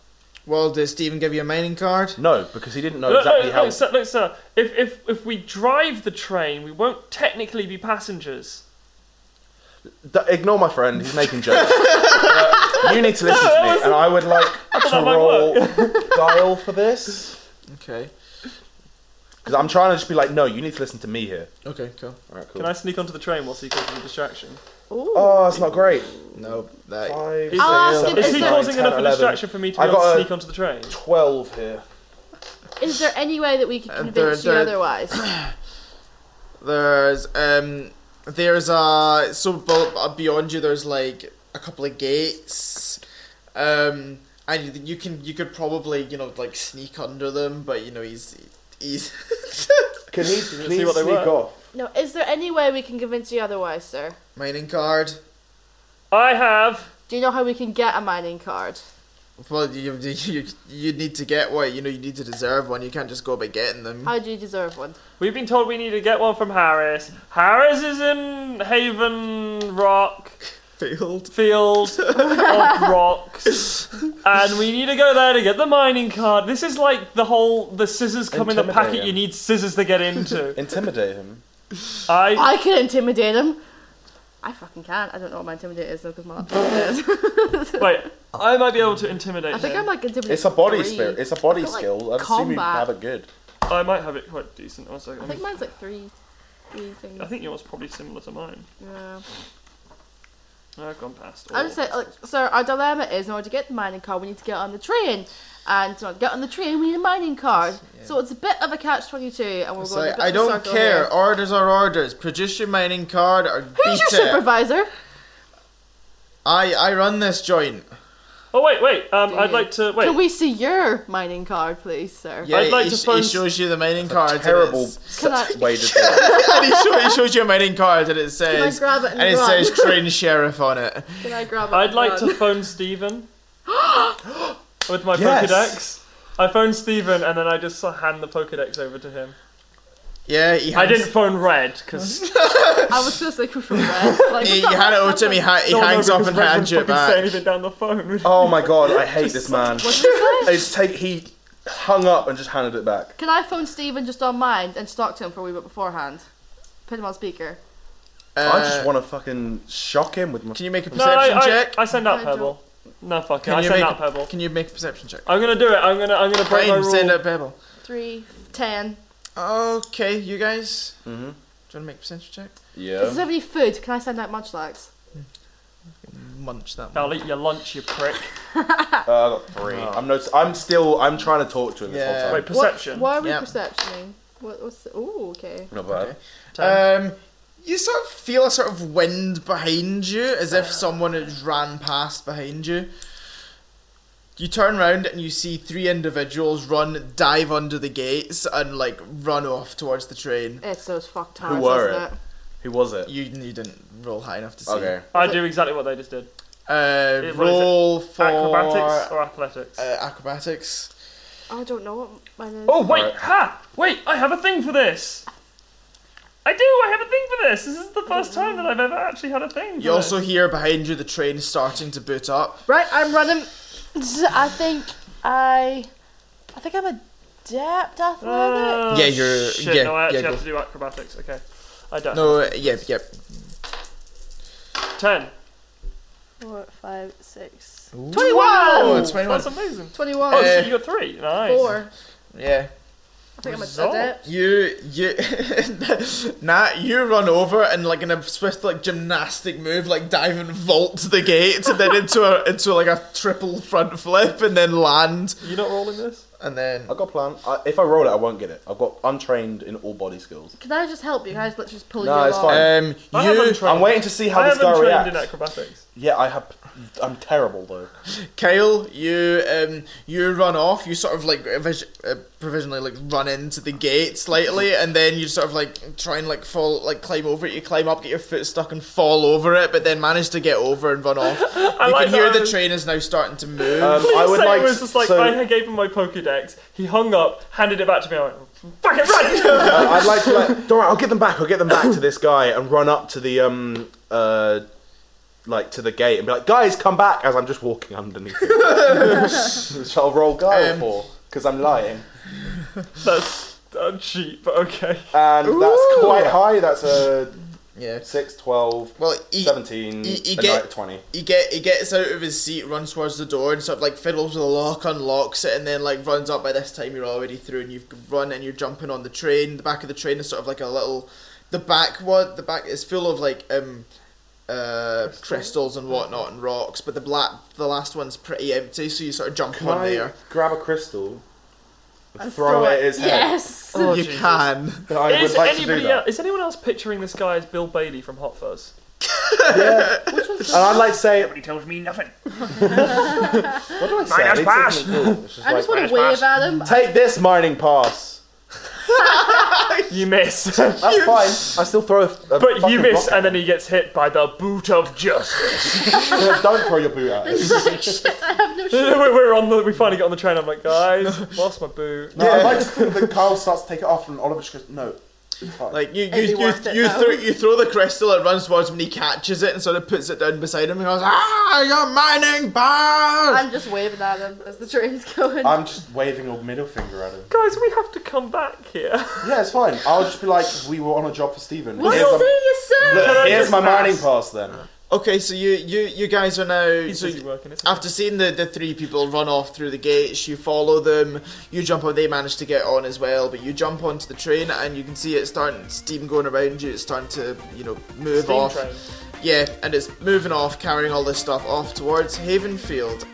D: Well, did Steven give you a mining card?
E: No, because he didn't know
B: Look,
E: exactly
B: look,
E: how.
B: look, sir, look, sir. If, if if we drive the train, we won't technically be passengers.
E: D- ignore my friend. He's making jokes. Uh, you need to listen to me, and I would like
B: that might
E: electoral dial for this.
D: Okay.
E: Because I'm trying to just be like, no, you need to listen to me here.
D: Okay, cool.
E: All right, cool.
B: Can I sneak onto the train whilst he causes a distraction?
E: Oh, that's not great.
D: No, that.
E: Five,
B: Is- I'll
E: six,
F: ask him-
B: uh, Is
E: seven,
F: Is
B: he
F: there-
E: eight,
B: causing
E: nine,
B: enough of a
E: 11,
B: distraction for me to be
E: I
B: able to
E: got a-
B: sneak onto the train?
E: Twelve here.
F: Is there any way that we could
D: Uh,
F: convince
D: there-
F: you
D: there-
F: otherwise?
D: There's um, there's a so bu- uh, beyond you. There's like a couple of gates, um, and you, you can you could probably you know like sneak under them, but you know he's he's
E: Can he
B: see
E: please
B: what they
E: sneak
B: were?
E: off?
F: no, is there any way we can convince you otherwise, sir?
D: mining card.
B: I have.
F: Do you know how we can get a mining card?
D: Well, you, you you you need to get one. You know you need to deserve one. You can't just go about getting them.
F: How do you deserve one?
B: We've been told we need to get one from Harris. Harris is in Haven Rock
D: Failed.
B: Field of Rocks, and we need to go there to get the mining card. This is like the whole the scissors come in the packet.
E: Intimidate
B: You
E: him.
B: need scissors to get into.
E: Intimidate him.
B: I
F: I can intimidate him. I fucking can. I don't know what my intimidate is though, because my laptop is.
B: wait. I might be able to intimidate.
F: I think
B: him.
F: I'm like intimidated.
E: It's a body
F: three.
E: spirit. It's a body
F: Like
E: skill. I assume you
F: combat.
E: have it good.
B: I might have it quite decent. One second.
F: I
B: I
F: think
B: think,
F: mine's like three, three things.
B: I think yours probably similar to mine.
F: Yeah.
B: I've gone past.
F: I'm
B: all.
F: just saying, like, so our dilemma is in order to get the mining card, we need to get on the train. And to get on the train, we need a mining card. So it's a bit of a catch 22, and we're
D: It's
F: going
D: like
F: to
D: I don't care. Orders are orders. Produce your mining card or
F: Who's
D: beat
F: your
D: it.
F: supervisor?
D: I I run this joint.
B: Oh wait, wait. Um,
F: Do
B: I'd
F: you-
B: like to wait.
F: Can we see your mining card, please, sir?
D: Yeah,
B: I'd like
D: he,
B: to
D: sh- he
B: find-
D: shows you the mining card. and
E: Terrible
D: it's-
F: Can I-
E: se- way to do it.
D: and he, show, he shows you a mining card and it
F: Can I
D: says
F: grab it and,
D: and it
F: run?
D: says train sheriff on it.
F: Can I grab it?
B: I'd
F: and
B: like
F: run?
B: to phone Steven with my
E: Yes.
B: Pokedex. I phone Steven and then I just hand the Pokedex over to him.
D: Yeah, he
B: I
D: hands,
B: didn't phone Red because
F: I was just like, from red. Like,
D: He,
F: we've
D: you
F: got
D: hand it over
F: lots
D: to
F: of
D: him. He,
F: them.
D: ha- he hangs up and hands you it
B: Say
D: back.
B: anything down the phone.
E: Oh my god, I hate this man.
F: What did you say?
E: It's take he hung up and just handed it back.
F: Can I phone Steven just on mine and just talk to him for a wee bit beforehand? Put him on speaker.
E: I just
D: Uh,
E: want to fucking shock him with my.
D: Can you make a
B: no,
D: perception
B: I, I,
D: check?
B: I send out
F: I don't-
B: Pebble. No, fuck it.
D: Can
B: I
D: you
B: send
D: make
B: out
D: a-
B: Pebble.
D: Can you make a perception check?
B: I'm gonna do it. I'm gonna. I'm gonna break my
D: Fine,
B: rule.
D: send out Pebble.
F: Three, ten.
D: Okay, you guys.
B: Mm-hmm.
D: Do you
E: Mhm.
D: want to make a perception check?
F: Does this
E: Yeah.
F: have any food? Can I send out munchlax?
B: Mm-hmm.
D: Munch that one.
B: I'll eat your lunch, you prick.
E: Uh, I got three. I'm no. I'm still. I'm trying to talk to him this
D: Yeah.
E: whole
B: Oh. Wait,
E: time.
B: perception.
F: What, why are we
D: Yeah.
F: perceptioning? What, what's the, ooh, okay.
E: Not bad.
D: Um, you sort of feel a sort of wind behind you, as if someone has ran past behind you. You turn round and you see three individuals run, dive under the gates, and like run off towards the train.
F: It's those fuck towers,
E: were
F: isn't
E: it?
F: it?
E: Who was it?
D: You, you didn't roll high enough to see.
E: Okay.
B: I do exactly what they just did.
D: Uh,
B: It- what is it?
D: roll for
B: Acrobatics or athletics?
D: uh, acrobatics.
F: I don't know what mine is.
B: Oh wait,
E: Right.
B: ha! Wait, I have a thing for this. I do. I have a thing for this. This is the first time that I've ever actually had a thing. For
D: You also
B: this.
D: hear behind you the train starting to boot up.
F: Right, I'm running. I think I, I think I'm adept athletic.
B: Uh,
D: Yeah, you're-
B: Shit,
D: yeah,
B: no, I actually
D: yeah,
B: have
D: go.
B: to do acrobatics. Okay, I don't.
D: No, uh, yep, yep.
B: Ten.
F: Four, five, six.
D: Oh,
F: Twenty-one.
D: 21.
B: That's amazing.
F: Twenty-one.
B: Oh,
D: Uh,
B: shit, you got three. Nice.
F: Four.
D: Yeah.
F: I think I'm
B: Result.
F: adept.
D: You, you, Nat, you run over and like in a swift like gymnastic move, like dive and vault the gate, and then into a into like a triple front flip, and then land,
B: You not rolling this?
D: and then
E: I got a plan. I, if I roll it, I won't get it. I've got. I'm trained in all body skills.
F: Can I just help you guys? Let's just pull
E: No,
F: you
E: it's
F: along.
E: fine.
D: um,
B: I
D: you,
B: haven't trained.
E: I'm waiting to see how
B: I
E: this
B: haven't
E: guy
B: trained
E: reacts.
B: in acrobatics.
E: Yeah, I have. I'm terrible though.
D: Kyle, you, um, you run off. You sort of like vis- uh, provisionally like run into the gate slightly, and then you sort of like try and like fall, like climb over it. You climb up, get your foot stuck, and fall over it, but then manage to get over and run off. You
B: I like
D: can hear
B: that I
D: the
B: was-
D: train is now starting to move.
E: Um, I would
B: Say
E: like.
B: it was just like
E: so,
B: I gave him my Pokédex. He hung up, handed it back to me. I went, "Fucking right!"
E: Uh, I'd like to. Like, don't worry, I'll get them back. I'll get them back to this guy and run up to the um uh, like to the gate and be like, guys, come back! As I'm just walking underneath. it. Which I'll roll guile
D: Um,
E: for because I'm lying,
B: That's uh, cheap, but okay.
E: and that's quite high. That's a
D: Yeah.
E: 6, 12,
D: Well, he,
E: 17,
D: you- you
E: and
D: get-
E: like 20.
D: he get he gets out of his seat, runs towards the door, and sort of like fiddles with the lock, unlocks it, and then like runs up. By this time, you're already through, and you've run and you're jumping on the train. The back of the train is sort of like a little, the back what the back is full of like um, uh, crystals and whatnot and rocks, but the black the last one's pretty empty, so you sort of jump
E: Can
D: on
E: I
D: there.
E: grab a crystal and throw, it at his head?
F: Yes.
H: Oh,
D: you
H: Jesus.
D: can.
E: I would
B: Is,
E: like to do
B: anybody
E: that.
B: el- is anyone else picturing this guy as Bill Bailey from Hot Fuzz?
E: Yeah.
F: Which one's
E: And I'd like to say,
B: Nobody tells me nothing.
E: what do I say? I need
B: pass.
E: something cool. It's just
F: I
E: like,
F: just want
B: British
F: to wave
B: pass.
F: at him.
E: Take this mining pass.
B: You miss.
E: That's fine. I still throw a, a
B: But you
E: fucking
B: miss,
E: rock at
B: and then he gets hit by the boot of justice.
E: it. Don't throw your boot at it.
F: Like, shit, I have no shoes.
B: we're, we're on the. We finally got on the train. I'm like, guys, lost my boot.
E: No, I like to think that Kyle starts to take it off, and Oliver just goes, "No, it's fine."
D: Like you, you,
F: It'd be
D: you,
F: worth it,
D: you,
F: though.
D: throw, you throw the crystal and runs towards him and he catches it and sort of puts it down beside him and goes, Ah, you're mining bar!
H: I'm just waving at him as the train's going.
E: I'm just waving a middle finger at him.
B: Guys, we have to come back here.
E: Yeah, it's fine. I'll just be like, "We were on a job for Steven.
F: We'll see
E: here's my,
F: you soon.
E: look,
B: I
E: here's
B: just
E: my mining
B: ask?
E: pass." Then
D: Okay, so you, you, you guys are now.
B: He's
D: So
B: busy working. It's
D: after seeing the, the three people run off through the gates, you follow them, you jump on, they manage to get on as well, but you jump onto the train and you can see it's starting, steam going around you, it's starting to, you know, move
B: steam
D: off.
B: train.
D: Yeah, and it's moving off, carrying all this stuff off towards Havenfield.